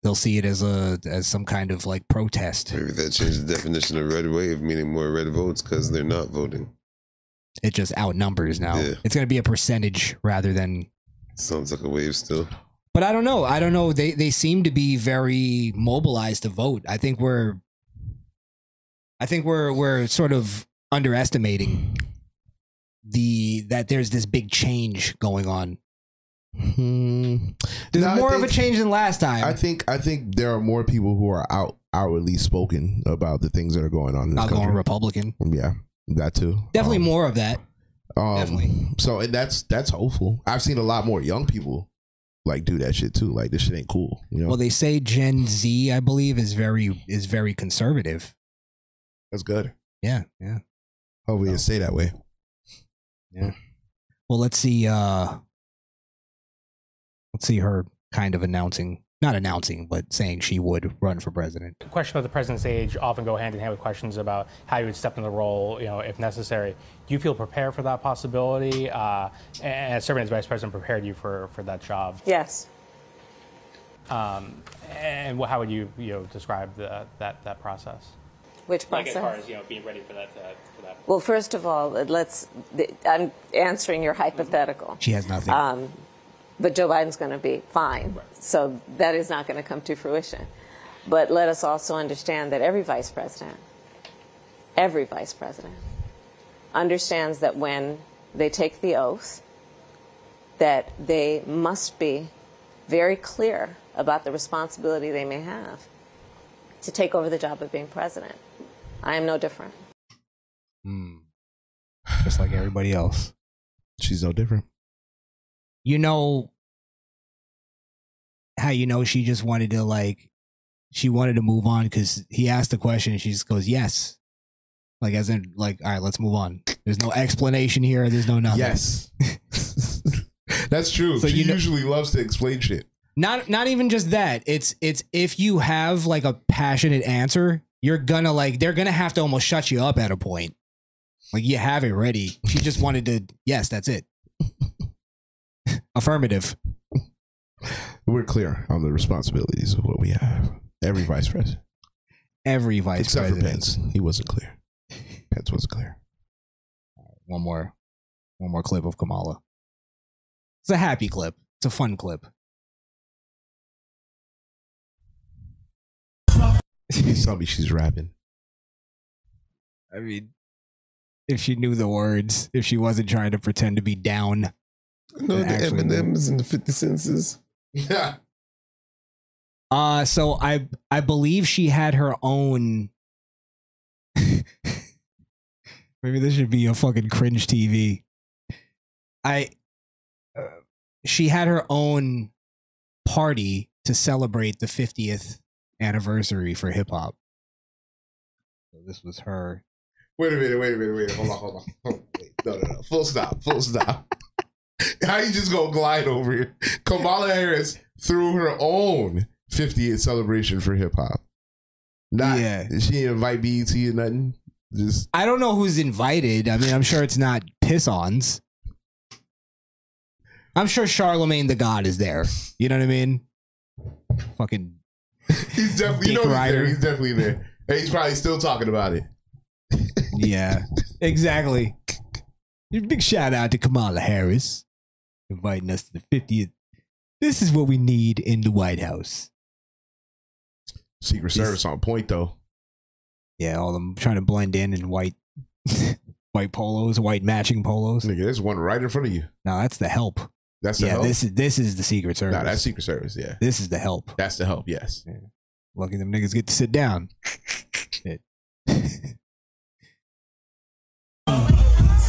Speaker 7: They'll see it as a as some kind of like protest.
Speaker 8: Maybe that changed the definition of red wave, meaning more red votes because they're not voting.
Speaker 7: It just outnumbers now. It's going to be a percentage rather than
Speaker 8: Sounds like a wave still.
Speaker 7: But I don't know. I don't know. They they seem to be very mobilized to vote. I think we're I think we're we're sort of underestimating the that there's this big change going on. There's
Speaker 3: No, I
Speaker 7: more of
Speaker 3: think-
Speaker 7: a change than last time.
Speaker 3: I think I think there are more people who are out outwardly spoken about the things that are going on. In this
Speaker 7: Outgoing
Speaker 3: country.
Speaker 7: Republican.
Speaker 3: Yeah, that too.
Speaker 7: Definitely more of that.
Speaker 3: Um, So and that's that's hopeful. I've seen a lot more young people like do that shit too. Like this shit ain't cool. You know.
Speaker 7: Well, they say Gen Z, I believe, is very is very conservative.
Speaker 3: That's good.
Speaker 7: Yeah, yeah.
Speaker 3: Hopefully, it stay that way.
Speaker 7: Oh. Yeah. Well, let's see. uh Let's see her kind of announcing, not announcing, but saying she would run for president.
Speaker 9: Questions about the president's age often go hand in hand with questions about how you would step into the role, you know, if necessary. Do you feel prepared for that possibility? Uh, and serving as vice president prepared you for, for that job.
Speaker 11: Yes.
Speaker 9: Um, and wh- how would you, you know, describe the, that that process?
Speaker 11: Which Like, as process? far as,
Speaker 9: you know, being ready for that. uh, for that.
Speaker 11: Well, first of all, let's. I'm answering your hypothetical.
Speaker 7: She has nothing.
Speaker 11: Um, but Joe Biden's going to be fine. So that is not going to come to fruition. But let us also understand that every vice president, every vice president, understands that when they take the oath, that they must be very clear about the responsibility they may have to take over the job of being president. I am no different.
Speaker 7: Hmm. just like everybody else.
Speaker 3: She's no different.
Speaker 7: You know how you know she just wanted to like she wanted to move on because he asked the question and she just goes yes, like as in like all right, let's move on. There's no explanation here. There's no nothing.
Speaker 3: Yes. That's true.
Speaker 7: So
Speaker 3: she
Speaker 7: you know-
Speaker 3: usually loves to explain shit.
Speaker 7: Not not even just that. It's it's if you have like a passionate answer, you're gonna like they're gonna have to almost shut you up at a point. Like you have it ready. She just wanted to yes, that's it. Affirmative.
Speaker 3: We're clear on the responsibilities of what we have. Every vice president.
Speaker 7: Every vice
Speaker 3: Except
Speaker 7: president.
Speaker 3: for Pence. He wasn't clear. Pence wasn't clear.
Speaker 7: One more one more clip of Kamala. It's a happy clip. It's a fun clip.
Speaker 3: Please tell me she's rapping.
Speaker 7: I mean if she knew the words, if she wasn't trying to pretend to be down.
Speaker 8: No,
Speaker 7: and
Speaker 8: the
Speaker 7: actually knew.
Speaker 8: M&Ms and the 50 Senses.
Speaker 3: Yeah.
Speaker 7: Uh so I I believe she had her own Maybe this should be a fucking cringe TV. I uh, she had her own party to celebrate the 50th anniversary for hip hop. So this was her.
Speaker 3: Wait a minute, wait a minute, wait a minute. Hold on, hold on. Hold on. Wait, no, no, no. Full stop, full stop. How you just gonna glide over here? Kamala Harris threw her own 50th celebration for hip hop. Not yeah. she didn't invite BET or nothing. Just
Speaker 7: I don't know who's invited. I mean, I'm sure it's not piss-ons. I'm sure Charlemagne the God is there. You know what I mean? Fucking
Speaker 3: he's definitely you know
Speaker 7: Dick
Speaker 3: he's there.
Speaker 7: Ryder.
Speaker 3: He's definitely there. And he's probably still talking about it.
Speaker 7: Yeah, exactly. Big shout out to Kamala Harris inviting us to the 50th. This is what we need in the White House.
Speaker 3: Secret
Speaker 7: Yes.
Speaker 3: Service on point though.
Speaker 7: Yeah, all them trying to blend in in white, white polos, white matching polos.
Speaker 3: Nigga, there's one right in front of you.
Speaker 7: No, that's the help.
Speaker 3: That's the
Speaker 7: yeah.
Speaker 3: help?
Speaker 7: This is this is the Secret Service.
Speaker 3: Nah, that's Secret Service, yeah.
Speaker 7: This is the help.
Speaker 3: That's the help, yes.
Speaker 7: Lucky them niggas get to sit down. Shit.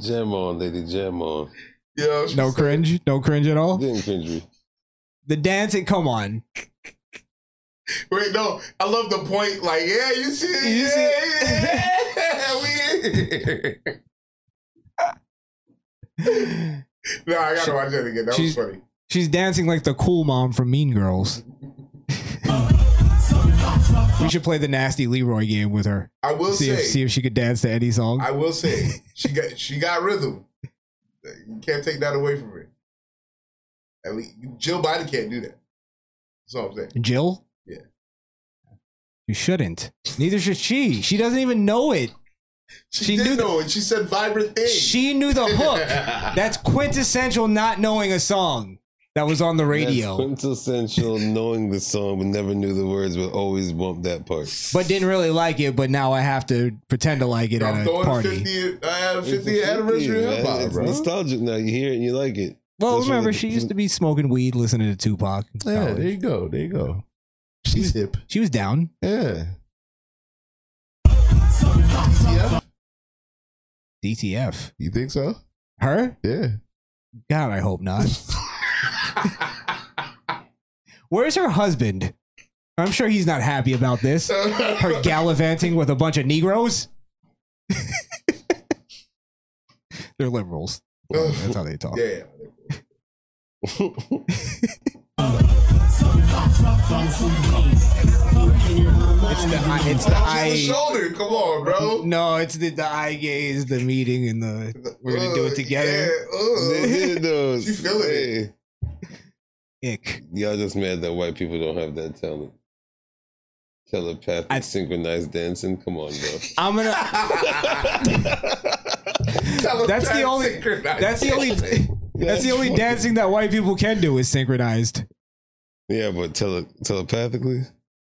Speaker 8: jam on, lady, jam on.
Speaker 3: Yeah,
Speaker 7: No cringe. No cringe at all.
Speaker 8: Didn't cringe me.
Speaker 7: The dancing. Come on.
Speaker 3: Wait, no, I love the point. Like, yeah, you see, yeah, yeah, we. no, I gotta watch that again. That was
Speaker 7: she's,
Speaker 3: funny.
Speaker 7: she's dancing like the cool mom from Mean Girls. we should play the nasty Leroy game with her.
Speaker 3: I will
Speaker 7: see if,
Speaker 3: say-
Speaker 7: see if she could dance to any song.
Speaker 3: I will say, she got she got rhythm. You can't take that away from her. At least Jill Biden can't do that. That's all I'm saying.
Speaker 7: Jill?
Speaker 3: Yeah.
Speaker 7: You shouldn't. Neither should she. She doesn't even know it.
Speaker 3: She, did knew know it. She said vibrant thing.
Speaker 7: She knew the hook. That's quintessential not knowing a song that was on the
Speaker 8: That's
Speaker 7: radio,
Speaker 8: quintessential knowing the song but never knew the words, but always bumped that part.
Speaker 7: but didn't really like it. But now I have to pretend to like it at a
Speaker 3: Throwing
Speaker 7: party.
Speaker 3: 50, uh,
Speaker 8: It's
Speaker 3: 50
Speaker 8: the
Speaker 3: anniversary of
Speaker 8: 50, man.
Speaker 3: hip hop,
Speaker 8: It's
Speaker 3: bro.
Speaker 8: nostalgic now. You hear it and you like it.
Speaker 7: Well,
Speaker 8: That's
Speaker 7: remember
Speaker 8: really-
Speaker 7: she used to be smoking weed, listening to Tupac. in
Speaker 3: Yeah,
Speaker 7: college.
Speaker 3: there you go. There you go. She's hip.
Speaker 7: She was down.
Speaker 3: Yeah.
Speaker 7: DTF.
Speaker 3: You think so?
Speaker 7: Her?
Speaker 3: Yeah.
Speaker 7: God, I hope not. Where's her husband? I'm sure he's not happy about this. Her gallivanting with a bunch of Negroes. They're liberals. That's how they talk.
Speaker 3: Yeah.
Speaker 7: It's the eye. It's the
Speaker 3: Touch
Speaker 7: eye.
Speaker 3: the shoulder. Come on, bro.
Speaker 7: No, it's the, the eye gaze, the meeting, and the we're gonna do it together.
Speaker 8: They did those.
Speaker 3: She feeling
Speaker 8: it.
Speaker 7: Ick.
Speaker 8: Y'all just mad that white people don't have that talent. Telepathic synchronized dancing. Come on, bro.
Speaker 7: I'm gonna. that's the only. That's the only. That's the only dancing that white people can do is synchronized.
Speaker 8: Yeah, but tele- telepathically.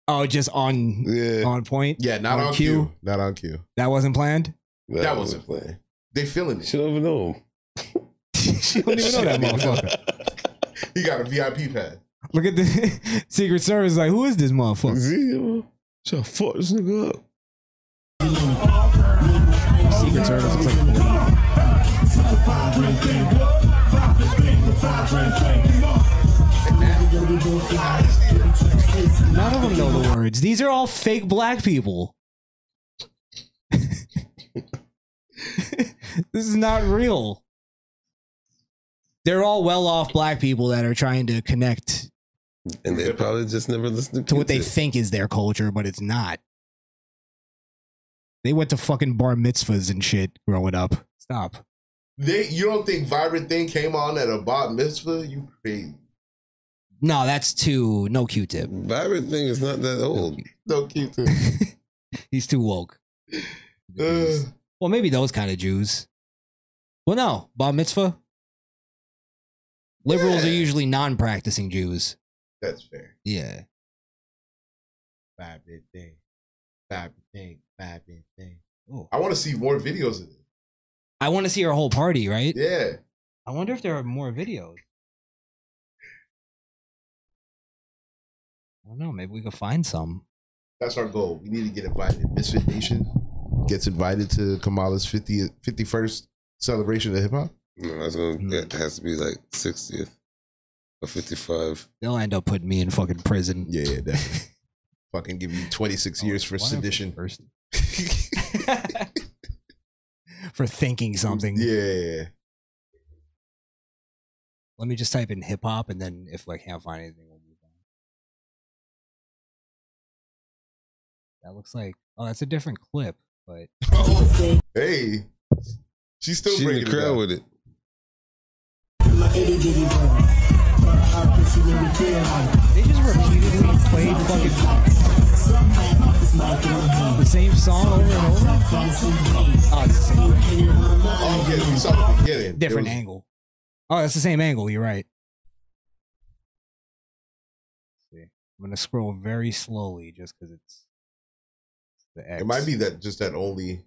Speaker 7: Oh, just on on point.
Speaker 3: Yeah, not on cue. Not on cue.
Speaker 7: That wasn't planned.
Speaker 3: That, wasn't playing. They feeling it.
Speaker 8: She don't even know.
Speaker 7: she don't even know that motherfucker.
Speaker 3: He got a VIP pad.
Speaker 7: Look at the Secret Service. Like, who is this motherfucker?
Speaker 8: So fuck this nigga up.
Speaker 7: Secret Service looks like police. None of them know the words. These are all fake black people. this is not real. They're all well off black people that are trying to connect
Speaker 8: And they probably just never listened
Speaker 7: to what they think is their culture, but it's not. They went to fucking bar mitzvahs and shit growing up. Stop.
Speaker 3: They, you don't think vibrant thing came on at a Bob Mitzvah? You crazy?
Speaker 7: No, that's too no Q-tip.
Speaker 8: Vibrant thing is not that old.
Speaker 3: No Q-tip.
Speaker 7: He's too woke. well, maybe those kind of Jews. Well, no, bar mitzvah. Liberals are usually non-practicing Jews.
Speaker 3: That's fair.
Speaker 7: Yeah.
Speaker 3: Vibrant thing. Vibrant thing. Vibrant thing. I want to see more videos of this.
Speaker 7: Oh. I want to see her whole party, right?
Speaker 3: Yeah.
Speaker 7: I wonder if there are more videos. I don't know. Maybe we could find some.
Speaker 3: That's our goal. We need to get invited. Misfit Nation gets invited to Kamala's 50th, 51st celebration of hip hop.
Speaker 8: No, that's gonna, It has to be like 60th or 55.
Speaker 7: They'll end up putting me in fucking prison.
Speaker 3: Yeah, yeah, definitely. Fucking give you 26 years for sedition.
Speaker 7: First. For thinking something.
Speaker 3: Yeah.
Speaker 7: Let me just type in hip hop, and then if I can't find anything, we'll move on. That looks like oh, that's a different clip, but
Speaker 3: Hey, she's still
Speaker 8: She in
Speaker 3: bringing
Speaker 8: the crowd
Speaker 3: it
Speaker 8: with it.
Speaker 7: they just repeatedly played fucking the same song over and over. Oh, it's the same.
Speaker 3: Oh, yeah, we saw the beginning.
Speaker 7: Different
Speaker 3: It was-
Speaker 7: angle. Oh, that's the same angle. You're right. Let's see. I'm gonna scroll very slowly just because it's the X.
Speaker 3: It might be that just that only.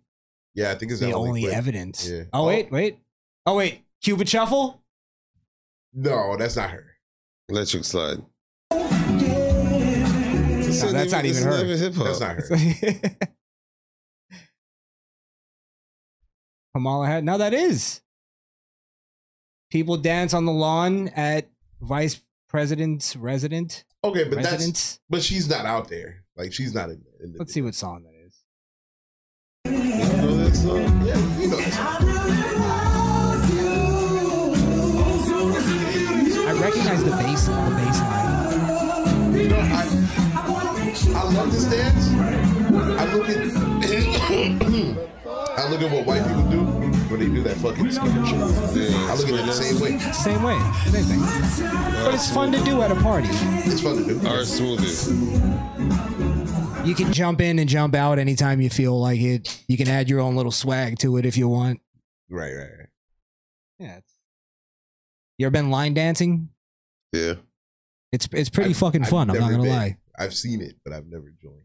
Speaker 3: Yeah, I think it's
Speaker 7: the
Speaker 3: that
Speaker 7: only
Speaker 3: clip.
Speaker 7: evidence.
Speaker 3: Yeah.
Speaker 7: Oh, wait, wait. Oh wait, Cupid Shuffle.
Speaker 3: No, that's not her.
Speaker 8: Electric slide.
Speaker 7: No, that's not even her.
Speaker 3: That's not her.
Speaker 7: Kamala had. Now that is. People dance on the lawn at Vice President's resident.
Speaker 3: Okay, but
Speaker 7: Residents?
Speaker 3: that's but she's not out there. Like she's not in. in the
Speaker 7: Let's see what song that is.
Speaker 3: Yeah, you know this song.
Speaker 7: I recognize the bass, the bass line.
Speaker 3: I love this dance. I look at I look at what white people do when they do that fucking skinny shit. I look at it the same way.
Speaker 7: Same way. Same thing. But it's fun to do at a party.
Speaker 3: It's fun to do.
Speaker 8: Our smoothie.
Speaker 7: You can jump in and jump out anytime you feel like it. You can add your own little swag to it if you want.
Speaker 3: Right, right, right.
Speaker 7: Yeah. It's... You ever been line dancing?
Speaker 8: Yeah.
Speaker 7: It's it's pretty fucking
Speaker 3: I've
Speaker 7: fun. I'm not
Speaker 3: never
Speaker 7: gonna
Speaker 3: been.
Speaker 7: lie.
Speaker 3: I've seen it, but I've never joined.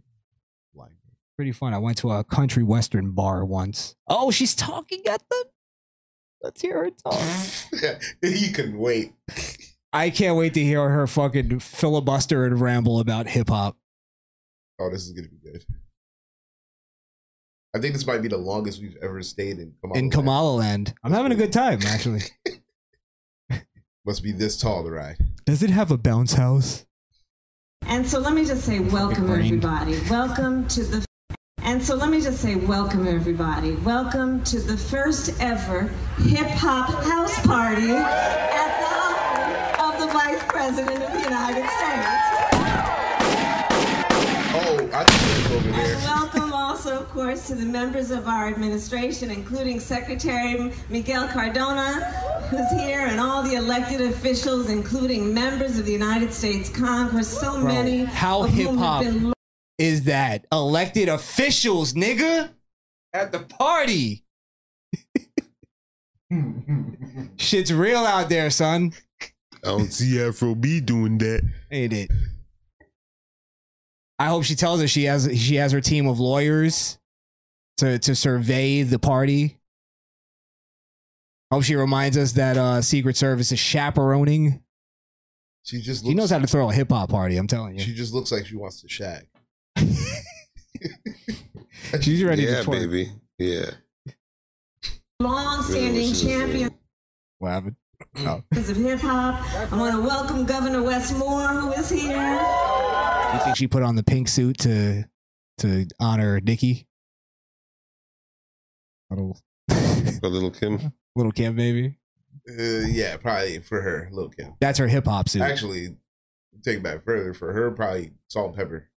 Speaker 7: Pretty fun. I went to a country western bar once. Oh, she's talking at the. Let's hear her
Speaker 3: talk. you can wait.
Speaker 7: I can't wait to hear her fucking filibuster and ramble about hip hop.
Speaker 3: Oh, this is gonna be good. I think this might be the longest we've ever stayed in. Kamala
Speaker 7: in Kamala Land. I'm having a good time, actually.
Speaker 3: Must be this tall to ride.
Speaker 7: Does it have a bounce house?
Speaker 12: And so let me just say welcome everybody. Welcome to the And so let me just say welcome everybody. Welcome to the first ever hip hop house party at the office of the Vice President of the United States.
Speaker 3: Oh, I think it's over there.
Speaker 12: And welcome also, of course, to the members of our administration, including Secretary Miguel Cardona, who's here, and all the elected officials, including members of the United States Congress, so
Speaker 7: Bro,
Speaker 12: many
Speaker 7: how
Speaker 12: of whom
Speaker 7: hip
Speaker 12: have
Speaker 7: hop
Speaker 12: been
Speaker 7: is that? Elected officials, nigga, at the party. Shit's real out there, son.
Speaker 8: I don't see Afro B doing that.
Speaker 7: Ain't it? I hope she tells us she has she has her team of lawyers to to survey the party. I hope she reminds us that uh, Secret Service is chaperoning.
Speaker 3: She just
Speaker 7: she knows how to throw a hip hop party. I'm telling you,
Speaker 3: She just looks like she wants to shag.
Speaker 7: she's ready
Speaker 8: yeah,
Speaker 7: to twerk.
Speaker 8: baby. Yeah.
Speaker 12: long-standing champions
Speaker 7: What happened? Oh.
Speaker 12: of hip hop. I want to welcome Governor Wes Moore, who is here.
Speaker 7: You think she put on the pink suit to to honor Nikki? Little,
Speaker 8: For little Kim.
Speaker 7: little Kim, baby.
Speaker 3: Uh, yeah, probably for her, Lil Kim.
Speaker 7: That's her hip hop suit.
Speaker 3: Actually, take it back further. For her, probably salt and pepper.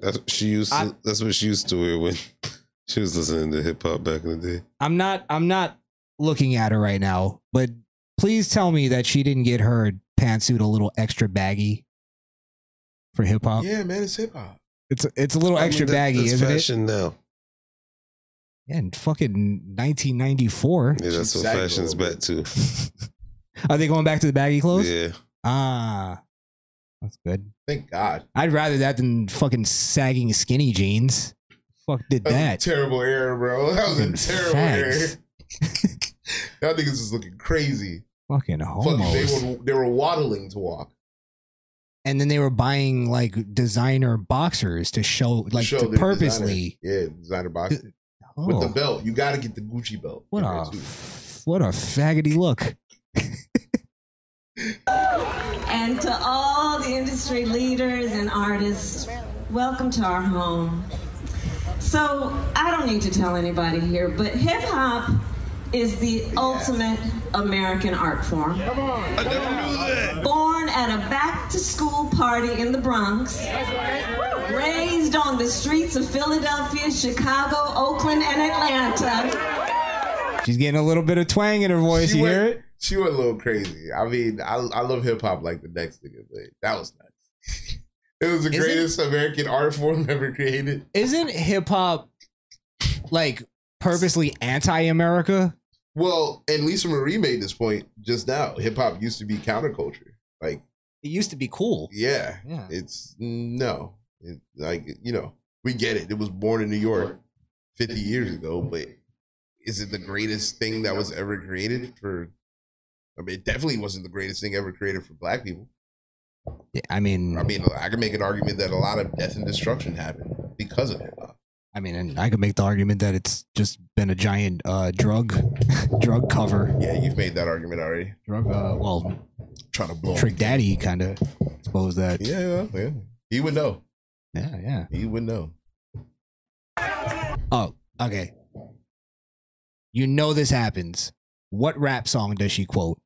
Speaker 8: That's what she used to, that's what she used to wear when she was listening to hip hop back in the day.
Speaker 7: I'm not I'm not looking at her right now, but please tell me that she didn't get her pantsuit a little extra baggy for hip hop.
Speaker 3: yeah, man, it's hip hop.
Speaker 7: It's it's a little
Speaker 8: I mean,
Speaker 7: extra
Speaker 8: that-
Speaker 7: baggy,
Speaker 8: that's
Speaker 7: isn't
Speaker 8: fashion
Speaker 7: it?
Speaker 8: now.
Speaker 7: Yeah, in fucking 1994.
Speaker 8: Yeah, that's what fashion's back to.
Speaker 7: Are they going back to the baggy clothes?
Speaker 8: Yeah.
Speaker 7: Ah, that's good.
Speaker 3: Thank God.
Speaker 7: I'd rather that than fucking sagging skinny jeans. Fuck did
Speaker 3: That was a
Speaker 7: that?
Speaker 3: terrible error, bro. That was
Speaker 7: Fucking
Speaker 3: a terrible
Speaker 7: fags.
Speaker 3: error. Y'all niggas is looking crazy.
Speaker 7: Fucking
Speaker 3: Fuck, they
Speaker 7: homos.
Speaker 3: were they were waddling to walk.
Speaker 7: and then they were buying like designer boxers to show like
Speaker 3: Show
Speaker 7: to
Speaker 3: their
Speaker 7: purposely Oh.
Speaker 3: designer. yeah, designer box with the belt. You got to get the Gucci belt.
Speaker 7: what
Speaker 3: in there,
Speaker 7: a
Speaker 3: too.
Speaker 7: what a faggoty look
Speaker 12: And to all the industry leaders and artists, welcome to our home. So I don't need to tell anybody here, but hip hop is the ultimate American art form.
Speaker 6: I never knew that.
Speaker 12: Born at a back to school party in the Bronx, raised on the streets of Philadelphia, Chicago, Oakland, and Atlanta.
Speaker 7: she's getting a little bit of twang in her voice
Speaker 3: She
Speaker 7: you
Speaker 3: went,
Speaker 7: hear it
Speaker 3: she went a little crazy. I mean, I I love hip hop like the next nigga, but that was nuts. It was the
Speaker 7: Isn't-
Speaker 3: greatest American art form ever created.
Speaker 7: isn't hip-hop like purposely anti-america
Speaker 3: Well, and Lisa Marie made this point just now. Hip hop used to be counterculture. Like
Speaker 7: it used to be cool.
Speaker 3: Yeah.
Speaker 7: Yeah.
Speaker 3: It's no. It, like you know, we get it. It was born in New York 50 years ago, but is it the greatest thing that was ever created for I mean, it definitely wasn't the greatest thing ever created for black people.
Speaker 7: i mean
Speaker 3: I mean, I can make an argument that a lot of death and destruction happened because of hip hop.
Speaker 7: I mean, and I could make the argument that it's just been a giant uh, drug drug cover.
Speaker 3: Yeah, you've made that argument already.
Speaker 7: Drug, uh, well,
Speaker 3: trying to blow.
Speaker 7: Trick Daddy kind of suppose that.
Speaker 3: Yeah, yeah, yeah. He would know.
Speaker 7: Yeah, yeah.
Speaker 3: He would know.
Speaker 7: Oh, okay. You know this happens. What rap song does she quote?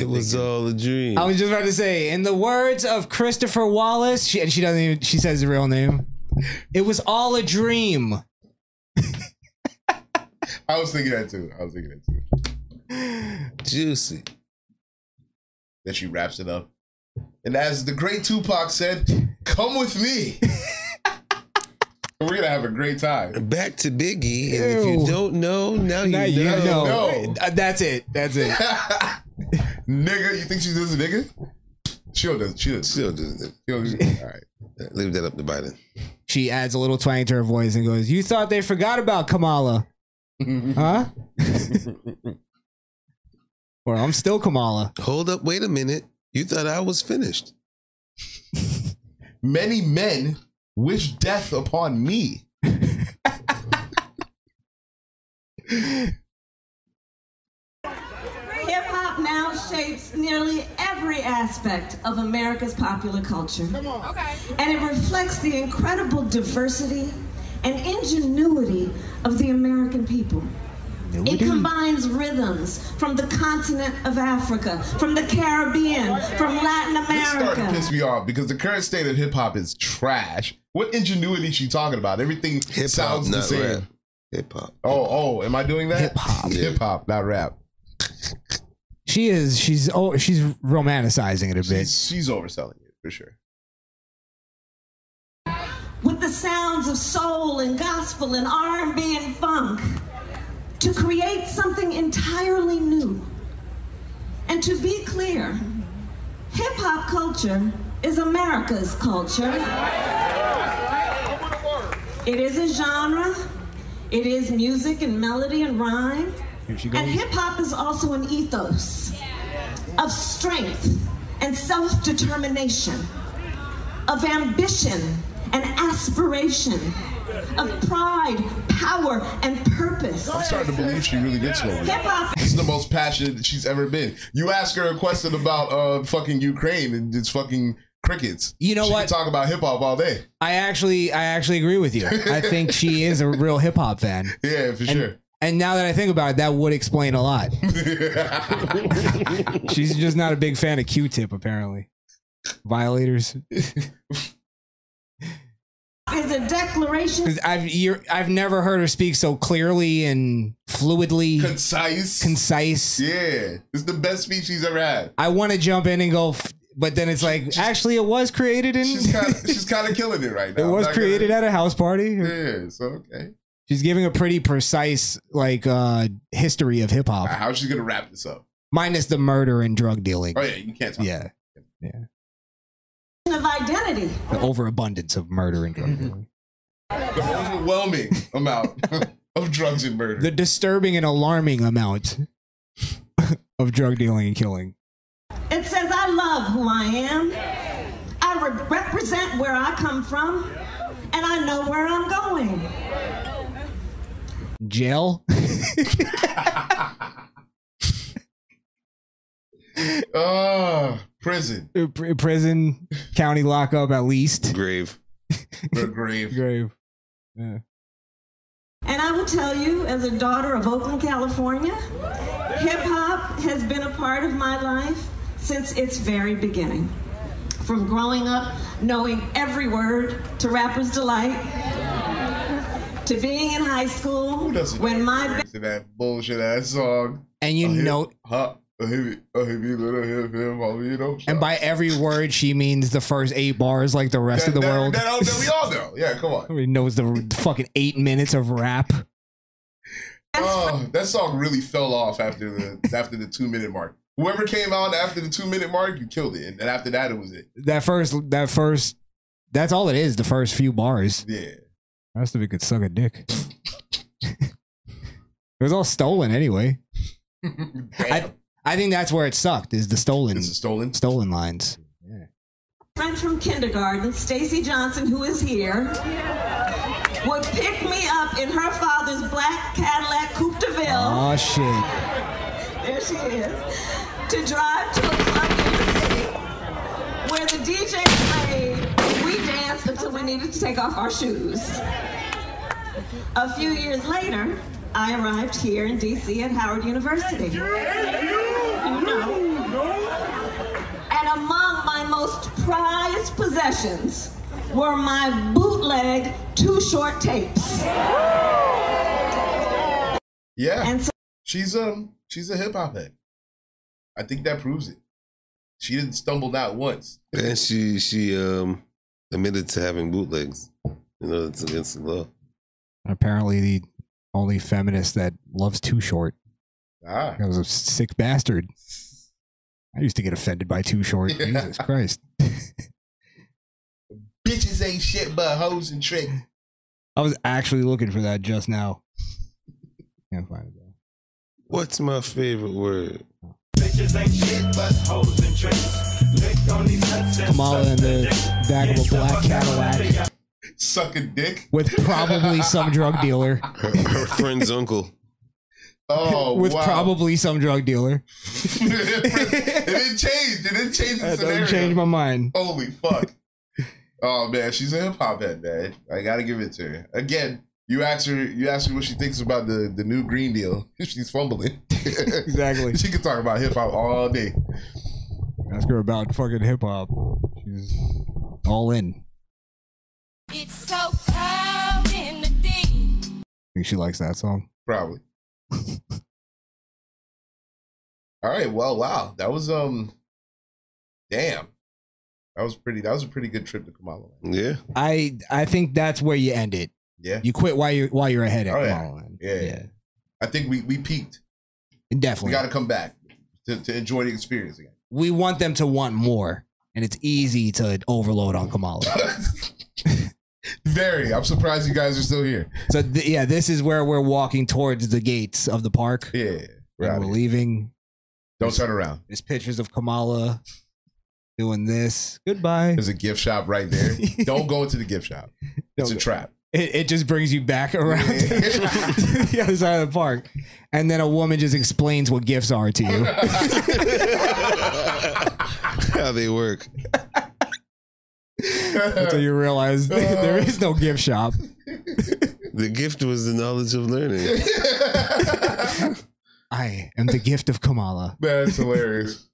Speaker 8: It was all a
Speaker 3: Hmm.
Speaker 8: dream.
Speaker 7: I was just about to say, in the words of Christopher Wallace, she, and she doesn't even, she says the real name. It was all a dream.
Speaker 3: I was thinking that too. I was thinking that too.
Speaker 8: Juicy.
Speaker 3: That she wraps it up. And as the great Tupac said, come with me. We're going to have a great time.
Speaker 8: Back to Biggie. And if you
Speaker 3: Ew.
Speaker 8: don't know, now you
Speaker 3: Now
Speaker 8: know.
Speaker 3: you know.
Speaker 8: No.
Speaker 7: Uh, That's it. That's it.
Speaker 3: nigga, you think she does a nigga? She'll do. She'll do.
Speaker 8: She'll do. it.
Speaker 3: All right.
Speaker 8: Leave that up to Biden.
Speaker 7: She adds a little twang to her voice and goes, "You thought they forgot about Kamala, huh? Well, I'm still Kamala.
Speaker 8: Hold up. Wait a minute. You thought I was finished.
Speaker 3: Many men wish death upon me.
Speaker 12: Hip hop now shapes nearly every aspect of America's popular culture. Come on. Okay. And it reflects the incredible diversity and ingenuity of the American people. It combines rhythms from the continent of Africa, from the Caribbean, from Latin
Speaker 3: This starting to
Speaker 12: America.
Speaker 3: piss me off because the current state of hip hop is trash. What ingenuity she talking about? Everything sounds the
Speaker 8: not
Speaker 3: same.
Speaker 8: rap. Hip hop.
Speaker 3: Oh, oh, am I doing that? Hip hop. Hip hop, not rap.
Speaker 7: She is. She's. Oh, she's romanticizing it a bit.
Speaker 3: She's overselling it for sure.
Speaker 12: with the sounds of soul and gospel and R&B and funk to create something entirely new. And to be clear, hip hop culture is America's culture. It is a genre. It is music and melody and rhyme.
Speaker 7: Here she
Speaker 12: And hip hop is also an ethos of strength and self determination, of ambition and aspiration, of pride, power, and purpose.
Speaker 3: I'm starting to believe she really did smoke.
Speaker 12: Hip hop.
Speaker 3: This is the most passionate that she's ever been. You ask her a question about uh fucking Ukraine and it's fucking crickets. You know she what? Can talk about hip hop all day.
Speaker 7: I actually, I actually agree with you. I think she is a real hip hop fan.
Speaker 3: Yeah, for
Speaker 7: And-
Speaker 3: sure.
Speaker 7: And now that I think about it, that would explain a lot. She's just not a big fan of Q-Tip, apparently. Violators.
Speaker 12: Is a declaration
Speaker 7: 'Cause I've you're, I've never heard her speak so clearly and fluidly,
Speaker 3: concise,
Speaker 7: concise.
Speaker 3: Yeah, it's the best speech she's ever had.
Speaker 7: I want to jump in and go, f- but then it's like actually it was created in.
Speaker 3: She's kind of she's kind of killing it right now.
Speaker 7: it
Speaker 3: I'm
Speaker 7: was
Speaker 3: not
Speaker 7: created
Speaker 3: gonna-
Speaker 7: at a house party.
Speaker 3: Yeah, so okay.
Speaker 7: She's giving a pretty precise like uh history of hip hop,
Speaker 3: How's she gonna wrap this up?
Speaker 7: minus the murder and drug dealing.
Speaker 3: Oh yeah, you can't talk.
Speaker 7: Yeah. Yeah.
Speaker 12: of identity.
Speaker 7: The overabundance of murder and drug dealing.
Speaker 3: The overwhelming amount of drugs and murder.
Speaker 7: The disturbing and alarming amount of drug dealing and killing.
Speaker 12: It says, I love who I am. I re- represent where I come from, and I know where I'm going.
Speaker 7: Jail?
Speaker 3: Oh, prison.
Speaker 7: Uh, pr- Prison, county lockup at least.
Speaker 8: Grave.
Speaker 3: Grave.
Speaker 7: Grave. Yeah.
Speaker 12: And I will tell you, as a daughter of Oakland, California, hip hop has been a part of my life since its very beginning. From growing up knowing every word to Rapper's Delight, to being in high school when my
Speaker 3: Listen to that bullshit ass song.
Speaker 7: And you know-
Speaker 3: huh? Uh, hit me, uh, hit me, little hip, hip, hop, you know.
Speaker 7: And by every word, she means the first eight bars, like the rest of the
Speaker 3: that,
Speaker 7: world.
Speaker 3: That, oh, that, that we all know. Yeah, come on.
Speaker 7: Everybody knows the fucking eight minutes of rap.
Speaker 3: Oh, that song really fell off after the after the two minute mark. Whoever came out after the two minute mark, you killed it. And then after that, it was it.
Speaker 7: That first, that first, that's all it is. The first few bars.
Speaker 3: Yeah.
Speaker 7: The rest of it could suck a dick. it was all stolen anyway. I, I think that's where it sucked is the stolen,
Speaker 3: stolen,
Speaker 7: stolen lines. Yeah.
Speaker 12: friend from kindergarten, Stacy Johnson, who is here, would pick me up in her father's black Cadillac Coupe de Ville.
Speaker 7: Oh shit.
Speaker 12: There she is. To drive to a club in the city where the DJ played. We danced until we needed to take off our shoes. A few years later, I arrived here in DC at Howard University. You know. And among my most prized possessions were my bootleg two short tapes.
Speaker 3: Yeah. she's um she's a hip hop head. I think that proves it. She didn't stumble not once.
Speaker 8: And she she um admitted to having bootlegs. You know, it's against the law.
Speaker 7: Apparently, the only feminist that loves Too Short.
Speaker 3: Ah.
Speaker 7: I was a sick bastard. I used to get offended by Too Short. Jesus Christ.
Speaker 3: Bitches ain't shit but hoes and tricks.
Speaker 7: I was actually looking for that just now. Can't find it.
Speaker 8: What's my favorite word?
Speaker 7: Kamala in the back of a black Cadillac
Speaker 3: Suck a dick.
Speaker 7: with probably some drug dealer.
Speaker 8: Her, her friend's uncle.
Speaker 3: Oh,
Speaker 7: with
Speaker 3: wow.
Speaker 7: probably some drug dealer.
Speaker 3: it didn't change. It didn't change the
Speaker 7: That doesn't
Speaker 3: scenario.
Speaker 7: change my mind.
Speaker 3: Holy fuck. oh man, she's a hip hop head, man. I gotta give it to her. Again, you ask her you ask her what she thinks about the, the new Green Deal. she's fumbling.
Speaker 7: exactly.
Speaker 3: She could talk about hip hop all day.
Speaker 7: Ask her about fucking hip hop. She's all in.
Speaker 13: It's so cold in the deep.
Speaker 7: I think she likes that song.
Speaker 3: Probably. All right. Well, wow. That was um damn. That was pretty that was a pretty good trip to Kamala.
Speaker 8: Yeah.
Speaker 7: I I think that's where you end it.
Speaker 3: Yeah.
Speaker 7: You quit while you're while you're ahead at
Speaker 3: Oh, yeah.
Speaker 7: Kamala.
Speaker 3: Yeah. I think we we peaked.
Speaker 7: Definitely.
Speaker 3: We gotta come back to, to enjoy the experience again.
Speaker 7: We want them to want more. And it's easy to overload on Kamala.
Speaker 3: Very. I'm surprised you guys are still here.
Speaker 7: So th- yeah, this is where we're walking towards the gates of the park.
Speaker 3: Yeah.
Speaker 7: We're, we're leaving.
Speaker 3: Don't turn around.
Speaker 7: There's pictures of Kamala doing this. Goodbye.
Speaker 3: There's a gift shop right there. Don't go into the gift shop. It's a trap.
Speaker 7: It, it just brings you back around to the other side of the park. And then a woman just explains what gifts are to you.
Speaker 8: How they work.
Speaker 7: until you realize there is no gift shop.
Speaker 8: The gift was the knowledge of learning.
Speaker 7: I am the gift of Kamala.
Speaker 3: That's hilarious.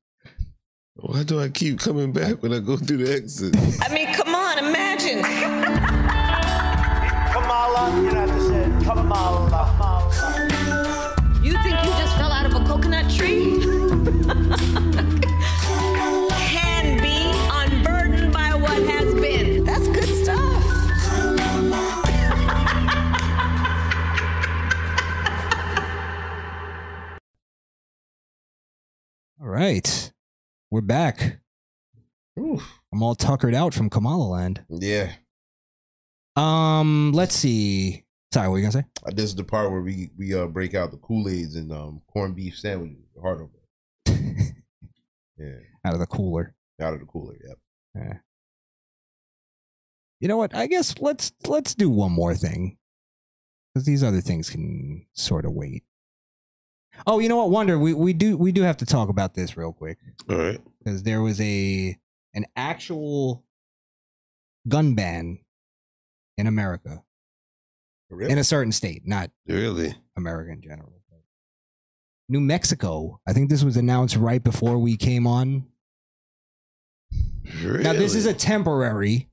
Speaker 8: Why do I keep coming back when I go through the exit?
Speaker 2: I mean, come on, imagine.
Speaker 16: Kamala, you know what I said? Kamala.
Speaker 13: You think you just fell out of a coconut tree? Can be unburdened by what has been. That's good stuff.
Speaker 7: All right. We're back. I'm all tuckered out from Kamala land.
Speaker 3: Yeah.
Speaker 7: Um, let's see. Sorry, what were you gonna say?
Speaker 3: Uh, This is the part where we we uh, break out the Kool Aids and um, corned beef sandwiches, the hard over. yeah,
Speaker 7: Out of the cooler.
Speaker 3: out of the cooler. Yep.
Speaker 7: Yeah. You know what? I guess let's let's do one more thing. Because these other things can sort of wait. Oh, you know what? Wonder, we, we do we do have to talk about this real quick.
Speaker 8: All right.
Speaker 7: Because there was a an actual gun ban in America.
Speaker 8: Oh, Really?
Speaker 7: In a certain state, not
Speaker 8: Really?
Speaker 7: America in general. New Mexico. I think this was announced right before we came on. Now this is a temporary,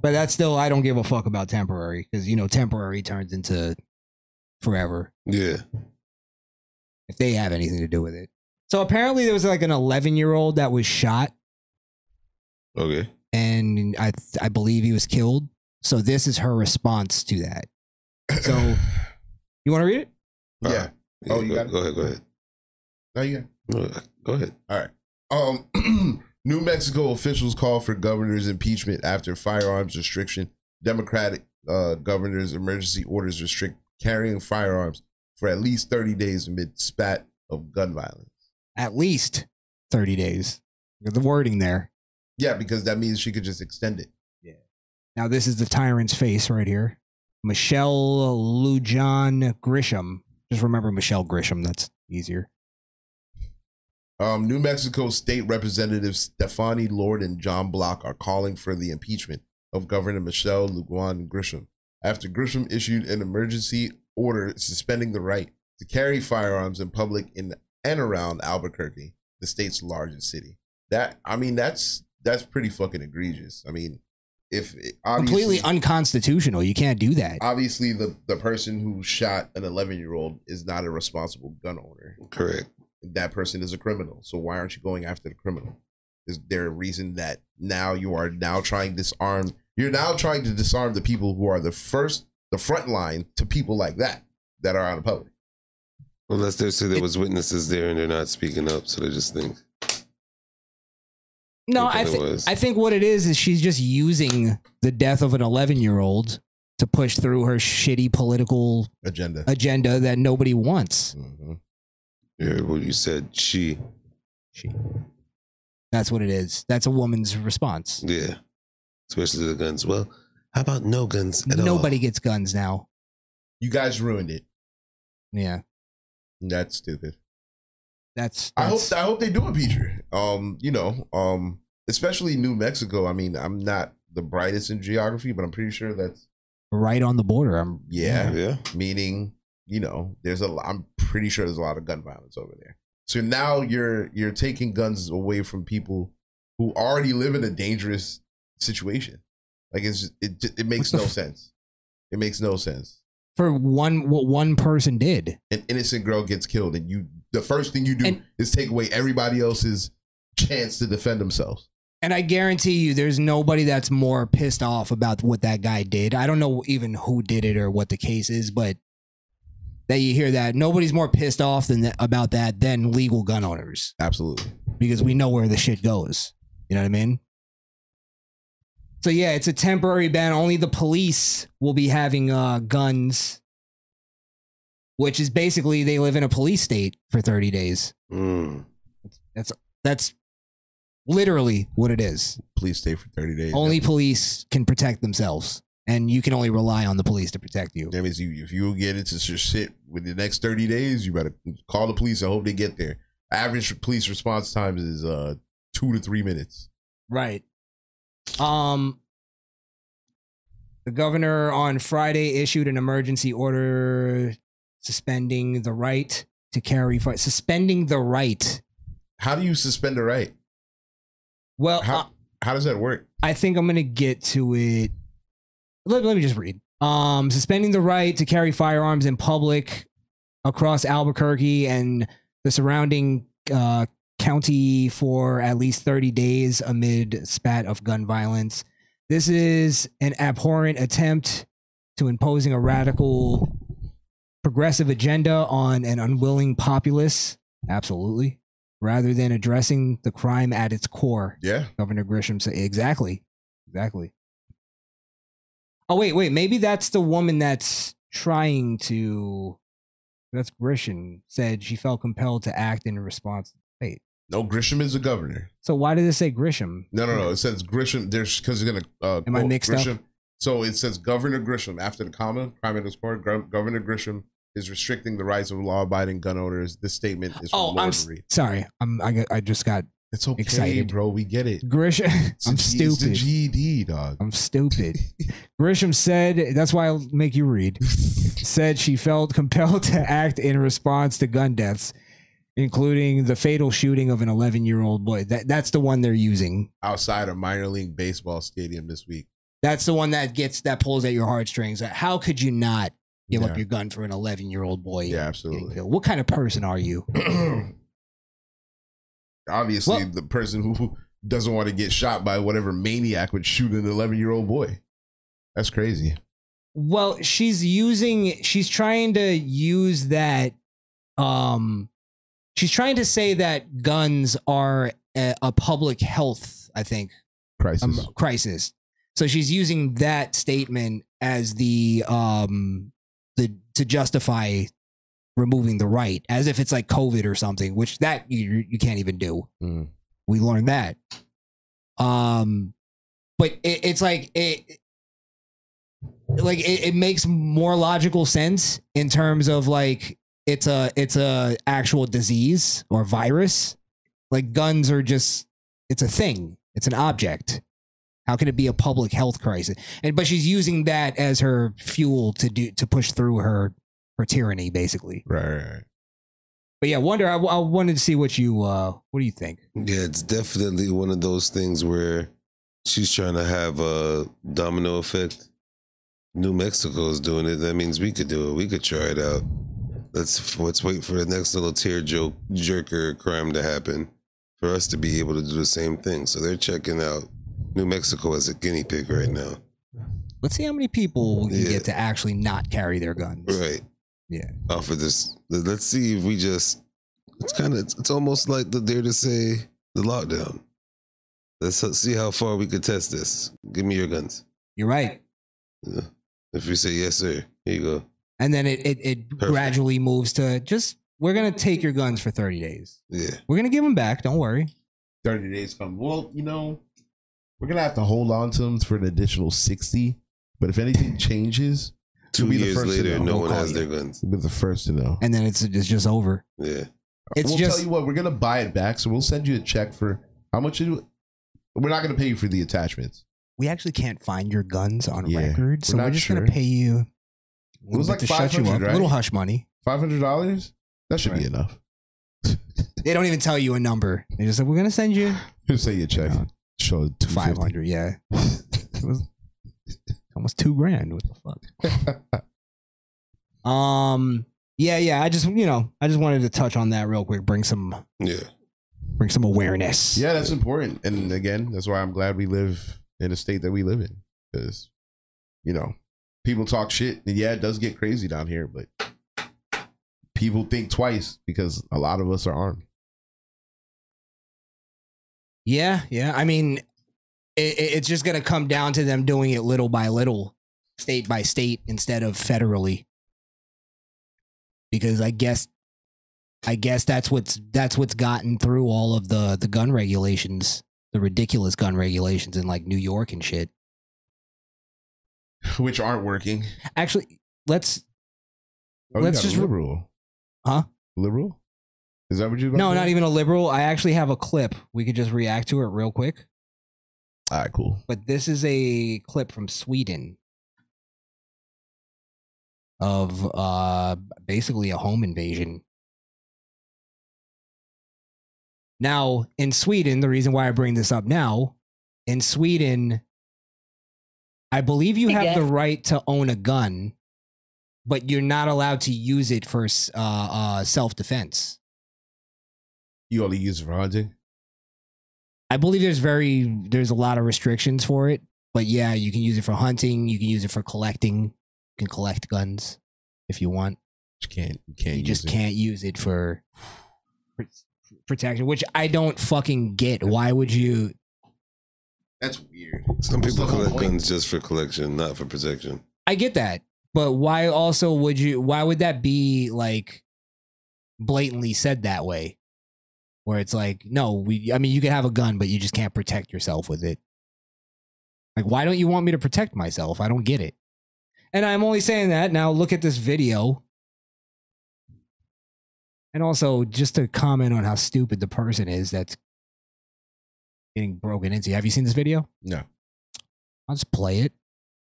Speaker 7: but that's still I don't give a fuck about temporary because you know temporary turns into forever
Speaker 8: Yeah.
Speaker 7: if they have anything to do with it. So apparently there was like an 11 year old that was shot
Speaker 8: Okay.
Speaker 7: and I I believe he was killed. So this is her response to that. So you want to read it?
Speaker 3: Yeah.
Speaker 8: Yeah,
Speaker 3: oh, you
Speaker 8: go,
Speaker 3: got it.
Speaker 8: go ahead. Go ahead.
Speaker 3: No, you got it.
Speaker 8: No, Go ahead.
Speaker 3: All right. Um, New Mexico officials call for governor's impeachment after firearms restriction. Democratic uh, governor's emergency orders restrict carrying firearms for at least 30 days amid spat of gun violence.
Speaker 7: At least 30 days. Look at the wording there.
Speaker 3: Yeah, because that means she could just extend it.
Speaker 7: Now this is the tyrant's face right here. Michelle Lujan Grisham. Just remember Michelle Grisham. That's easier.
Speaker 3: Um, New Mexico State Representatives Stephanie Lord and John Block are calling for the impeachment of Governor Michelle Lujan Grisham after Grisham issued an emergency order suspending the right to carry firearms in public in and around Albuquerque, the state's largest city. That I mean, that's that's pretty fucking egregious. I mean, if
Speaker 7: Completely
Speaker 3: obviously-
Speaker 7: unconstitutional. You can't do that.
Speaker 3: obviously the the person who shot an 11 year old is not a responsible gun owner
Speaker 8: correct
Speaker 3: that person is a criminal so why aren't you going after the criminal is there a reason that now you are now trying to disarm you're now trying to disarm the people who are the first the front line to people like that that are out of public
Speaker 8: Unless they say there was witnesses there and they're not speaking up, so they just think.
Speaker 7: No,
Speaker 8: Think
Speaker 7: I
Speaker 8: it
Speaker 7: think
Speaker 8: was.
Speaker 7: I think what it is is she's just using the death of an 11 year old to push through her shitty political
Speaker 3: agenda Hmm.
Speaker 7: agenda that nobody wants.
Speaker 3: Mm-hmm.
Speaker 8: You heard what you said. She. She.
Speaker 7: That's what it is. That's a woman's response.
Speaker 8: Yeah. Especially the guns. Well, how about no guns at all?
Speaker 7: Nobody gets guns now.
Speaker 3: you guys ruined it
Speaker 7: yeah
Speaker 3: that's stupid
Speaker 7: That's,
Speaker 3: I hope I hope they do impeach her. Um, you know, um, especially New Mexico. I mean, I'm not the brightest in geography, but I'm pretty sure that's
Speaker 7: Right on the border. I'm
Speaker 3: yeah, Meaning, you know, there's a. lo- I'm pretty sure there's a lot of gun violence over there. So now you're you're taking guns away from people who already live in a dangerous situation. Like it's it it makes no sense. It makes no sense.
Speaker 7: for one what one person did.
Speaker 3: An innocent girl gets killed, and you the first thing you do is take away everybody else's chance to defend themselves.
Speaker 7: And I guarantee you, there's nobody that's more pissed off about what that guy did. I don't know even who did it or what the case is, but that you hear that nobody's more pissed off than that, about that than legal gun owners.
Speaker 3: Absolutely,
Speaker 7: because we know where the shit goes. You know what I mean? So yeah, it's a temporary ban. Only the police will be having uh, guns, which is basically they live in a police state for 30 days. That's that's literally what it is.
Speaker 3: Please stay for 30 days.
Speaker 7: Only police can protect themselves, and you can only rely on the police to protect you.
Speaker 3: That means you, if you get into some shit within the next 30 days, you better call the police. I hope they get there. Average police response time is uh, two to three minutes.
Speaker 7: Right. Um the governor on Friday issued an emergency order suspending the right to carry fi- suspending the right.
Speaker 3: How do you suspend a right?
Speaker 7: Well, uh
Speaker 3: how, how does that work?
Speaker 7: I think I'm going to get to it. Let, let me just read. Um, suspending the right to carry firearms in public across Albuquerque and the surrounding uh, county for at least 30 days amid spat of gun violence. This is an abhorrent attempt to imposing a radical progressive agenda on an unwilling populace. Absolutely. Rather than addressing the crime at its core.
Speaker 3: Yeah.
Speaker 7: Governor Grisham said exactly. Exactly. Oh wait, wait, maybe that's the woman that's trying to that's Grisham said she felt compelled to act in response to the state.
Speaker 3: No, Grisham is the governor.
Speaker 7: So why did it say Grisham?
Speaker 3: No, no, no. It says Grisham. There's because you're gonna. Uh,
Speaker 7: Am I
Speaker 3: quote
Speaker 7: mixed up?
Speaker 3: Grisham. So it says Governor Grisham after the comma, crime and sport. Gov- Governor Grisham is restricting the rights of law-abiding gun owners. This statement is from
Speaker 7: Oh,
Speaker 3: Lord
Speaker 7: I'm s-
Speaker 3: Reed.
Speaker 7: sorry. I'm I, got- I just got
Speaker 3: it's okay,
Speaker 7: excited,
Speaker 3: bro. We get it.
Speaker 7: Grisham, I'm
Speaker 3: It's the- it's the
Speaker 7: stupid.
Speaker 3: GED, dog.
Speaker 7: I'm stupid. Grisham said, "That's why I'll make you read." said she felt compelled to act in response to gun deaths, including the fatal shooting of an 11-year-old boy. That that's the one they're using.
Speaker 3: Outside a minor league baseball stadium this week.
Speaker 7: That's the one that gets that pulls at your heartstrings. Uh, How could you not give
Speaker 3: Yeah.
Speaker 7: up your gun for an 11 year old boy?
Speaker 3: Yeah, absolutely.
Speaker 7: What kind of person are you?
Speaker 3: Obviously, the person who doesn't want to get shot by whatever maniac would shoot an 11 year old boy. That's crazy.
Speaker 7: well, she's using she's trying to use that um she's trying to say that guns are a, a public health, I think, Um,
Speaker 3: crisis.
Speaker 7: crisis. So she's using that statement as the um the to justify removing the right as if it's like Mm. covid or something, which that you you can't even do. We learned that. Um, but it, it's like it, like it, it makes more logical sense in terms of like it's a it's a actual disease or virus. Like guns are just it's a thing. It's an object. How can it be a public health crisis? And but she's using that as her fuel to do to push through her her tyranny, basically.
Speaker 3: Right. right, right.
Speaker 7: But yeah, wonder. I, I wanted to see what you uh, what do you think?
Speaker 8: Yeah, it's definitely one of those things where she's trying to have a domino effect. New Mexico is doing it. That means we could do it. We could try it out. Let's let's wait for the next little tear joke jerker crime to happen for us to be able to do the same thing. So they're checking out New Mexico as a guinea pig right now.
Speaker 7: Let's see how many people
Speaker 3: Mm,
Speaker 7: you get to actually not carry their guns.
Speaker 8: Right.
Speaker 7: Yeah.
Speaker 8: Off of this, let's see if we just. It's kind of. It's almost like the dare to say the lockdown. Let's h- see how far we could test this. Give me your guns.
Speaker 7: You're right.
Speaker 8: Yeah. If you say yes, sir, here you go.
Speaker 7: And then it it, it gradually moves to just we're gonna take your guns for 30 days.
Speaker 8: Yeah.
Speaker 7: We're gonna give them back. Don't worry.
Speaker 3: 30 days come. Well, you know, we're going to have to hold on to them for an additional 60. But if anything changes,
Speaker 8: Two
Speaker 3: you'll be the
Speaker 8: years
Speaker 3: first to
Speaker 8: later,
Speaker 3: know.
Speaker 8: no
Speaker 3: We'll
Speaker 8: one
Speaker 3: call
Speaker 8: has
Speaker 3: you.
Speaker 8: their guns.
Speaker 3: You'll be the first to know.
Speaker 7: And then it's it's just over.
Speaker 8: Yeah.
Speaker 7: It's
Speaker 3: we'll
Speaker 7: just-
Speaker 3: tell you what, we're going to buy it back. So we'll send you a check for how much you. We're not going to pay you for the attachments.
Speaker 7: We actually can't find your guns on
Speaker 3: Yeah.
Speaker 7: record, so
Speaker 3: We're
Speaker 7: we're,
Speaker 3: not
Speaker 7: just
Speaker 3: sure.
Speaker 7: gonna pay you. a
Speaker 3: It was
Speaker 7: little
Speaker 3: like
Speaker 7: bit to shut you up,
Speaker 3: 500, right?
Speaker 7: a little hush money.
Speaker 3: $500? That should be enough.
Speaker 7: They don't even tell you a number. They just like we're gonna send you Uh,
Speaker 3: Just say you check. Show
Speaker 7: five hundred. Yeah, it was almost two grand. What the fuck? um. Yeah, yeah. I just you know I just wanted to touch on that real quick. Bring some
Speaker 8: Yeah.
Speaker 7: bring some awareness.
Speaker 3: Yeah, that's important. And again, that's why I'm glad we live in the state that we live in. Because, you know, people talk shit. And yeah, it does get crazy down here, but people think twice because a lot of us are armed.
Speaker 7: Yeah, yeah. I mean, it, it- it's just going to come down to them doing it little by little, state by state, instead of federally. Because I guess, I guess that's what's that's what's gotten through all of the the gun regulations, the ridiculous gun regulations in like New York and shit.
Speaker 3: Which aren't working.
Speaker 7: Actually, let's
Speaker 3: Oh, you
Speaker 7: let's
Speaker 3: got a
Speaker 7: just
Speaker 3: liberal.
Speaker 7: huh?
Speaker 3: Liberal? Is that what you?
Speaker 7: No, not even a liberal. I actually have a clip. We could just react to it real quick.
Speaker 3: All right, cool.
Speaker 7: But this is a clip from Sweden of uh, basically a home invasion. Now, in Sweden, the reason why I bring this up now, in Sweden, I believe you have the right to own a gun, but you're not allowed to use it for s- uh, uh, self defense.
Speaker 3: You only use it for hunting.
Speaker 7: I believe there's very there's a lot of restrictions for it, but yeah, you can use it for hunting, you can use it for collecting, you can collect guns if you want.
Speaker 3: You can't you can't
Speaker 7: you just
Speaker 3: use it.
Speaker 7: can't use it for pr- protection, which I don't fucking get. Why would you?
Speaker 3: That's weird.
Speaker 8: Some
Speaker 3: What's
Speaker 8: people
Speaker 3: the whole
Speaker 8: collect
Speaker 3: point?
Speaker 8: guns just for collection, not for protection.
Speaker 7: I get that, but why also would you? Why would that be like blatantly said that way? Where it's like, no, we. I mean, you can have a gun, but you just can't protect yourself with it. Like, why don't you want me to protect myself? I don't get it. And I'm only saying that now. Look at this video. And also, just to comment on how stupid the person is that's getting broken into. Have you seen this video?
Speaker 3: No.
Speaker 7: I'll just play it.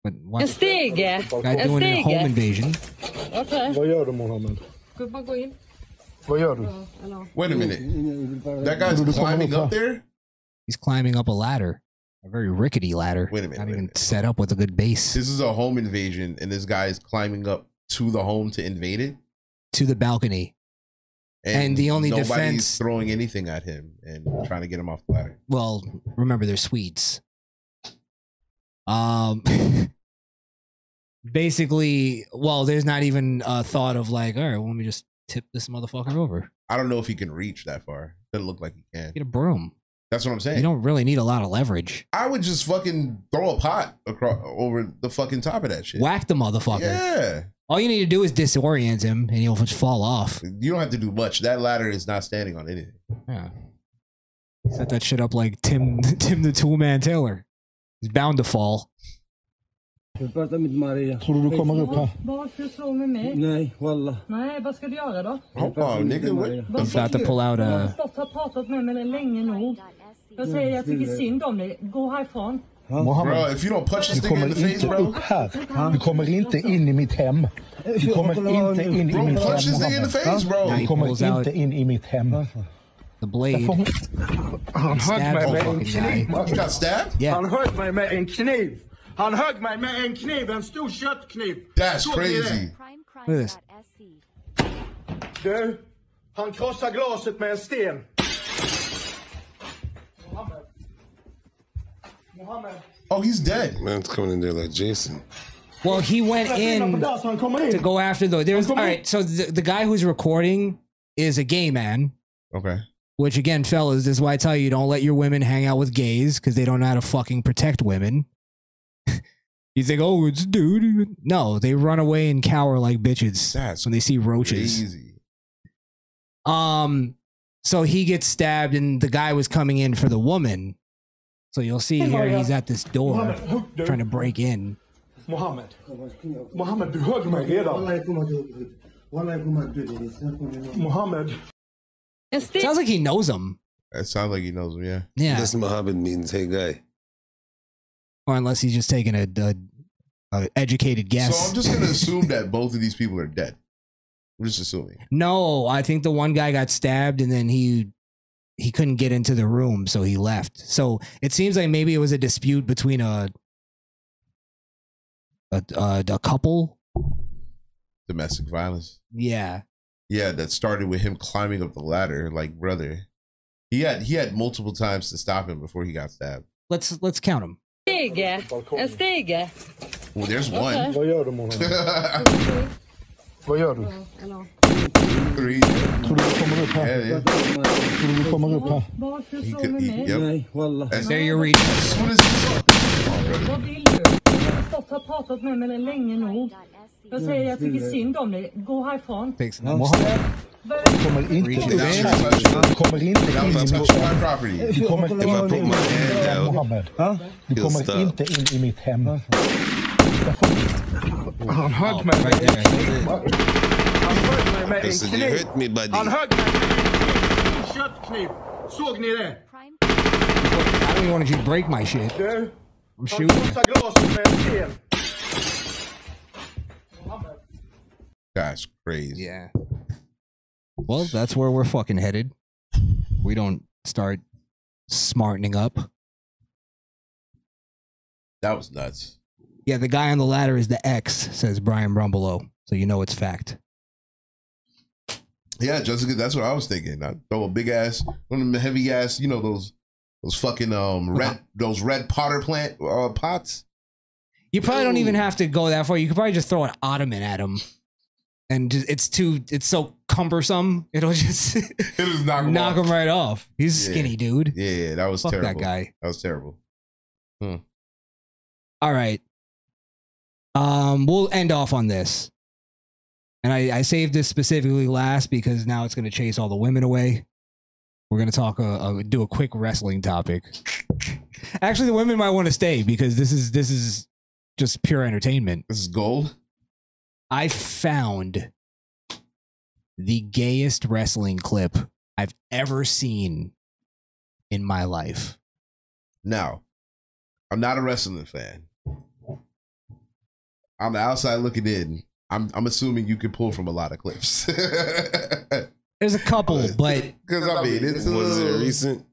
Speaker 7: But why-
Speaker 14: En stege.
Speaker 7: Guy
Speaker 14: en
Speaker 7: doing a
Speaker 14: stege.
Speaker 7: home invasion.
Speaker 14: Okej.
Speaker 15: Vad gör du Mohammed?
Speaker 14: Gubben, gå in.
Speaker 15: Vad gör du?
Speaker 3: Wait a minute. That guy's climbing up there?
Speaker 7: He's climbing up a ladder, a very rickety ladder. Wait a minute. Not even set up with a good base.
Speaker 3: This is a home invasion, and this guy is climbing up to the home to invade it.
Speaker 7: to the balcony. And the only
Speaker 3: nobody's
Speaker 7: defense-
Speaker 3: throwing anything at him and trying to get him off the ladder.
Speaker 7: Well, remember they're Swedes. Um, basically, well, there's not even a thought of like, all right, well, let me just tip this motherfucker over.
Speaker 3: I don't know if he can reach that far. Doesn't look like he can.
Speaker 7: Get a broom.
Speaker 3: That's what I'm saying.
Speaker 7: You don't really need a lot of leverage.
Speaker 3: I would just fucking throw a pot across over the fucking top of that shit.
Speaker 7: Whack the motherfucker.
Speaker 3: Yeah.
Speaker 7: All you need to do is disorient him, and he'll just fall off.
Speaker 3: You don't have to do much. That ladder is not standing on anything.
Speaker 7: Yeah. Set that shit up like Tim Tim the Toolman Taylor. He's bound to fall.
Speaker 6: Jag pratar med Maria.
Speaker 7: Tror du du kommer upp här?
Speaker 6: Varför slår du mig? Nej, walla.
Speaker 17: Nej, vad ska du göra då?
Speaker 6: Hoppa, nigga.
Speaker 7: I'm about to pull out
Speaker 17: Du har
Speaker 7: a.
Speaker 17: stått och pratat med mig länge nog. Jag säger jag tycker
Speaker 7: Mm.
Speaker 17: synd om dig. Gå härifrån.
Speaker 3: Bro, if you don't punch this
Speaker 6: Du
Speaker 3: nigga in
Speaker 6: kommer
Speaker 3: the face,
Speaker 6: inte
Speaker 3: bro.
Speaker 6: upp här. Du kommer inte in i mitt hem. Du kommer inte in i
Speaker 3: Bro,
Speaker 6: mitt
Speaker 3: punch this
Speaker 6: hem.
Speaker 3: nigga in the face,
Speaker 6: Mohammed.
Speaker 3: bro.
Speaker 6: Du
Speaker 3: Pulls
Speaker 6: kommer
Speaker 3: out.
Speaker 6: inte in i mitt hem.
Speaker 7: The blade.
Speaker 6: Han
Speaker 7: Stab the fucking guy.
Speaker 6: Han högg mig med en kniv. Han högg mig med en kniv, en stor köttkniv.
Speaker 3: That's
Speaker 6: Så blir det.
Speaker 3: crazy.
Speaker 7: Look at this.
Speaker 6: Du, han krossar glaset med en sten. Mohammed. Mohammed.
Speaker 3: Oh, he's dead.
Speaker 8: Man's coming in there like Jason.
Speaker 7: Well, he went in to go after the. There's all right. So the, the guy who's recording is a gay man.
Speaker 3: Okay.
Speaker 7: Which again, fellas, this is why I tell you don't let your women hang out with gays because they don't know how to fucking protect women. you think, oh, it's a dude. No, they run away and cower like bitches when they see roaches. Um, so he gets stabbed, and the guy was coming in for the woman. So you'll see
Speaker 6: Hey,
Speaker 7: here
Speaker 6: Mario.
Speaker 7: he's at this door
Speaker 6: Mohammed, hook, dude.
Speaker 7: trying to break in.
Speaker 6: Mohammed. Mohammed, du högg mig redan. Mohammed.
Speaker 7: Sounds like he knows him.
Speaker 3: That sounds like he knows him, yeah.
Speaker 7: Yeah.
Speaker 8: This Muhammad means hey guy.
Speaker 7: Or unless he's just taking a, a, a educated guess.
Speaker 3: So I'm just gonna assume that both of these people are dead. I'm just assuming.
Speaker 7: no, I think the one guy got stabbed and then he he couldn't get into the room, so he left. So it seems like maybe it was a dispute between a a, a, a couple.
Speaker 3: Domestic violence.
Speaker 7: Yeah.
Speaker 3: Yeah, that started with him climbing up the ladder, like brother. He had he had multiple times to stop him before he got stabbed.
Speaker 7: Let's let's count him.
Speaker 17: Stege. En stege.
Speaker 3: Well, there's one.
Speaker 17: Vad
Speaker 6: gör du Mohammed?
Speaker 3: Vad gör du? Three. Yeah, yeah.
Speaker 6: Tror du du kommer upp här?
Speaker 17: Varför slår du mig?
Speaker 6: Nej, walla.
Speaker 7: There you reach.
Speaker 17: Vad vill du? Du har stått och pratat med mig länge nog. Jag säger jag
Speaker 7: Mm.
Speaker 17: tycker synd om dig. Gå härifrån.
Speaker 7: Takes
Speaker 6: Mohammed. Du kommer inte
Speaker 7: Reach
Speaker 6: upp
Speaker 7: in.
Speaker 6: här. Du kommer inte in i mitt hem. Du kommer
Speaker 8: If I put my
Speaker 6: inte
Speaker 8: hand down,
Speaker 6: Mohammed. Du
Speaker 8: he'll
Speaker 6: kommer
Speaker 8: stop.
Speaker 6: inte in i mitt hem. Han
Speaker 7: Oh,
Speaker 6: högg mig med en kniv. Han högg mig med
Speaker 8: I
Speaker 6: en
Speaker 8: said, you
Speaker 6: kniv.
Speaker 8: hurt me, buddy.
Speaker 6: Han högg mig med en köttkniv. Såg ni det?
Speaker 7: I don't even want you to break my shit.
Speaker 6: Du,
Speaker 7: I'm
Speaker 6: han
Speaker 7: shooting.
Speaker 6: krossar glaset med en sten.
Speaker 3: That's crazy.
Speaker 7: Yeah. Well, that's where we're fucking headed. We don't start smartening up.
Speaker 3: That was nuts.
Speaker 7: Yeah, the guy on the ladder is the ex, says Brian Brumbelow. So you know it's fact.
Speaker 3: Yeah, Jessica, that's what I was thinking. I throw a big ass, one of them heavy ass, you know those those fucking um
Speaker 7: Uh-huh.
Speaker 3: red those red potter plant uh, pots.
Speaker 7: You probably don't even have to go that far. You could probably just throw an ottoman at him. And just, it's too, it's so cumbersome. It'll just
Speaker 3: knock,
Speaker 7: him, right off. He's a
Speaker 3: Yeah.
Speaker 7: skinny dude.
Speaker 3: Yeah, yeah, that was
Speaker 7: Fuck that
Speaker 3: terrible.
Speaker 7: guy.
Speaker 3: That was terrible. Hmm.
Speaker 7: All right. Um, we'll end off on this. And I, I saved this specifically last because now it's going to chase all the women away. We're going to talk, a, a, do a quick wrestling topic. Actually, the women might want to stay because this is this is just pure entertainment.
Speaker 3: This is gold.
Speaker 7: I found the gayest wrestling clip I've ever seen in my life.
Speaker 3: Now, I'm not a wrestling fan. On the outside looking in, I'm I'm assuming you can pull from a lot of clips.
Speaker 7: There's a couple, but
Speaker 3: Because I mean, it's a
Speaker 8: Was it
Speaker 3: little-
Speaker 8: recent?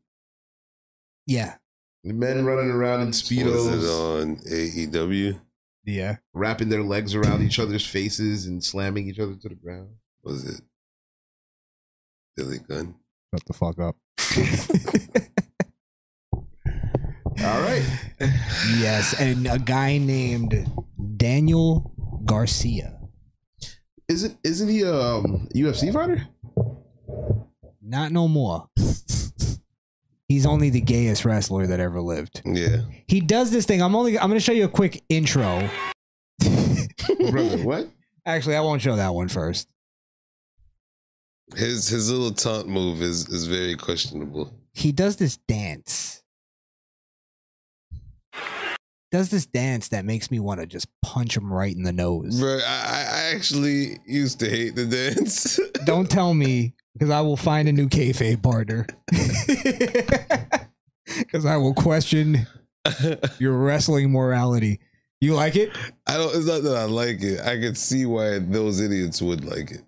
Speaker 7: yeah,
Speaker 3: The men running around in
Speaker 8: Was it
Speaker 3: speedos,
Speaker 8: on E AEW?
Speaker 7: yeah,
Speaker 3: wrapping their legs around each other's faces and slamming each other to the ground.
Speaker 8: Was it Billy Gunn?
Speaker 7: shut the fuck up.
Speaker 3: All right.
Speaker 7: Yes, and a guy named Daniel Garcia.
Speaker 3: Isn't isn't he a um, UFC fighter?
Speaker 7: Not no more. He's only the gayest wrestler that ever lived.
Speaker 8: Yeah.
Speaker 7: He does this thing. I'm only I'm going to show you a quick intro.
Speaker 3: Brother, what?
Speaker 7: Actually, I won't show that one first.
Speaker 8: His his little taunt move is is very questionable.
Speaker 7: he does this dance. Does this dance that makes me want to just punch him right in the nose.
Speaker 8: Bro, I, I actually used to hate the dance.
Speaker 7: Don't tell me, because I will find a new kayfabe partner. Because I will question your wrestling morality. You like it?
Speaker 8: I don't. It's not that I like it. I could see why those idiots would like it.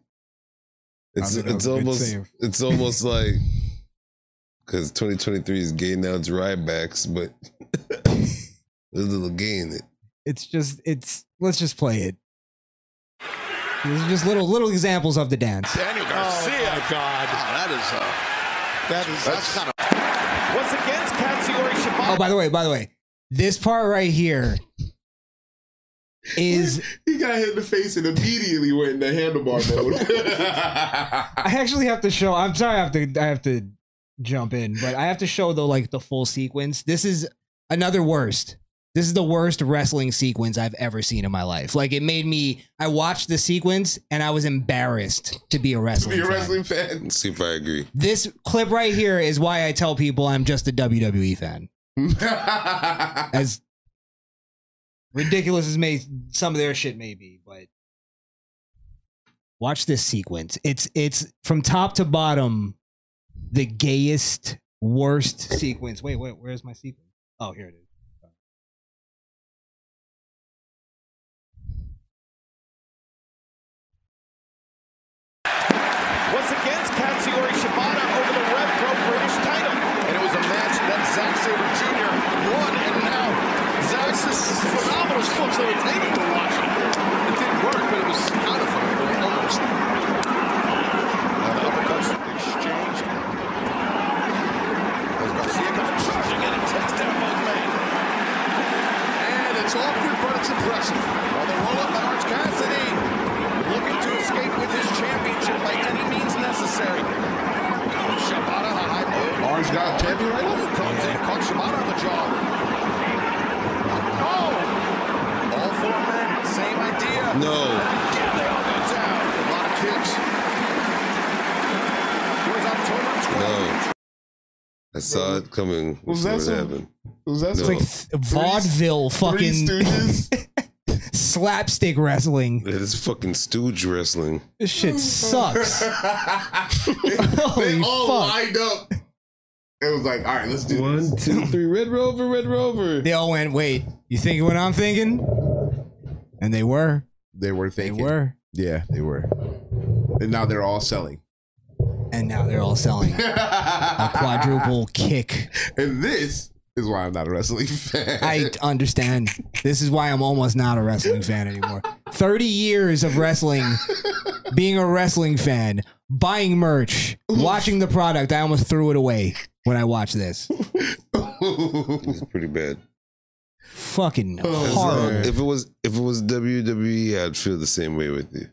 Speaker 8: It's
Speaker 7: I mean, that
Speaker 8: it's
Speaker 7: was a good
Speaker 8: almost
Speaker 7: save.
Speaker 8: it's almost like because 2023 is gay now. It's Rybacks, but there's a little gay in it.
Speaker 7: It's just it's. Let's just play it. These are just little little examples of the dance.
Speaker 6: Daniel Garcia. Oh my God, that is uh, that is that's kind of what's against Katsuyori Shibata.
Speaker 7: Oh, by the way, by the way, this part right here is
Speaker 3: He got hit in the face and immediately went into handlebar mode.
Speaker 7: I actually have to show. I'm sorry, I have to. I have to jump in, but I have to show though, like the full sequence. This is another worst. This is the worst wrestling sequence I've ever seen in my life. Like it made me. I watched the sequence and I was embarrassed to be a wrestling.
Speaker 8: Be a
Speaker 7: fan.
Speaker 8: wrestling fan. Let's see if I agree.
Speaker 7: This clip right here is why I tell people I'm just a WWE fan. as ridiculous as may some of their shit may be, but watch this sequence. It's it's from top to bottom the gayest, worst sequence. Wait, wait, where's my sequence? Oh, here it is.
Speaker 6: was against Katsuyori Shibata over the Red Pro British title. And it was a match that Zack Sabre Jr. won, and now Zack's this phenomenal split, so it's needed to watch it. It didn't work, but it was kind of fun, almost. Now the uppercuts exchanged. As Garcia comes charging in and takes down both men. And it's awkward, but it's impressive. While they roll up Orange Cassidy, looking to escape with his championship by any means necessary. Shibata, a high move.
Speaker 3: Orange got champion right now?
Speaker 6: Comes in, caught Shibata on the jaw. Oh! All four men, same idea.
Speaker 8: No.
Speaker 6: Again, they all go down. A lot of kicks. It was October 12th.
Speaker 8: No. I saw it coming.
Speaker 3: Was
Speaker 8: before
Speaker 3: that some-
Speaker 8: it happened.
Speaker 3: was that
Speaker 8: no.
Speaker 3: some-
Speaker 7: It's like th- vaudeville fucking slapstick wrestling.
Speaker 8: It is fucking stooge wrestling.
Speaker 7: This shit sucks.
Speaker 3: they
Speaker 7: Holy
Speaker 3: all
Speaker 7: fuck.
Speaker 3: lined up. It was like, all right, let's do
Speaker 8: One, two, three. Red Rover, Red Rover.
Speaker 7: They all went, wait, you thinking what I'm thinking? And they were.
Speaker 3: They were thinking.
Speaker 7: They were.
Speaker 3: Yeah, they were. And now they're all selling.
Speaker 7: And now they're all selling a quadruple kick.
Speaker 3: And this is why I'm not a wrestling fan.
Speaker 7: I understand. This is why I'm almost not a wrestling fan anymore. 30 years of wrestling, being a wrestling fan, buying merch, watching the product. I almost threw it away when I watched this.
Speaker 8: It's pretty bad.
Speaker 7: Fucking
Speaker 3: Oh,
Speaker 8: As long-
Speaker 7: hard.
Speaker 8: If it was if it was WWE, I'd feel the same way with you.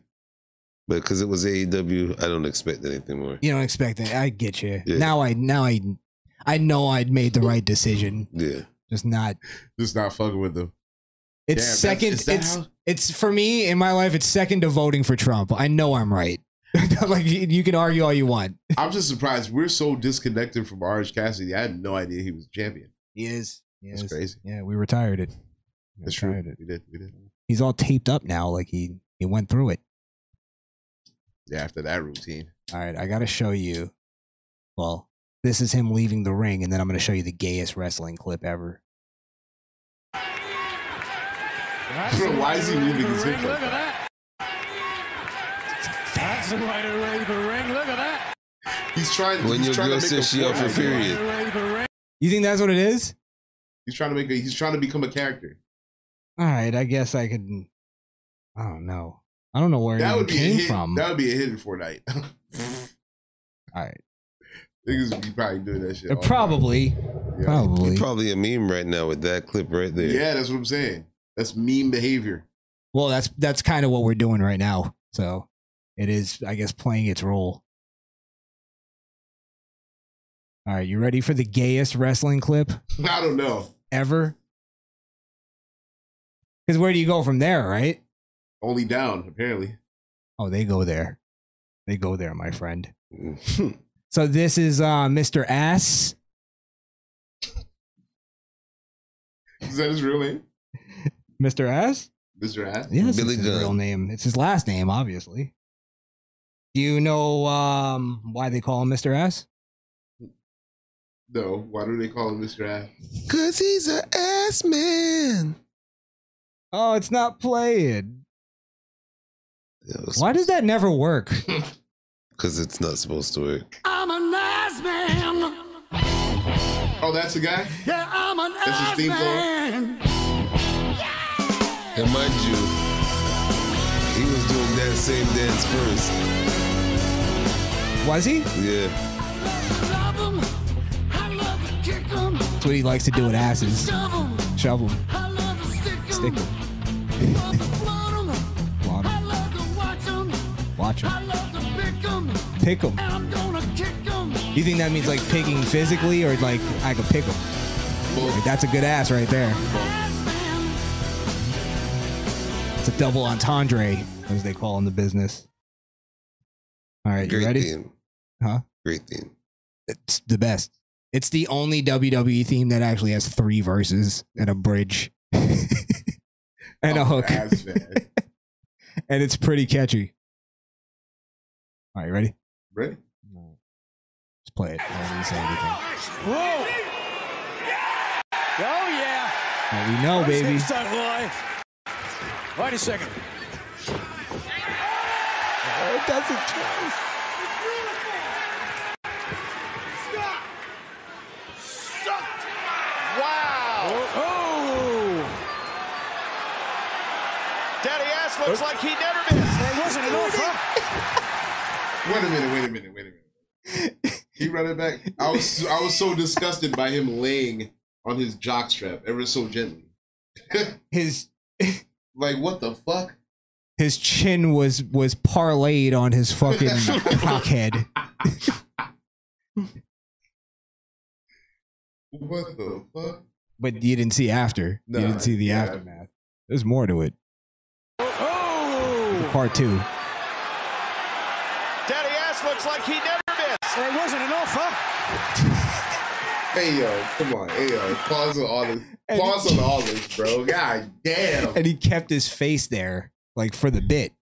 Speaker 8: But because it was AEW, I don't expect anything more.
Speaker 7: You don't expect it. I get you.
Speaker 8: Yeah.
Speaker 7: Now I now I I know I'd made the right decision.
Speaker 8: Yeah.
Speaker 7: Just not
Speaker 3: Just not fucking with them.
Speaker 7: It's
Speaker 3: Damn, that's-
Speaker 7: second.
Speaker 3: is that
Speaker 7: It's
Speaker 3: how-
Speaker 7: it's for me in my life. It's second to voting for Trump. I know I'm right. like you, you can argue all you want.
Speaker 3: I'm just surprised we're so disconnected from Orange Cassidy. I had no idea he was a champion.
Speaker 7: He is. He
Speaker 3: That's
Speaker 7: is.
Speaker 3: crazy.
Speaker 7: Yeah, we retired it. We
Speaker 3: That's true.
Speaker 7: retired it.
Speaker 3: We did. We did.
Speaker 7: He's all taped up now. Like he he went through it.
Speaker 3: Yeah, after that routine.
Speaker 7: All right, I gotta show you. Well, this is him leaving the ring, and then I'm gonna show you the gayest wrestling clip ever.
Speaker 3: Why is he moving his hip? like that?
Speaker 1: That's the way to leave the ring. Look at that.
Speaker 3: He's trying.
Speaker 8: When
Speaker 3: he's
Speaker 8: your
Speaker 3: trying
Speaker 8: girl
Speaker 3: to make
Speaker 8: says
Speaker 3: a
Speaker 8: she off her
Speaker 3: point.
Speaker 8: period,
Speaker 7: You think that's what it is?
Speaker 3: He's trying to make. A, he's trying to become a character.
Speaker 7: All right, I guess I could. I don't know. I don't know where
Speaker 3: that
Speaker 7: it
Speaker 3: would
Speaker 7: even
Speaker 3: be a
Speaker 7: came
Speaker 3: hit,
Speaker 7: from.
Speaker 3: That would be a hidden Fortnite.
Speaker 7: all right,
Speaker 3: Niggas would be probably doing that shit. all the time.
Speaker 7: Uh, probably,
Speaker 3: Yeah.
Speaker 7: probably.
Speaker 8: you're probably a meme right now with that clip right there.
Speaker 3: Yeah, that's what I'm saying. That's mean behavior.
Speaker 7: Well, that's that's kind of what we're doing right now. So it is, I guess, playing its role. All right, you ready for the gayest wrestling clip
Speaker 3: I don't know.
Speaker 7: ever? Because where do you go from there, right?
Speaker 3: Only down apparently.
Speaker 7: Oh, they go there. They go there, my friend. so this is uh, Mr. Ass
Speaker 3: Is that his real name?
Speaker 7: Mr. Ass?
Speaker 3: Mr. Ass?
Speaker 7: Yes, Billy it's his real name. It's his last name, obviously. Do you know um, why they call him Mr. Ass?
Speaker 3: No. Why do they call him Mr. Ass?
Speaker 20: Cause he's an ass man.
Speaker 7: Oh, it's not playing. Why does that never work?
Speaker 8: Because it's not supposed to work.
Speaker 16: I'm a nice man.
Speaker 3: Oh, that's the guy?
Speaker 16: Yeah, I'm a
Speaker 3: That's his
Speaker 16: nice
Speaker 3: theme song?
Speaker 16: man.
Speaker 8: And mind you, he was doing that same dance first.
Speaker 7: Was he?
Speaker 8: Yeah.
Speaker 16: Love 'em. I love to kick 'em.
Speaker 7: That's what he likes to do with asses.
Speaker 16: Shove 'em.
Speaker 7: Shove 'em.
Speaker 16: I love to stick 'em.
Speaker 7: Stick 'em.
Speaker 16: Love to flood 'em.
Speaker 7: Flaunt 'em.
Speaker 16: I love to watch 'em.
Speaker 7: Watch
Speaker 16: I
Speaker 7: 'em.
Speaker 16: love to pick 'em.
Speaker 7: Pick 'em.
Speaker 16: And I'm gonna kick 'em.
Speaker 7: You think that means like picking physically or like I could pick 'em? Like, that's a good ass right there. It's a double entendre, as they call in the business. All right, you
Speaker 8: Great
Speaker 7: ready?
Speaker 8: theme.
Speaker 7: Huh?
Speaker 8: Great theme.
Speaker 7: It's the best. It's the only WWE theme that actually has three verses and a bridge and
Speaker 8: Oh,
Speaker 7: a hook.
Speaker 3: Ass man.
Speaker 7: and it's pretty catchy. All right, you ready?
Speaker 3: Ready?
Speaker 7: Let's play it. I don't need to say anything.
Speaker 1: Whoa! Oh yeah!
Speaker 7: Well, we know, baby.
Speaker 1: Six time live. Wait a second.
Speaker 7: Oh, it does it twice.
Speaker 6: Wow.
Speaker 7: Oh,
Speaker 6: Daddy Ass looks like he never missed.
Speaker 1: wasn't an offer.
Speaker 3: Wait a minute, wait a minute, wait a minute. He run it back. I was I was so disgusted by him laying on his jockstrap ever so gently.
Speaker 7: his
Speaker 3: like what the fuck?
Speaker 7: His chin was was parlayed on his fucking cockhead.
Speaker 3: What the fuck?
Speaker 7: But you didn't see after.
Speaker 3: No,
Speaker 7: you didn't see the
Speaker 3: yeah.
Speaker 7: aftermath. There's more to it.
Speaker 6: Oh!
Speaker 7: Part two.
Speaker 6: Daddy Ass looks like he never missed.
Speaker 1: It wasn't an offer.
Speaker 3: Hey yo, come on, hey yo, pause on all this, pause on all this, bro. God damn.
Speaker 7: And he kept his face there, like for the bit.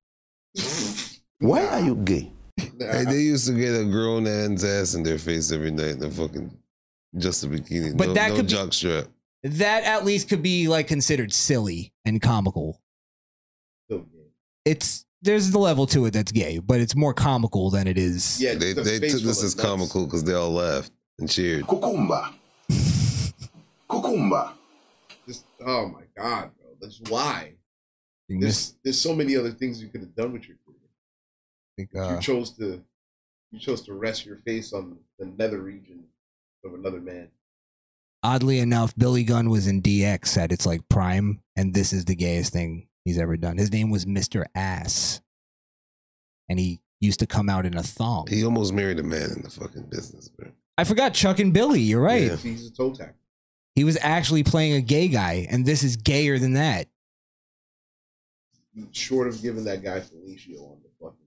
Speaker 8: Why are you gay? they used to get a grown man's ass in their face every night in a fucking just a bikini.
Speaker 7: But
Speaker 8: no,
Speaker 7: that
Speaker 8: no
Speaker 7: could be-
Speaker 8: jock strap.
Speaker 7: That at least could be like considered silly and comical. It's there's the level to it that's gay, but it's more comical than it is.
Speaker 8: Yeah, they, they took this as comical because they all laughed and cheered.
Speaker 3: Cucumba. Cucumba. Just oh my god, bro. That's why. There's there's so many other things you could have done with your career.
Speaker 7: uh,
Speaker 3: you chose to you chose to rest your face on the nether region of another man.
Speaker 7: oddly enough, Billy Gunn was in DX at its like prime, and this is the gayest thing he's ever done. His name was Mr. Ass, and he used to come out in a thong.
Speaker 8: He almost married a man in the fucking business, bro.
Speaker 7: I forgot Chuck and Billy. You're right.
Speaker 3: He's a toe tag.
Speaker 7: He was actually playing a gay guy, and this is gayer than that.
Speaker 3: Short of giving that guy Felicio on the fucking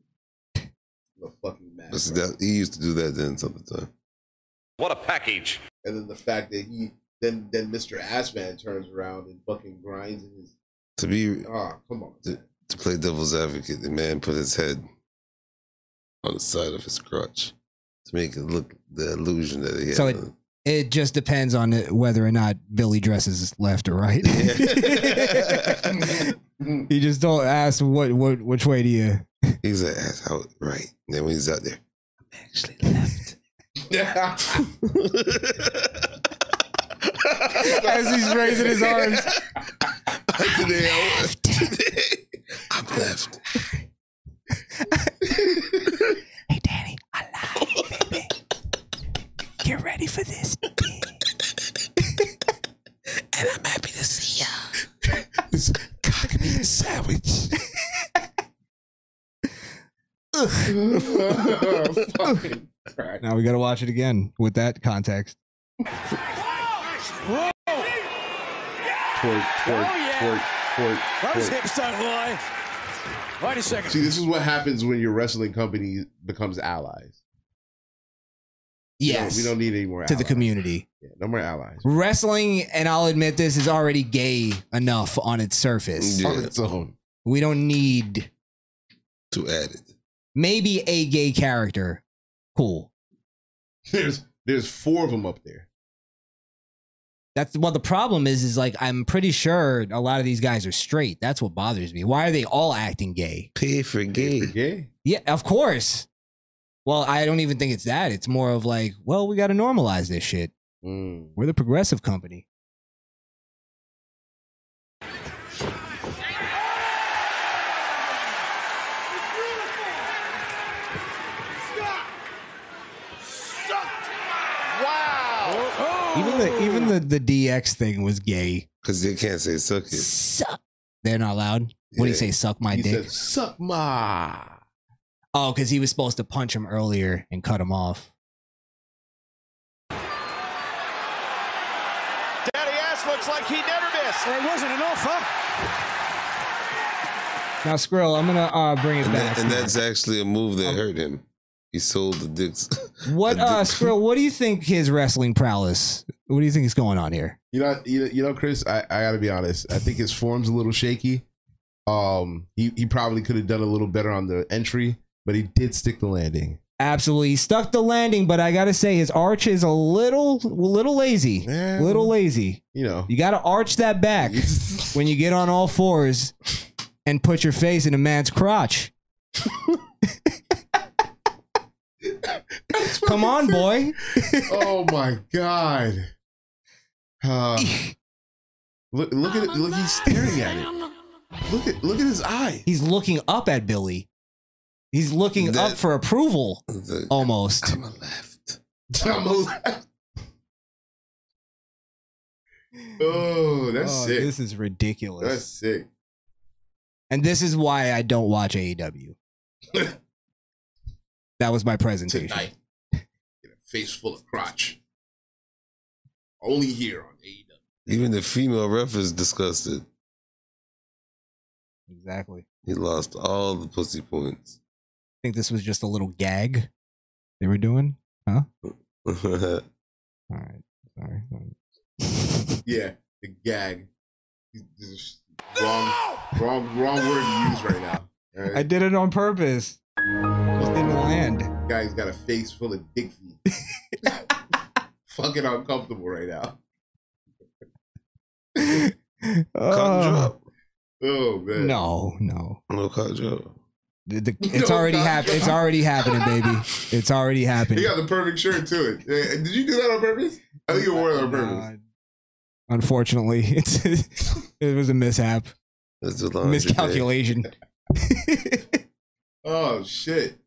Speaker 3: the fucking match.
Speaker 8: But see, that, he used to do that then sometimes.
Speaker 3: What a package. And then the fact that he then then Mr. Assman turns around and fucking grinds in his
Speaker 8: To be
Speaker 3: ah, come on.
Speaker 8: to, to play devil's advocate, the man put his head on the side of his crotch to make it look the illusion that he had.
Speaker 7: So it it just depends on it- whether or not Billy dresses left or right. you just don't ask what what which way do you.
Speaker 8: He's like, that's how right. And then when he's out there,
Speaker 7: As he's raising his arms.
Speaker 8: I'm left.
Speaker 16: hey, Danny, I love baby. Get ready for this. and I'm happy to see ya. this cock meat sandwich.
Speaker 7: Now we got to watch it again with that context.
Speaker 1: Whoa!
Speaker 3: Twerk, twerk,
Speaker 8: Oh,
Speaker 3: twerk, twerk,
Speaker 1: Those
Speaker 3: twerk.
Speaker 1: hips don't lie. Wait a second.
Speaker 3: See, this is what happens when your wrestling company becomes allies. We don't-
Speaker 7: Yes.
Speaker 3: we don't need any more
Speaker 7: to the
Speaker 3: allies.
Speaker 7: community.
Speaker 3: No more allies.
Speaker 7: Wrestling, and I'll admit this, is already gay enough on its surface.
Speaker 3: On its own.
Speaker 7: We don't need
Speaker 8: to add it.
Speaker 7: Maybe a gay character. Cool.
Speaker 3: There's there's four of them up there.
Speaker 7: That's well. The problem is, is like I'm pretty sure a lot of these guys are straight. That's what bothers me. Why are they all acting gay?
Speaker 8: Pay for gay.
Speaker 3: gay.
Speaker 7: Yeah, of course. Well, I don't even think it's that. It's more of like, well, we got to normalize this shit. We're the progressive company. Even the even the, the DX thing was gay.
Speaker 8: Because they can't say suck it.
Speaker 7: Suck. They're not allowed. What do you
Speaker 8: Yeah.
Speaker 7: say? Suck my
Speaker 8: He
Speaker 7: dick.
Speaker 8: said,
Speaker 3: Suck my.
Speaker 7: Oh, because he was supposed to punch him earlier and cut him off.
Speaker 6: Daddy Ass looks like he never missed.
Speaker 1: It wasn't enough, huh?
Speaker 7: Now, Skrill, I'm gonna uh, bring it
Speaker 8: And,
Speaker 7: back.
Speaker 8: that, and that's actually a move
Speaker 7: Um,
Speaker 8: that hurt him. He sold the dicks.
Speaker 7: what uh, Skrill? What do you think his wrestling prowess? What do you think is going on here?
Speaker 3: You know, you know, you know, Chris. I, I gotta be honest. I think his form's a little shaky. Um, he he probably could have done a little better on the entry, but he did stick the landing.
Speaker 7: Absolutely, he stuck the landing, but I gotta say his arch is a little, little lazy, little lazy.
Speaker 3: You know,
Speaker 7: you gotta arch that back when you get on all fours and put your face in a man's crotch. Come on, boy.
Speaker 3: oh my god. Uh, look look at it, look he's staring at it. Look at look at his eye.
Speaker 7: He's looking up at Billy. He's looking up for approval, almost.
Speaker 3: I'm alive. oh, that's
Speaker 7: Oh,
Speaker 3: sick.
Speaker 7: This is ridiculous.
Speaker 3: That's sick.
Speaker 7: And this is why I don't watch AEW. that was my presentation.
Speaker 3: Tonight. Get a face full of crotch. Only here on AEW.
Speaker 8: Even the female ref is disgusted.
Speaker 7: Exactly. I
Speaker 8: He lost all the pussy points.
Speaker 7: think this was just a little gag they were doing, huh?
Speaker 8: All
Speaker 7: right. Sorry.
Speaker 3: Yeah, the gag. This is Wrong, wrong, wrong word to use right now. all right?
Speaker 7: I did it on purpose. Just didn't land.
Speaker 3: Guy's got a face full of dick feet. Fucking uncomfortable right now.
Speaker 8: uh,
Speaker 7: Oh.
Speaker 3: Oh man.
Speaker 7: No, no.
Speaker 8: No cut drop.
Speaker 7: The- the- it's
Speaker 3: No
Speaker 7: already
Speaker 3: cut
Speaker 7: happening.
Speaker 3: drop.
Speaker 7: It's already happening, baby. It's already
Speaker 3: He
Speaker 7: happening.
Speaker 3: got the perfect shirt to it. Uh, Did you do that on purpose? I think you wore it on purpose.
Speaker 7: Unfortunately, it's it was a mishap,
Speaker 8: That's a laundry day.
Speaker 7: miscalculation.
Speaker 3: Oh shit.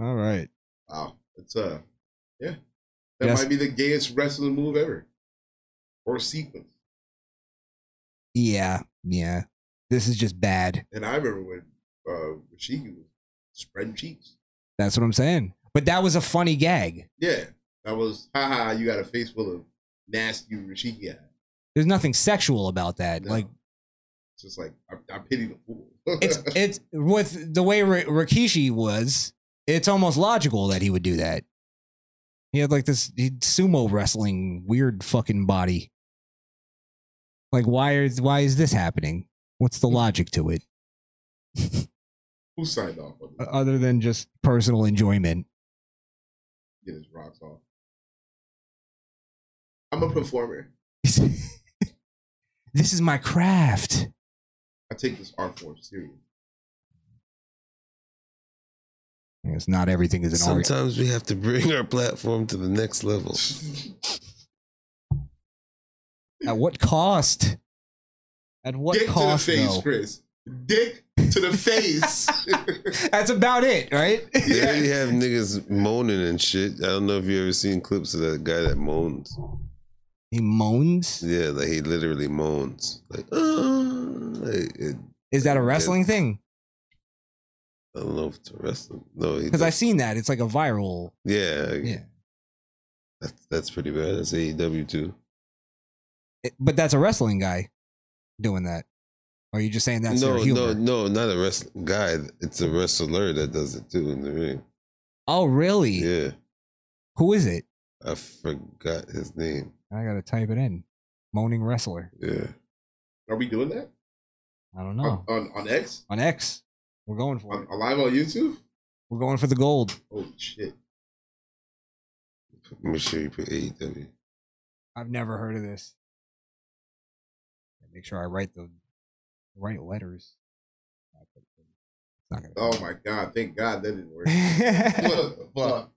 Speaker 7: All right.
Speaker 3: Wow. It's uh yeah. That
Speaker 7: Yes.
Speaker 3: might be the gayest wrestling move ever. Or sequence.
Speaker 7: Yeah, yeah. This is just bad.
Speaker 3: And I remember when uh Rashiki was spreading cheeks.
Speaker 7: That's what I'm saying. But that was a funny gag.
Speaker 3: Yeah. That was haha, you got a face full of nasty Rashiki eyes.
Speaker 7: There's nothing sexual about that. Like
Speaker 3: It's just like I, I pity the fool.
Speaker 7: it's it's with the way R- Rikishi was, it's almost logical that he would do that. He had like this he- sumo wrestling weird fucking body. Like why is why is this happening? What's the logic to it
Speaker 3: Who signed off on
Speaker 7: Uh, other than just personal enjoyment?
Speaker 3: get his rocks off? I'm a performer.
Speaker 7: This is my craft.
Speaker 3: I take this art form serious.
Speaker 7: It's not everything is an art.
Speaker 8: Sometimes we have to bring our platform to the next level.
Speaker 7: At what cost? At what
Speaker 3: Dick
Speaker 7: cost?
Speaker 3: to the face,
Speaker 7: though?
Speaker 3: Chris. Dick to the face.
Speaker 7: That's about it, right?
Speaker 8: They already have niggas moaning and shit. I don't know if you ever seen clips of that guy that moans.
Speaker 7: He moans?
Speaker 8: Yeah, like he literally moans. Like, "Ah," like, it,
Speaker 7: Is that a wrestling thing?
Speaker 8: I don't know if it's a wrestling. No, he
Speaker 7: Because I've seen that. It's like a viral.
Speaker 8: Yeah.
Speaker 7: Yeah.
Speaker 8: That's, that's pretty bad. That's AEW too.
Speaker 7: it- but that's a wrestling guy doing that. Or are you just saying that's
Speaker 8: no,
Speaker 7: their humor?
Speaker 8: no, no, not a wrestling guy. It's a wrestler that does it too in the ring.
Speaker 7: Oh, really?
Speaker 8: Yeah.
Speaker 7: Who is it?
Speaker 8: I forgot his name.
Speaker 7: I gotta type it in. Moaning wrestler.
Speaker 8: Yeah.
Speaker 3: Are we doing that
Speaker 7: I don't know.
Speaker 3: on on X?
Speaker 7: Oh. On X, we're going for it.
Speaker 3: Live on YouTube?
Speaker 7: We're going for the gold.
Speaker 3: Oh shit!
Speaker 8: Make sure you put AEW.
Speaker 7: I've never heard of this. Make sure I write the right letters.
Speaker 3: Oh my god! Thank God that didn't work. what the fuck?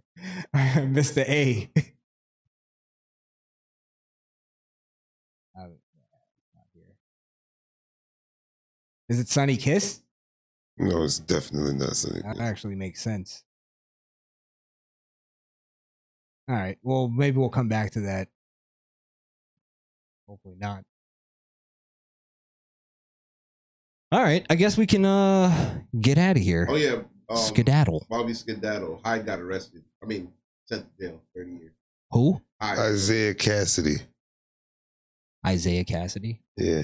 Speaker 7: I missed the A. Uh, Is it Sunny Kiss?
Speaker 8: No, it's definitely not Sunny.
Speaker 7: That actually makes sense. All right. Well, maybe we'll come back to that. Hopefully not. All right. I guess we can uh get out of here.
Speaker 3: Oh yeah, um,
Speaker 7: Skedaddle.
Speaker 3: Bobby Skedaddle. Hyde got arrested. I mean, sent to jail thirty years.
Speaker 7: Who?
Speaker 8: Isaiah Cassidy.
Speaker 7: Isaiah Cassidy.
Speaker 8: Yeah.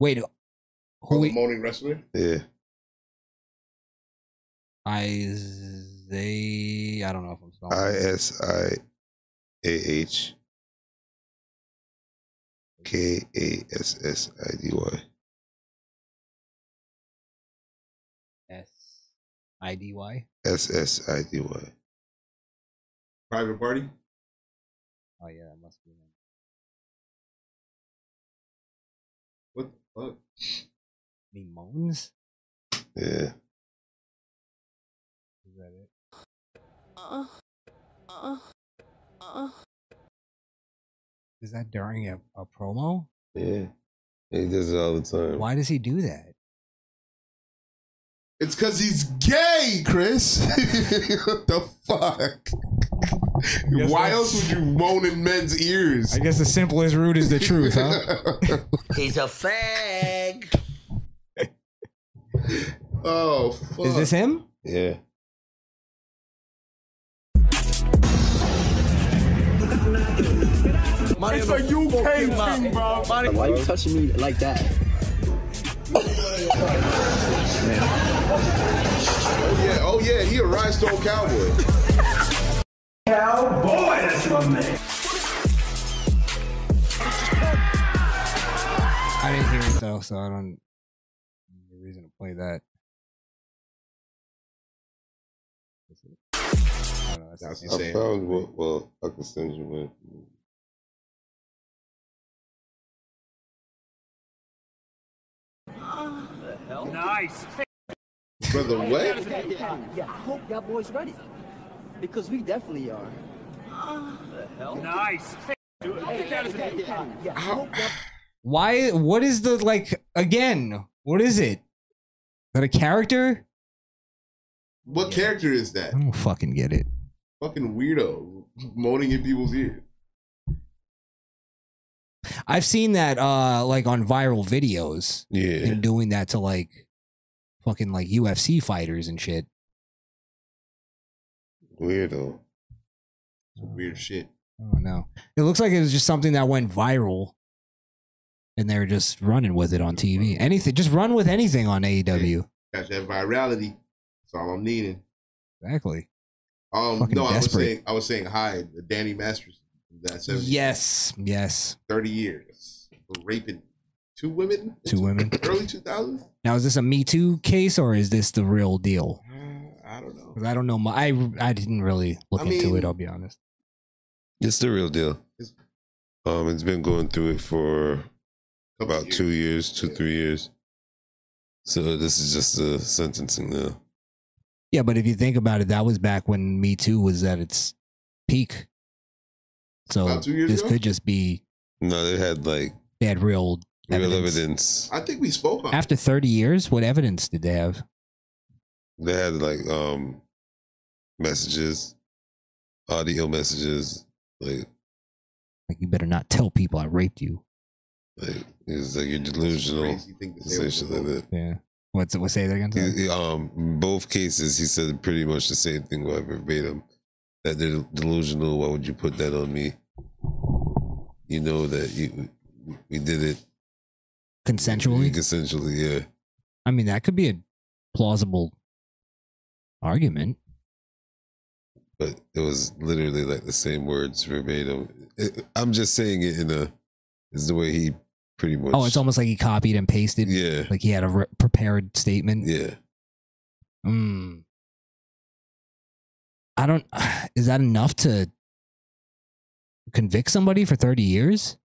Speaker 7: Wait,
Speaker 3: Who the moaning wrestler?
Speaker 8: Yeah.
Speaker 7: Isaiah. I don't know if I'm spelling.
Speaker 8: I S I A H K A S S I D Y.
Speaker 7: S I D Y.
Speaker 8: S S I D Y.
Speaker 3: Private party.
Speaker 7: Oh yeah, it must be. him.
Speaker 3: What the fuck?
Speaker 7: He moans.
Speaker 8: Yeah.
Speaker 7: Is that it? Is that during a, a promo?
Speaker 8: Yeah. He does it all the time.
Speaker 7: Why does he do that?
Speaker 3: It's because he's gay, Chris. what the fuck? Why else would you moan in men's ears?
Speaker 7: I guess the simplest route is the truth, huh?
Speaker 3: he's a fag. oh, fuck.
Speaker 7: Is this him?
Speaker 8: Yeah.
Speaker 17: It's a UK thing, bro.
Speaker 4: Why are you touching me like that?
Speaker 3: Oh yeah, oh yeah, he a rhinestone cowboy.
Speaker 17: Cowboy, that's my man.
Speaker 7: I didn't hear it though, so I don't no reason to play that.
Speaker 3: That's the
Speaker 8: I
Speaker 3: same.
Speaker 8: found what well I can send you one.
Speaker 17: Nice.
Speaker 3: Brother, what?
Speaker 4: Yeah, yeah, I hope y'all boys ready. Because we definitely are.
Speaker 17: Nice. Dude, I think that is a-
Speaker 7: Why? What is the like again? What is it? Is that a character?
Speaker 3: What character is that?
Speaker 7: I don't fucking get it.
Speaker 3: Fucking weirdo moaning in people's ears.
Speaker 7: I've seen that uh like on viral videos.
Speaker 8: Yeah.
Speaker 7: And doing that to like fucking like UFC fighters and shit.
Speaker 8: Weirdo.
Speaker 3: Weird shit.
Speaker 7: Oh no. It looks like it was just something that went viral. And they were just running with it on TV. Anything just run with anything on E AEW.
Speaker 3: Got that virality. That's all I'm needing.
Speaker 7: Exactly.
Speaker 3: Um,
Speaker 7: Fucking
Speaker 3: no, I was
Speaker 7: desperate.
Speaker 3: saying I was saying hi, Danny Masters. That 70,
Speaker 7: Yes. Yes.
Speaker 3: thirty years for raping two women,
Speaker 7: Two women.
Speaker 3: early two thousands.
Speaker 7: Now is this a Me Too case or is this the real deal?
Speaker 3: Mm, I don't know.
Speaker 7: 'Cause I don't know. My, I I didn't really look
Speaker 3: I
Speaker 7: into
Speaker 3: mean-
Speaker 7: it. I'll be honest.
Speaker 8: It's the real deal.
Speaker 3: It's-
Speaker 8: Um, it's been going through it for about two years, two, three years. So this is just the sentencing now.
Speaker 7: Yeah, but if you think about it, that was back when Me Too was at its peak. So
Speaker 8: About two years
Speaker 7: this
Speaker 8: ago?
Speaker 7: could just be
Speaker 8: No, they had like
Speaker 7: bad real
Speaker 8: real
Speaker 7: evidence.
Speaker 8: evidence.
Speaker 3: I think we spoke on.
Speaker 7: After 30 years, what evidence did they have?
Speaker 8: They had like um messages, audio messages, like
Speaker 7: Like, you better not tell people I raped you.
Speaker 8: like it's like you're delusional. Essentially, like that.
Speaker 7: Yeah. What's it? What say that again? sorry?
Speaker 8: He- he, um, both cases, he said pretty much the same thing word verbatim. That they're delusional. Why would you put that on me? You know that you we did it
Speaker 7: Consensually?
Speaker 8: consensually. Yeah,
Speaker 7: I mean, that could be a plausible argument.
Speaker 8: but it was literally like the same words verbatim. It, I'm just saying it in a is the way he pretty much.
Speaker 7: Oh, it's almost like he copied and pasted.
Speaker 8: Yeah.
Speaker 7: Like he had a re- prepared statement.
Speaker 8: Yeah.
Speaker 7: Hmm. I don't. Is that enough to convict somebody for 30 years?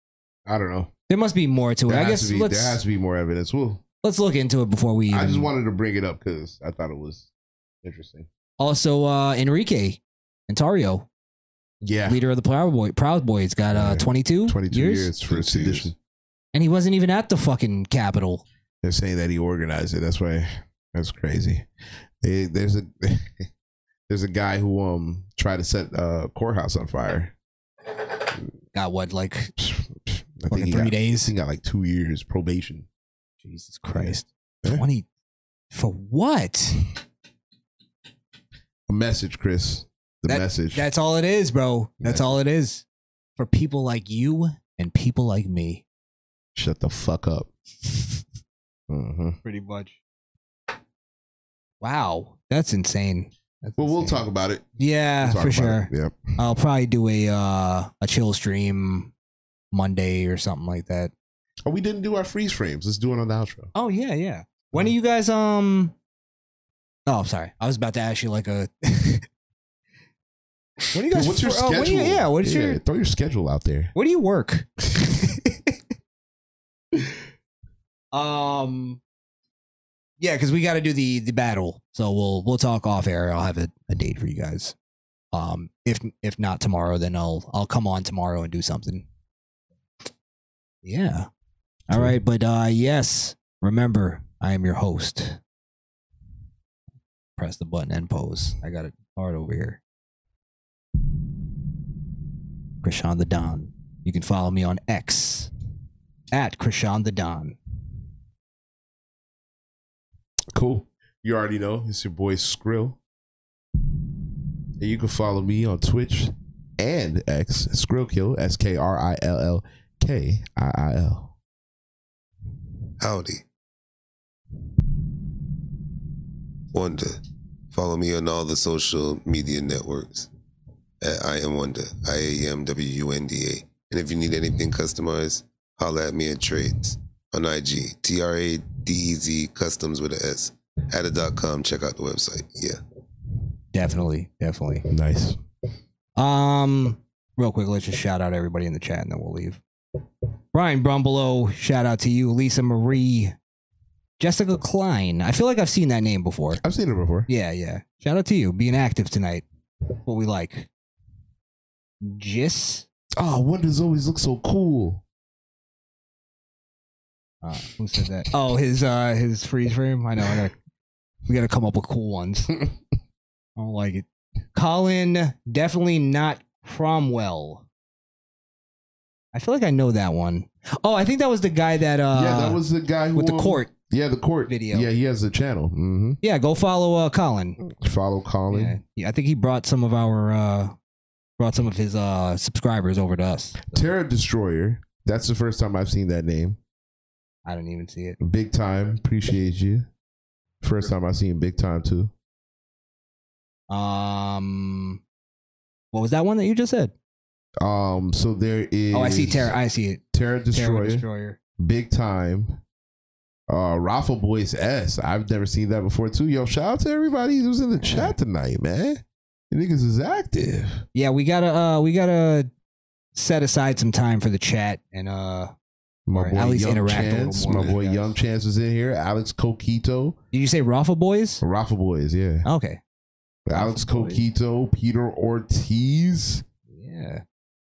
Speaker 3: I don't know.
Speaker 7: There must be more to it.
Speaker 3: There
Speaker 7: I
Speaker 3: has
Speaker 7: guess
Speaker 3: to be-
Speaker 7: let's, Mm.
Speaker 3: there has to be more evidence. We'll.
Speaker 7: let's look into it before we.
Speaker 3: I just
Speaker 7: even-
Speaker 3: wanted to bring it up because I thought it was interesting.
Speaker 7: Also, uh, Enrique Antario.
Speaker 3: Yeah.
Speaker 7: Leader of the Proud, Boy, Proud Boys got uh, 22,
Speaker 3: 22 years, for sedition.
Speaker 7: And he wasn't even at the fucking Capitol.
Speaker 3: They're saying that he organized it. That's why. That's crazy. They, there's a there's a guy who um tried to set a courthouse on fire.
Speaker 7: Got what like
Speaker 3: I think
Speaker 7: three
Speaker 3: days. He got like two years probation.
Speaker 7: Jesus Christ. 20 for what?
Speaker 3: A message, Chris. The
Speaker 7: That-
Speaker 3: message.
Speaker 7: That's all it is, bro. That's all it is. For people like you and people like me.
Speaker 3: Shut the fuck
Speaker 8: Oh.
Speaker 3: up. hmm
Speaker 7: Pretty much. Wow. That's insane.
Speaker 3: well, we'll talk about it.
Speaker 7: Yeah,
Speaker 3: We'll talk
Speaker 7: for
Speaker 3: about
Speaker 7: sure.
Speaker 3: it. Yep.
Speaker 7: I'll probably do a uh, a chill stream Monday or something like that.
Speaker 3: Oh, we didn't do our freeze frames. Let's do it on the outro.
Speaker 7: Oh yeah, yeah. When are you guys um Oh, I'm sorry. I was about to ask you like a When are you guys
Speaker 3: what's your
Speaker 7: oh, when
Speaker 3: schedule?
Speaker 7: are you- yeah, what's your
Speaker 3: throw your schedule out there?
Speaker 7: Where do you work? um Yeah, cuz we got to do the the battle. So we'll we'll talk off air. I'll have a, a date for you guys. Um if if not tomorrow then I'll I'll come on tomorrow and do something. Yeah. All right, but uh yes, remember I am your host. Press the button and pose. I got it hard over here. Krishan the Don. You can follow me on X at Krishan the Don.
Speaker 3: Cool. You already know it's your boy Skrill. And you can follow me on Twitch and X Skrillkill S K R I L L K I I L.
Speaker 8: Howdy. Wonder. Follow me on all the social media networks at I am Wonder. I A M W U N D A. And if you need anything customized, holla at me at Trades on IG. T R A D E Z Customs with a S. At it.com. Check out the website. Yeah.
Speaker 7: Definitely, definitely.
Speaker 3: Nice.
Speaker 7: Um, real quick, let's just shout out everybody in the chat and then we'll leave. Brian Brumbelow, shout out to you. Lisa Marie, Jessica Klein. I feel like I've seen that name before.
Speaker 3: I've seen her before.
Speaker 7: Yeah, yeah. Shout out to you being active tonight. What we like. Jis.
Speaker 3: Oh, Wonders always look so cool.
Speaker 7: Uh, who said that? Oh, his uh his freeze frame. I know. I gotta we gotta come up with cool ones. I don't like it. Colin, definitely not Cromwell. I feel like I know that one. Oh, I think that was the guy that uh
Speaker 3: yeah, that was the guy who
Speaker 7: with the
Speaker 3: um,
Speaker 7: court.
Speaker 3: Yeah, the court video. Yeah, he has a channel. hmm
Speaker 7: Yeah, go follow uh Colin.
Speaker 3: Follow Colin.
Speaker 7: Yeah. yeah, I think he brought some of our uh brought some of his uh subscribers over to us.
Speaker 3: Terra Destroyer. That's the first time I've seen that name.
Speaker 7: I didn't even see it.
Speaker 3: Big time. Appreciate you. First time I've seen Big Time too.
Speaker 7: Um what was that one that you just said?
Speaker 3: Um, so there is.
Speaker 7: Oh, I see Terra. I see it.
Speaker 3: Terra Destroyer.
Speaker 7: Destroyer.
Speaker 3: Big time. Uh, Raffle Boys S. I've never seen that before too. Yo, shout out to everybody who's in the chat tonight, man. You niggas is active.
Speaker 7: Yeah, we gotta uh we gotta set aside some time for the chat and uh
Speaker 3: My
Speaker 7: or
Speaker 3: boy
Speaker 7: at least
Speaker 3: Young
Speaker 7: interact
Speaker 3: Chance.
Speaker 7: a little more.
Speaker 3: My boy Young Chance was in here. Alex Coquito.
Speaker 7: Did you say Raffle Boys?
Speaker 3: Raffle Boys, yeah.
Speaker 7: Okay.
Speaker 3: Alex
Speaker 7: Raffle Boys.
Speaker 3: Coquito, Peter Ortiz,
Speaker 7: Yeah.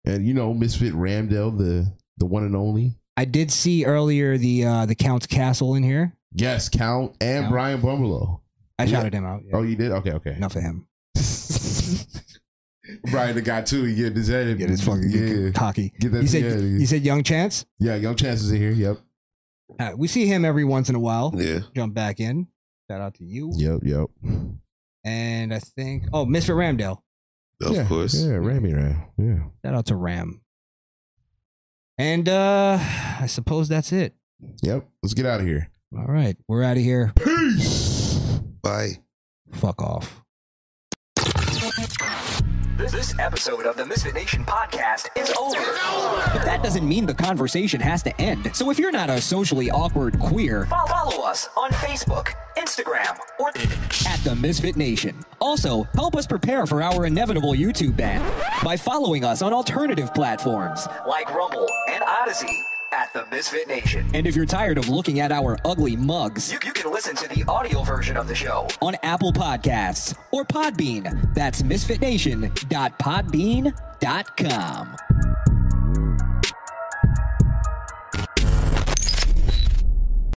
Speaker 3: and you know Misfit Ramdell, the the one and only.
Speaker 7: I did see earlier the uh the Count's Castle in here.
Speaker 3: Yes, Count and
Speaker 7: Count.
Speaker 3: Brian Bumberlow.
Speaker 7: I shouted him out, yeah.
Speaker 3: Oh, you did? Okay, okay.
Speaker 7: Enough of him.
Speaker 3: Brian the guy too. Yeah, his head.
Speaker 7: Get his fucking
Speaker 3: yeah.
Speaker 7: cocky.
Speaker 3: Get that
Speaker 7: You said
Speaker 3: yeah,
Speaker 7: you said Young Chance?
Speaker 3: yeah, young chances in here. Yep.
Speaker 7: Uh, we see him every once in a while.
Speaker 8: Yeah.
Speaker 7: Jump back in. Shout out to you.
Speaker 3: Yep, yep.
Speaker 7: And I think oh, Mr. Ramdale.
Speaker 8: Of
Speaker 3: yeah,
Speaker 8: course.
Speaker 3: Yeah, Rammy Ram. Yeah.
Speaker 7: Shout out to Ram. And uh I suppose that's it.
Speaker 3: Yep. Let's get out of here.
Speaker 7: All right. We're out of here.
Speaker 3: Peace.
Speaker 8: Bye.
Speaker 7: Fuck off.
Speaker 16: Bye.
Speaker 6: This episode of the Misfit Nation podcast is over.
Speaker 7: But that doesn't mean the conversation has to end. So if you're not a socially awkward queer,
Speaker 6: Fo- Follow us on Facebook, Instagram, or
Speaker 7: at the Misfit Nation. Also, help us prepare for our inevitable YouTube ban by following us on alternative platforms.
Speaker 6: like Rumble and Odyssey at the Misfit Nation.
Speaker 7: And if you're tired of looking at our ugly mugs
Speaker 6: You, you can listen to the audio version of the show.
Speaker 7: on Apple Podcasts or Podbean, that's misfitnation.podbean.com.